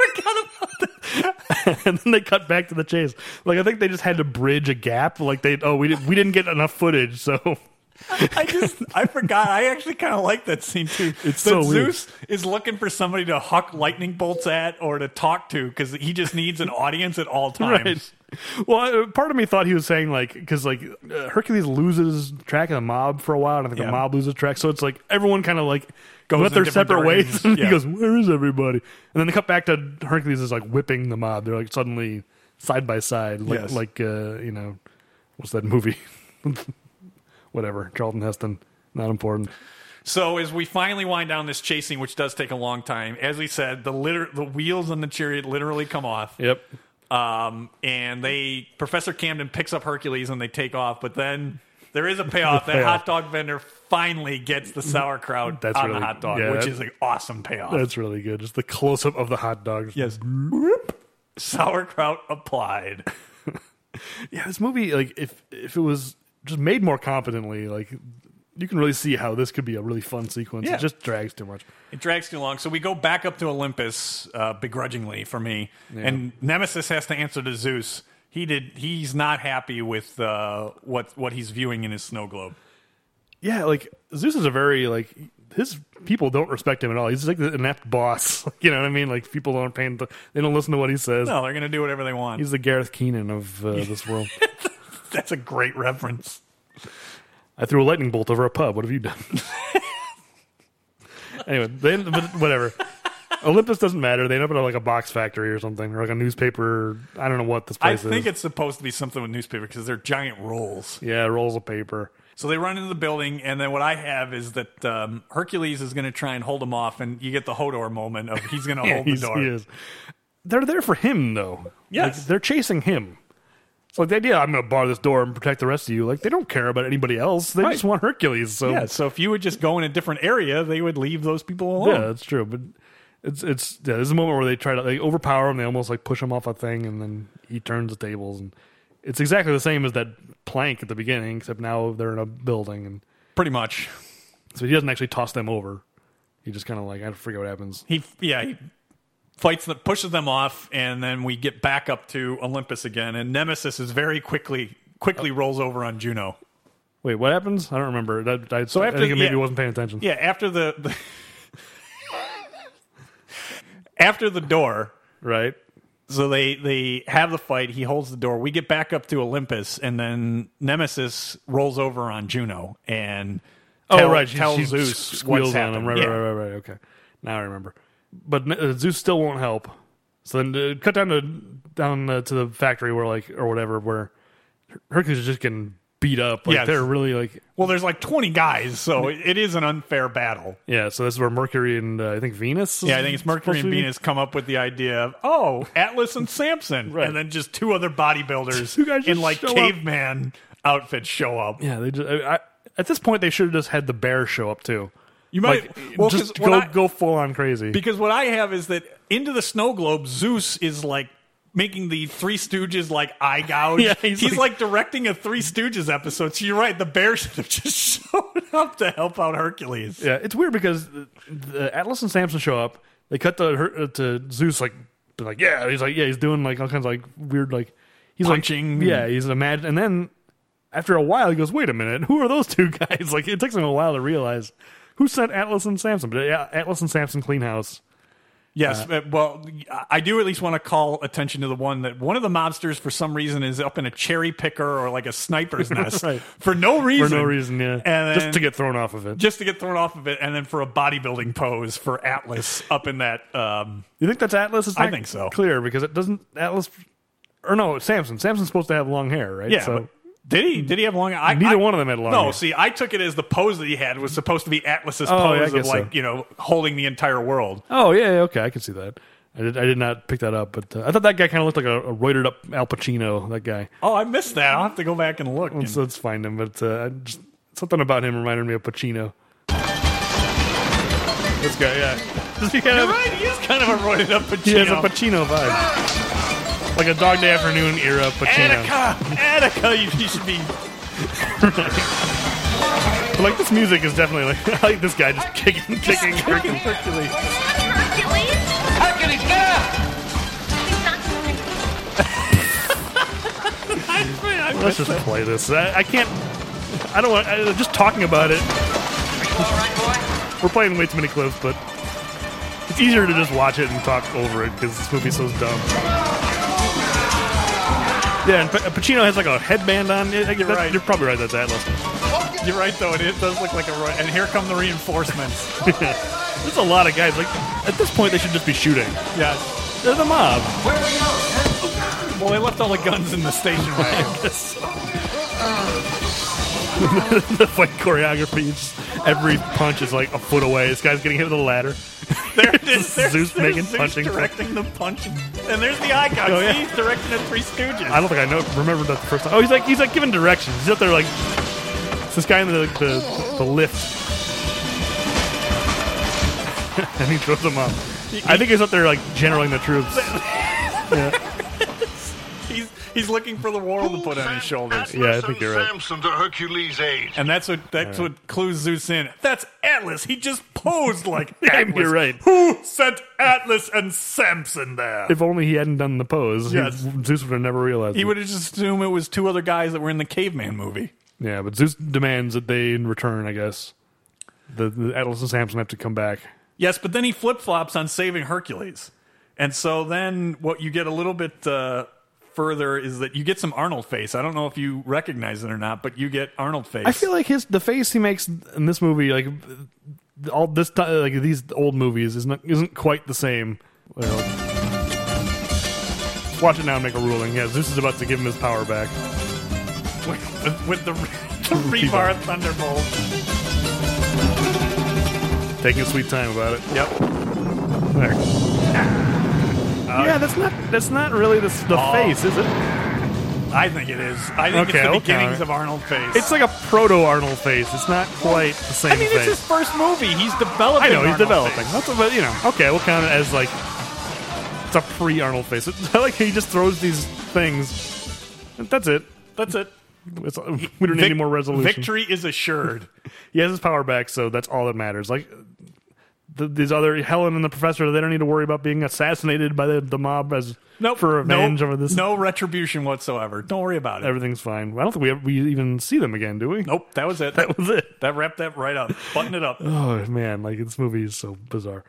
I forgot about that. *laughs* and then they cut back to the chase. Like I think they just had to bridge a gap. Like they, oh, we didn't, we didn't get enough footage, so *laughs*
I just I forgot. I actually kind of like that scene too.
It's
that
so weird.
Zeus is looking for somebody to huck lightning bolts at or to talk to because he just needs an audience at all times.
*laughs* Right. Well, uh, part of me thought he was saying like because like uh, Hercules loses track of the mob for a while, and I think
Yeah.
the mob loses track, so it's like everyone kind of like
Goes
goes went
in
their
different
separate
directions.
ways. *laughs* and
Yeah.
He goes, "Where is everybody?" And then they cut back to Hercules is like whipping the mob. They're like suddenly side by side, like
Yes.
like uh, you know what's that movie? *laughs* Whatever, Charlton Heston. Not important.
So as we finally wind down this chasing, which does take a long time, as we said, the liter- the wheels on the chariot literally come off.
Yep.
Um, and they Professor Camden picks up Hercules and they take off, but then there is a payoff. that
Payoff.
hot dog vendor finally gets the sauerkraut
That's
on
really-
the hot dog,
yeah,
which
that-
is an awesome payoff.
That's really good. Just the close up of the hot dog. Yes.
sauerkraut applied.
yeah, this movie, like if if it was just made more competently, like you can really see how this could be a really fun sequence.
Yeah.
It just drags too much.
It drags too long, so we go back up to Olympus, uh, begrudgingly for me. And Nemesis has to answer to Zeus. He did. He's not happy with uh, what what he's viewing in his snow globe.
Yeah, like Zeus is a very like his people don't respect him at all. He's like an apt boss. *laughs* you know what I mean? Like people don't pay. They don't listen to what he says.
No, they're gonna do whatever they want.
He's the Gareth Keenan
*laughs*
of uh, this world.
That's a great reference.
I threw a lightning bolt over a pub. What have you done? *laughs* anyway, they, but whatever. Olympus doesn't matter. They end up at like a box factory or something, or like a newspaper. I don't know what this
I
place is.
think it's supposed to be something with newspaper because they're giant rolls.
Yeah, rolls of paper.
So they run into the building, and then what I have is that um, Hercules is going to try and hold him off, and you get the Hodor moment of he's going to
*laughs* Yeah,
hold the
he's-
door.
he is. They're there for him, though.
Yes.
Like, they're chasing him. So like the idea, I'm going to bar this door and protect the rest of you. Like they don't care about anybody else. They
Right.
just want Hercules. So
yeah, so if you would just go in a different area, they would leave those people alone.
Yeah, that's true. But it's it's yeah, there's a moment where they try to they overpower him. They almost like push him off a thing, and then he turns the tables. And it's exactly the same as that plank at the beginning, except now they're in a building, and
Pretty much.
so he doesn't actually toss them over. He just kind of like I forget what happens.
He yeah, he fights them, pushes them off, and then we get back up to Olympus again, and Nemesis is very quickly
Oh.
quickly rolls over on Juno.
Wait, what happens? I don't remember. That, I, so
after- e-
I think I maybe
yeah.
wasn't paying attention.
Yeah, after the, the *laughs* after the door,
right?
So they they have the fight. He holds the door. We get back up to Olympus, and then Nemesis rolls over on Juno and
Oh
tell-
right, she,
tells
she
Zeus
squeals
what's
on him.
happened.
Right,
Yeah.
right, right, right, right. Okay, now I remember. But uh, Zeus still won't help. So then, uh, cut down to down uh, to the factory where like or whatever where Her- Hercules is just getting beat up. Like
Yes.
they're really like
Well, there's like 20 guys, so it- it is an unfair battle.
yeah. So this is where Mercury and uh, I think Venus. is
Yeah, I think it's Mercury
supposed
and
to be-
Venus come up with the idea of oh, Atlas and Samson, and then just two other bodybuilders
*laughs* Two guys just
in like
show up.
caveman outfits show up.
Yeah, they just I, I, at this point they should have just had the bear show up too.
You might-
like,
well, 'cause
just
when
go
I-
go full on crazy.
Because what I have is that into the snow globe, Zeus is like making the Three Stooges like eye gouge.
*laughs* Yeah,
he's
he's
like, directing a Three Stooges episode. So you're right, the bear should *laughs* have just showed up to help out Hercules.
Yeah, it's weird because the, the Atlas and Samson show up. They cut to her, uh, to Zeus like they're like yeah, he's like yeah, he's doing like all kinds of like weird like he's
Punching.
Like, yeah, he's imagine and then after a while he goes, wait a minute, who are those two *laughs* guys? Like it takes him a while to realize who sent Atlas and Samson. But yeah, Atlas and Samson clean house.
Yes, uh, well, I do at least want to call attention to the one that one of the mobsters, for some reason, is up in a cherry picker or like a
*laughs*
sniper's nest
Right.
for no reason.
For no reason, yeah.
And then-
just to get thrown off of it.
Just to get thrown off of it, and then for a bodybuilding pose for Atlas up in that. Um,
you think that's Atlas? It's
I
not
think so.
Clear because it doesn't Atlas or no Samson. Samson's supposed to have long hair, right?
yeah,
So
but did he? Did he have long? I,
neither
I-
one of them had long.
No,
hair.
see, I took it as the pose that he had was supposed to be Atlas's
Oh, yeah, I
pose of
guess
like
so.
you know holding the entire world.
Oh yeah, yeah, okay, I can see that. I did, I did not pick that up, but uh, I thought that guy kind of looked like a, a roided up Al Pacino. That guy.
Oh, I missed that. I'll have to go back and look.
Let's, let's find him. But uh, I just, something about him reminded me of Pacino. This guy, yeah. Just be kind
You're *laughs*
of-
right. He is kind of a roided up Pacino.
He has a Pacino vibe. Like a Dog Day Afternoon era Pacino.
Attica, Attica, you, you *laughs* should be.
But like this music is definitely like *laughs* I like this guy just kicking, kicking, kicking. Hercules.
Hercules? Hercules, get up! He's not coming.
Let's just play this. I, I can't. I don't want. I, just talking about it. We're playing way too many clips, but it's easier to just watch it and talk over it because this movie's so dumb. Yeah, and Pa- uh, Pacino has like a headband on. It. You're,
right.
you're probably right. That's Atlas.
You're right though. It, it does look like a roid. And here come the reinforcements.
There's a lot of guys. Like at this point, they should just be shooting. *laughs*
Yeah.
They're the mob.
Well, they left all the guns in the station wagon.
the fight choreography. Just, every punch is like a foot away. This guy's getting hit with a ladder. *laughs*
There it is. *laughs* There's,
Zeus
there's
making
Zeus
punching.
directing the punching, and there's the icon.
Oh,
Oh,
yeah.
He's directing the Three Stooges.
I don't think I know. Remember that the first time. Oh, he's like he's like giving directions. He's up there like it's this guy in the the, the lift. *laughs* and he throws him up. I think he's up there like generaling the troops. yeah.
He's he's looking for the world to put on his shoulders.
Yeah, I think you're right.
Samson to Hercules' aid.
And that's what that's
All right.
what clues Zeus in. That's Atlas. He just posed like
*laughs* Yeah,
Atlas.
you're right.
Who sent Atlas and Samson there?
If only he hadn't done the pose, he-
Yes.
Zeus would have never realized.
he
it.
would have just assumed it was two other guys that were in the caveman movie.
Yeah, but Zeus demands that they in return. I guess the, the Atlas and Samson have to come back.
Yes, but then he flip flops on saving Hercules, and so then what you get a little bit uh, further is that you get some Arnold face. I don't know if you recognize it or not, but you get Arnold face.
I feel like his the face he makes in this movie, like all this ti- like these old movies, is not isn't quite the same. Well, watch it now and make a ruling. Yeah, Zeus is about to give him his power back.
with, with, with the, *laughs* the rebar thunderbolt.
Taking sweet time about it.
Yep.
There.
Uh,
yeah, that's not that's not really the, s- the
Oh.
face, is it?
I think it is. I think
Okay,
it's the
I'll count
beginnings
it.
of Arnold face.
It's like a proto Arnold face. It's not quite the same
I mean,
face.
it's his first movie. He's developing.
I know he's
Arnold
developing.
Face.
That's but you know, okay, we'll count it as like it's a pre-Arnold face. *laughs* I like how he just throws these things. That's it.
That's it.
It's, we don't need any
Vic-
more resolution.
Victory is
*laughs*
assured.
He has his power back, so that's all that matters. Like the, these other Helen and the professor, they don't need to worry about being assassinated by the, the mob as
No
for revenge over this.
No retribution whatsoever. Don't worry about it.
everything's fine. I don't think we ever, we even see them again, do we?
Nope. That was it.
*laughs* that was it.
That wrapped that right up. Button it up.
Oh man, like this movie is so bizarre.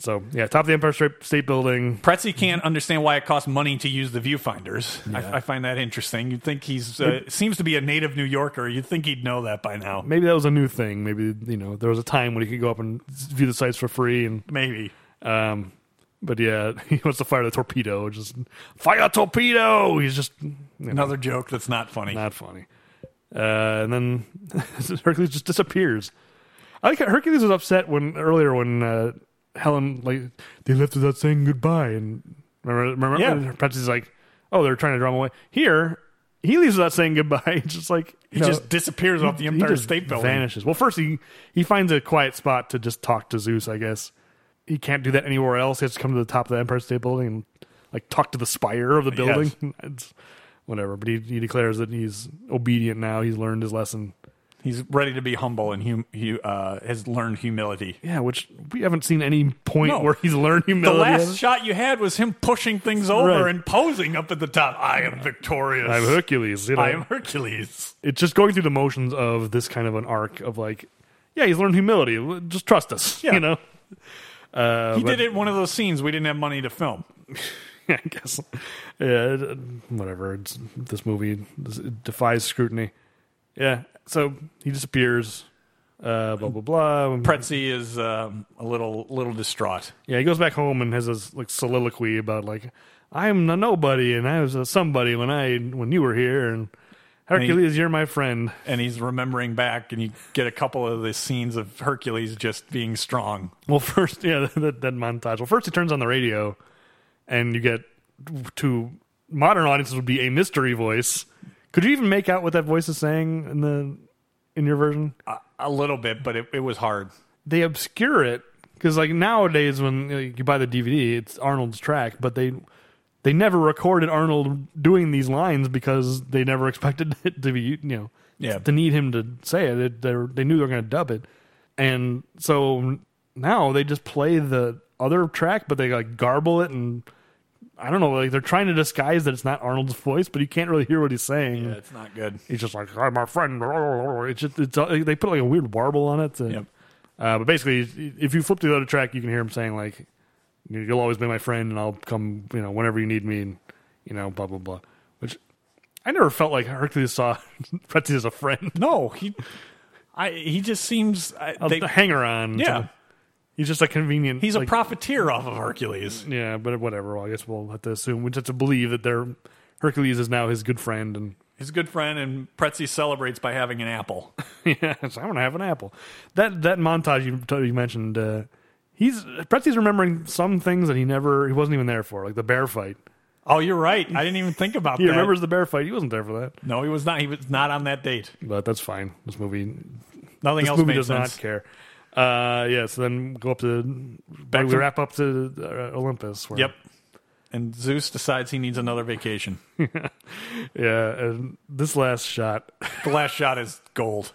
So yeah, top of the Empire State, State Building.
Pretzi can't understand why it costs money to use the viewfinders. I, I find that interesting. You'd think he's uh, seems to be a native New Yorker. You'd think he'd know that by now.
maybe that was a new thing. Maybe you know there was a time when he could go up and view the sites for free. And
Maybe.
um, but yeah, *laughs* he wants to fire the torpedo. Just fire a torpedo. He's just you know,
Another joke that's not funny.
not funny. Uh, and then *laughs* Hercules just disappears. I like how Hercules was upset when earlier when uh, Helen like they left without saying goodbye. And remember, remember,
Yeah.
and Perhaps he's like, oh, they're trying to drum away. Here, he leaves without saying goodbye. *laughs* It's just like
he just disappears off the
he
Empire
just
State Building.
Vanishes. Well, first he he finds a quiet spot to just talk to Zeus. I guess he can't do that anywhere else. He has to come to the top of the Empire State Building and like talk to the spire of the building. *laughs* It's- whatever. But he, he declares that he's obedient now. He's learned his lesson.
He's ready to be humble and hum- he uh, has learned humility.
Yeah, which we haven't seen any point
No.
where he's learned
The
humility.
last shot you had was him pushing things over
Right.
and posing up at the top. I am victorious.
I'm Hercules. You know?
I am Hercules.
it's just going through the motions of this kind of an arc of like, yeah, he's learned humility. Just trust us.
Yeah.
You know. Uh,
He
but-
did it in one of those scenes we didn't have money to film.
*laughs* I guess. Yeah, it- whatever. It's, this movie this- it defies scrutiny. Yeah. So he disappears. Uh, blah blah blah.
Pretzi is um, a little little distraught.
Yeah, he goes back home and has this like soliloquy about like I'm a nobody and I was a somebody when I when you were here and Hercules, you're my friend.
and he's remembering back, and you get a couple of the scenes of Hercules just being strong.
Well, first, *laughs* yeah, that, that montage. Well, first he turns on the radio, and you get to modern audiences would be a mystery voice. Could you even make out what that voice is saying in the in your version?
A, a little bit, but it, it was hard.
they obscure it Because like nowadays, when like, you buy the DVD, it's Arnold's track, but they they never recorded Arnold doing these lines because they never *laughs* expected it to be you know
Yeah.
to need him to say it. it they they knew they were going to dub it, and so now they just play the other track, but they like garble it and. I don't know, like they're trying to disguise that it's not Arnold's voice, but you can't really hear what he's saying. Yeah,
it's not good.
He's just like, "Hi, my friend." It's just it's they put like a weird warble on it. to- uh, but basically, if you flip to the other track, you can hear him saying like, you- "You'll always be my friend, and I'll come, you know, whenever you need me," and you know, blah blah blah. Which I never felt like Hercules saw *laughs* Pretzi as a friend.
No, he, I he just seems I, they-
hanger on.
Yeah.
he's just a convenient.
He's a
like-
profiteer off of Hercules.
Yeah, but whatever. Well, I guess we'll have to assume we just have to believe that they're Hercules is now his good friend and. *laughs*
His good friend and Pretzi celebrates by having an apple.
yeah, so I'm gonna have an apple. That that montage you, t- you mentioned, uh, he's Pretzi's remembering some things that he never he wasn't even there for, like the bear fight.
Oh, you're right. I didn't even think about
*laughs* He
that.
remembers the bear fight. He wasn't there for that,
No, he was not. He was not on that date.
but that's fine. This movie,
Nothing
this
else
movie
made
does
sense.
not care. Uh, yeah, so then go up to back we
to-
wrap up to uh, Olympus. Where,
Yep. And Zeus decides he needs another vacation.
yeah, and this last shot, *laughs*
The last shot is gold.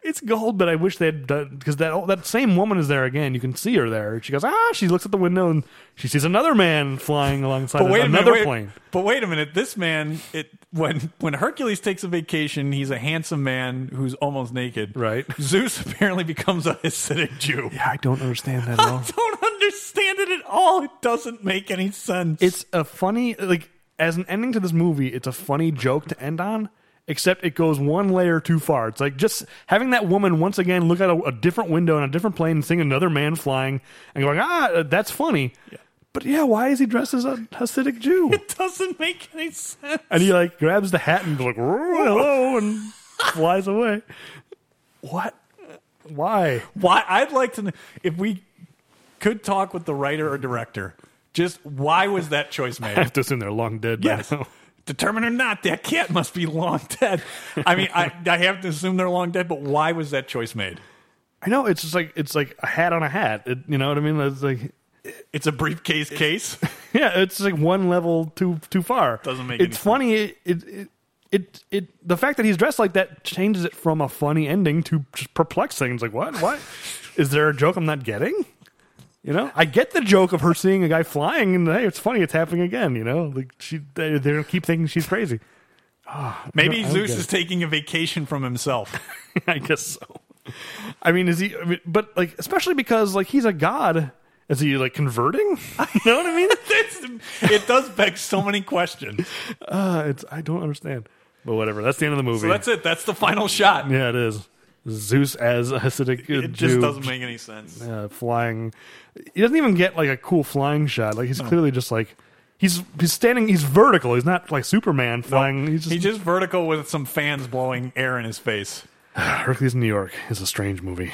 it's gold. But I wish they had done because that that same woman is there again. You can see her there. She goes ah. She looks at the window and she sees another man flying alongside
But wait a
another
minute, wait-
plane.
But wait a minute. This man, it when when Hercules takes a vacation, he's a handsome man who's almost naked.
Right.
Zeus *laughs* apparently becomes a Hasidic Jew.
Yeah, I don't understand that at all.
*laughs* I don't understand it at all. It doesn't make any sense.
It's a funny, like, as an ending to this movie, it's a funny joke to end on, except it goes one layer too far. It's like just having that woman once again look out a, a different window in a different plane and seeing another man flying and going, ah, that's funny. But yeah, why is he dressed as a Hasidic *laughs* Jew?
it doesn't make any sense.
and he, like, grabs the hat and, like, "Whoa, hello, *laughs* and flies away. What? Why?
Why? I'd like to know if we could talk with the writer or director. Just why was that choice
I
made?
have to assume they're long dead by *laughs*
Yes.
now.
*laughs* Determined or not, that cat must be long dead. I mean, I, I have to assume they're long dead, but why was that choice made?
I know it's just like it's like a hat on a hat. It, you know what I mean? It's like
It's a briefcase case.
Yeah, it's like one level too too far.
Doesn't make
It's
any sense.
funny. It, it it it it the fact that he's dressed like that changes it from a funny ending to just perplexing. It's like what what is there a joke I'm not getting? You know, I get the joke of her seeing a guy flying, and hey, it's funny. It's happening again. You know, like she they, they keep thinking
*laughs*
she's crazy.
Maybe
No, I don't
Zeus
get
is
it.
taking a vacation from himself. *laughs*
I guess so. I mean, is he? I mean, but like, especially because like he's a god. Is he like converting? *laughs* You know what
*laughs*
I mean?
That's- it does beg so many questions.
Uh, it's I don't understand. But whatever. That's the end of the movie.
So that's it. That's the final shot.
Yeah, it is. Zeus as a Hasidic
It just doesn't make any sense.
uh, flying. He doesn't even get like a cool flying shot. Like he's clearly just like he's he's standing. He's vertical. He's not like Superman flying. he's just,
He's just vertical with some fans blowing air in his face.
Hercules in New York is a strange movie.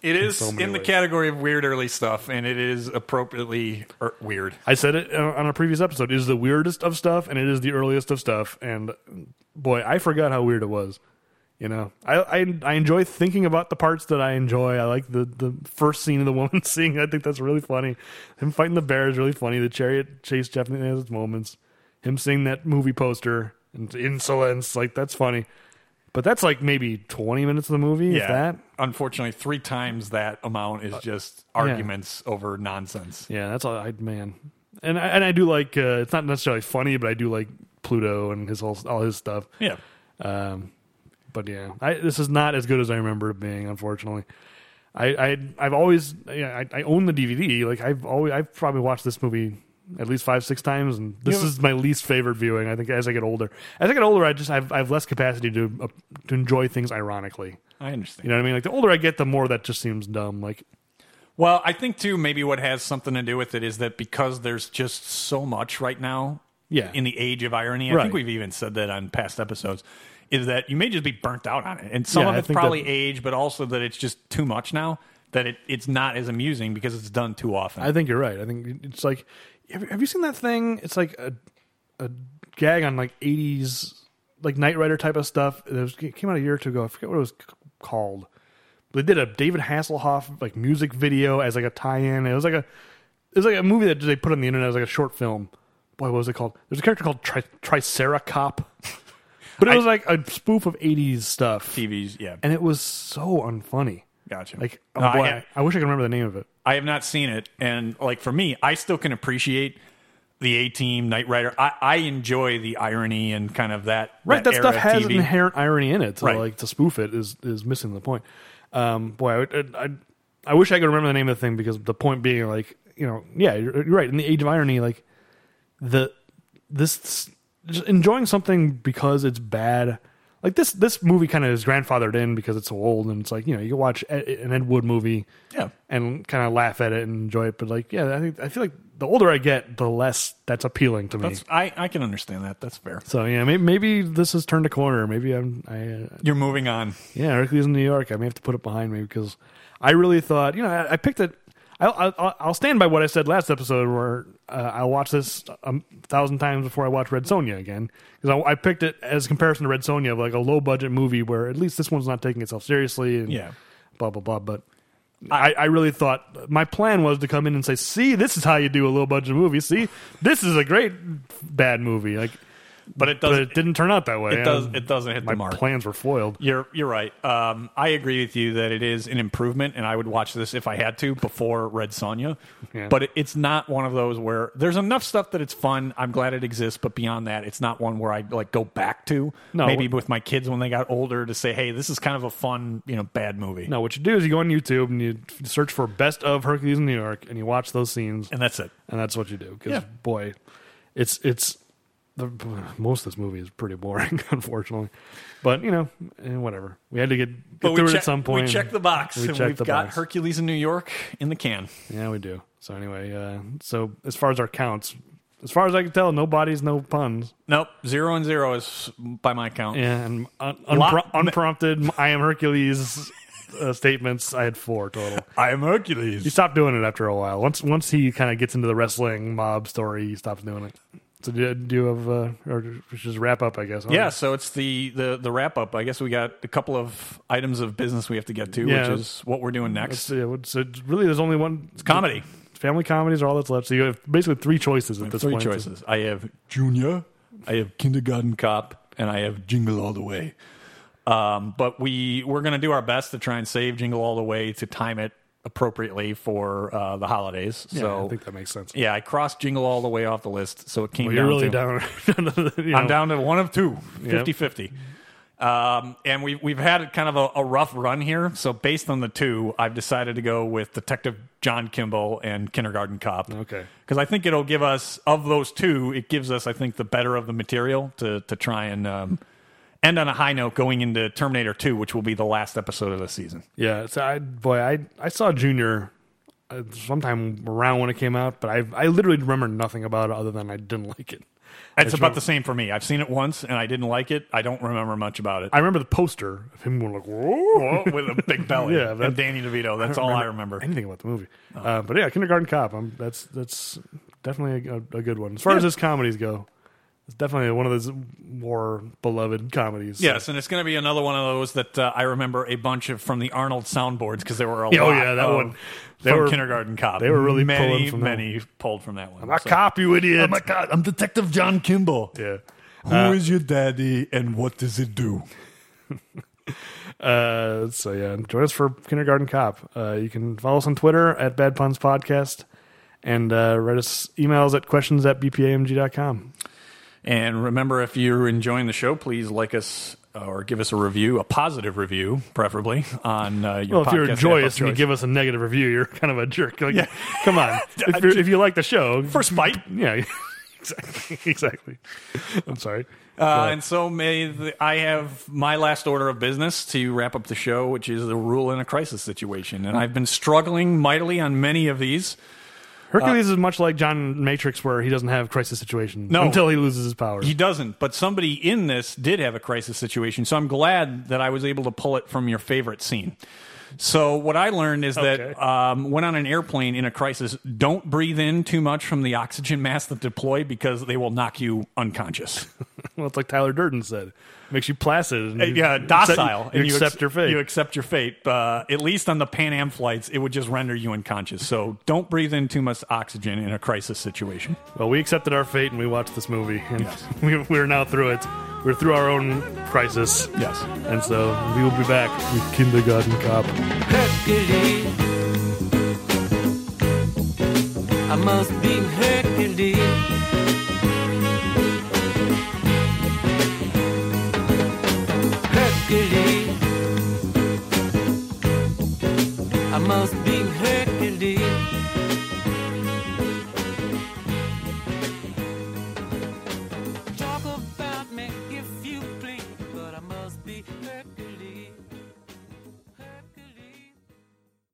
It is
so
in,
many
the
ways.
category of weird early stuff, and it is appropriately er- weird.
I said it uh, on a previous episode. It is the weirdest of stuff, and it is the earliest of stuff. And boy, I forgot how weird it was. You know, I, I I enjoy thinking about the parts that I enjoy. I like the the first scene of the *laughs* woman singing. I think that's really funny. Him fighting the bear is really funny. The chariot chase definitely has its moments. Him seeing that movie poster and insolence, like that's funny. But that's like maybe twenty minutes of the movie. if that Uh,
Unfortunately, three times that amount is just arguments over nonsense.
Yeah, that's all. I man, and I, and I do like uh, it's not necessarily funny, but I do like Pluto and his whole all his stuff.
Yeah.
Um, but yeah, I, this is not as good as I remember it being. Unfortunately, I, I I've always yeah, I, I own the DVD. Like I've always I've probably watched this movie at least five six times, and this
Yeah.
is my least favorite viewing. I think as I get older, as I get older, I just I've I've less capacity to uh, to enjoy things ironically.
I understand.
You know what I mean? Like the older I get, the more that just seems dumb. Like
Well, I think too maybe what has something to do with it is that because there's just so much right now.
Yeah.
In the age of irony, I
Right.
think we've even said that on past episodes. Is that you may just be burnt out on it, and some
Yeah,
of
I
it's
think
probably
that-
age, but also that it's just too much now. That it, it's not as amusing because it's done too often.
I think you're right. I think it's like, have, have you seen that thing? It's like a a gag on like '80s like Knight Rider type of stuff. It, was, it came out a year or two ago. I forget what it was c- called, They did a David Hasselhoff like music video as like a tie-in. It was like a it was like a movie that they put on the internet as like a short film. Boy, what was it called? There's a character called Tri- Triceracop. *laughs* But it was like a spoof of 80s stuff.
TVs, yeah.
And it was so unfunny.
Gotcha.
Like, oh
No, I
boy, I,
had-
I wish I could remember the name of it.
I have not seen it, and like for me, I still can appreciate the A Team, Knight Rider. I, I enjoy the irony and kind of that
Right, that,
era
stuff has
TV.
inherent irony in it. So,
Right.
like to spoof it is is missing the point. Um, boy, I, would- I I wish I could remember the name of the thing because the point being, like, you know, yeah, you're, you're right. In the age of irony, like the this just enjoying something because it's bad. Like this this movie kind of is grandfathered in because it's so old and it's like you know you can watch Ed, an Ed Wood movie,
Yeah.
and kind of laugh at it and enjoy it. But like, yeah, I think I feel like the older I get, the less that's appealing to me.
That's I, I can understand that. That's fair.
So yeah, maybe, maybe this has turned a corner. Maybe I'm I uh,
You're moving on.
yeah Hercules in New York. I may have to put it behind me because I really thought you know I, I picked it. I, I, I'll- I'll stand by what I said last episode, where uh, I'll watch this a thousand times before I watch Red Sonja again, because I, I picked it as comparison to Red Sonja, of like a low budget movie where at least this one's not taking itself seriously and
Yeah.
blah blah blah. But I, I really thought my plan was to come in and say, "See, this is how you do a low budget movie. See, this is a great bad movie." Like,
But it doesn't-
But it didn't turn out that way.
It does.
And
It doesn't hit
My
the mark.
plans were foiled.
You're you're right. Um, I agree with you that it is an improvement, and I would watch this if I had to before Red Sonja.
Yeah.
But it, it's not one of those where there's enough stuff that it's fun. I'm glad it exists, but beyond that, it's not one where I like go back to.
No.
Maybe with my kids when they got older to say, hey, this is kind of a fun, you know, bad movie,
No, what you do is you go on YouTube and you f- search for "best of Hercules in New York" and you watch those scenes,
and that's it.
and that's what you do. Because
Yeah.
boy, it's it's the, most of this movie is pretty boring, *laughs* unfortunately. But you know, eh, whatever. We had to get, get
But we
through it
check-
at some point.
We check the box,
We
and
checked
we've
the
got
box.
Hercules in New York in the can.
Yeah, we do. So anyway, uh, so as far as our counts, as far as I can tell, no bodies, no puns.
Nope, zero and zero is by my count.
And un-
Lot-
unpro- unprompted, I am Hercules uh, statements. I had four total.
I am Hercules.
He stopped doing it after a while. Once once he kind of gets into the wrestling mob story, he stops doing it. So do you- do you have uh, or we should just wrap up? I guess. huh?
Yeah, so it's the, the, the wrap up. I guess we got a couple of items of business we have to get to,
Yeah.
which is what we're doing next.
So, yeah, what- so it's really, there's only one
It's comedy.
family comedies are all that's left. So you have basically three choices at this
Three
point.
choices. I have Junior, I have Kindergarten Cop, and I have Jingle All the Way. Um, but we we're gonna do our best to try and save Jingle All the Way to time it appropriately for uh, the holidays.
Yeah,
so
I think that makes sense.
yeah, I crossed Jingle All the Way off the list, so it came
Well,
down
you're really
to-
down. *laughs*
I'm down to one of two,
Yep.
50 50. Um, and we've, we've had kind of a, a rough run here. So, based on the two, I've decided to go with Detective John Kimball and Kindergarten Cop.
Okay.
Because I think it'll give us, of those two, it gives us, I think, the better of the material to, to try and um, end on a high note going into Terminator 2, which will be the last episode of the season.
Yeah. So I boy, I I saw Junior uh, sometime around when it came out, but I I literally remember nothing about it other than I didn't *laughs* like it.
It's
Which
about
one-
the same for me. I've seen it once and I didn't like it. I don't remember much about it. Oh,
I remember the poster of him going like, "Whoa."
with a big *laughs* belly
Yeah, that-
and Danny DeVito. That's all I remember.
anything about the movie.
Oh.
Uh, but yeah, Kindergarten Cop. i that's that's definitely a, a good one as far as
Yeah.
his comedies go. It's definitely one of those more beloved comedies.
Yes, and it's going to be another one of those that uh, I remember a bunch of from the Arnold soundboards because there were a
Yeah, oh
lot.
yeah, that
of-
one. They
From
were-
kindergarten cop,
they were really
many,
pulling from that
many pulled from that one.
I'm a cop, you idiot.
Oh my god, I'm Detective John Kimball.
Yeah.
Who is your daddy, and what does it do?
Uh, so yeah, join us for Kindergarten Cop. Uh, you can follow us on Twitter at Bad Puns Podcast and uh, write us emails at questions at bpamg.com.
And remember, if you're enjoying the show, please like us uh, or give us a review, a positive review, preferably on uh, your.
Well, if
podcast
you're
app of
joyous and you
choice.
give us a negative review, you're kind of a jerk. Like,
*laughs*
come on. If, you're, if you like the show,
for spite,
Yeah, *laughs* exactly. exactly. I'm sorry.
Uh, and so may the, I have my last order of business to wrap up the show, which is the rule in a crisis situation. And I've been struggling mightily on many of these.
Hercules is much like John Matrix, where he doesn't have crisis situations
No.
until he loses his powers.
He doesn't, but somebody in this did have a crisis situation. So I'm glad that I was able to pull it from your favorite scene. So what I learned is
Okay.
that um, when on an airplane in a crisis, don't breathe in too much from the oxygen mask that deploy because they will knock you unconscious.
well, it's like Tyler Durden said, makes you placid. And
Uh,
you-
yeah,
you
docile.
Accept, you
ex-
accept your fate.
You accept your fate. Uh, at least on the Pan Am flights, it would just render you unconscious. So don't breathe in too much oxygen in a crisis situation.
well, we accepted our fate and we watched this movie, and *laughs* we, we're now through it. We're through our own crisis.
Yes,
and so we will be back with Kindergarten Cop.
Hercules. I must be Hercules. Hercules. I must be Hercules.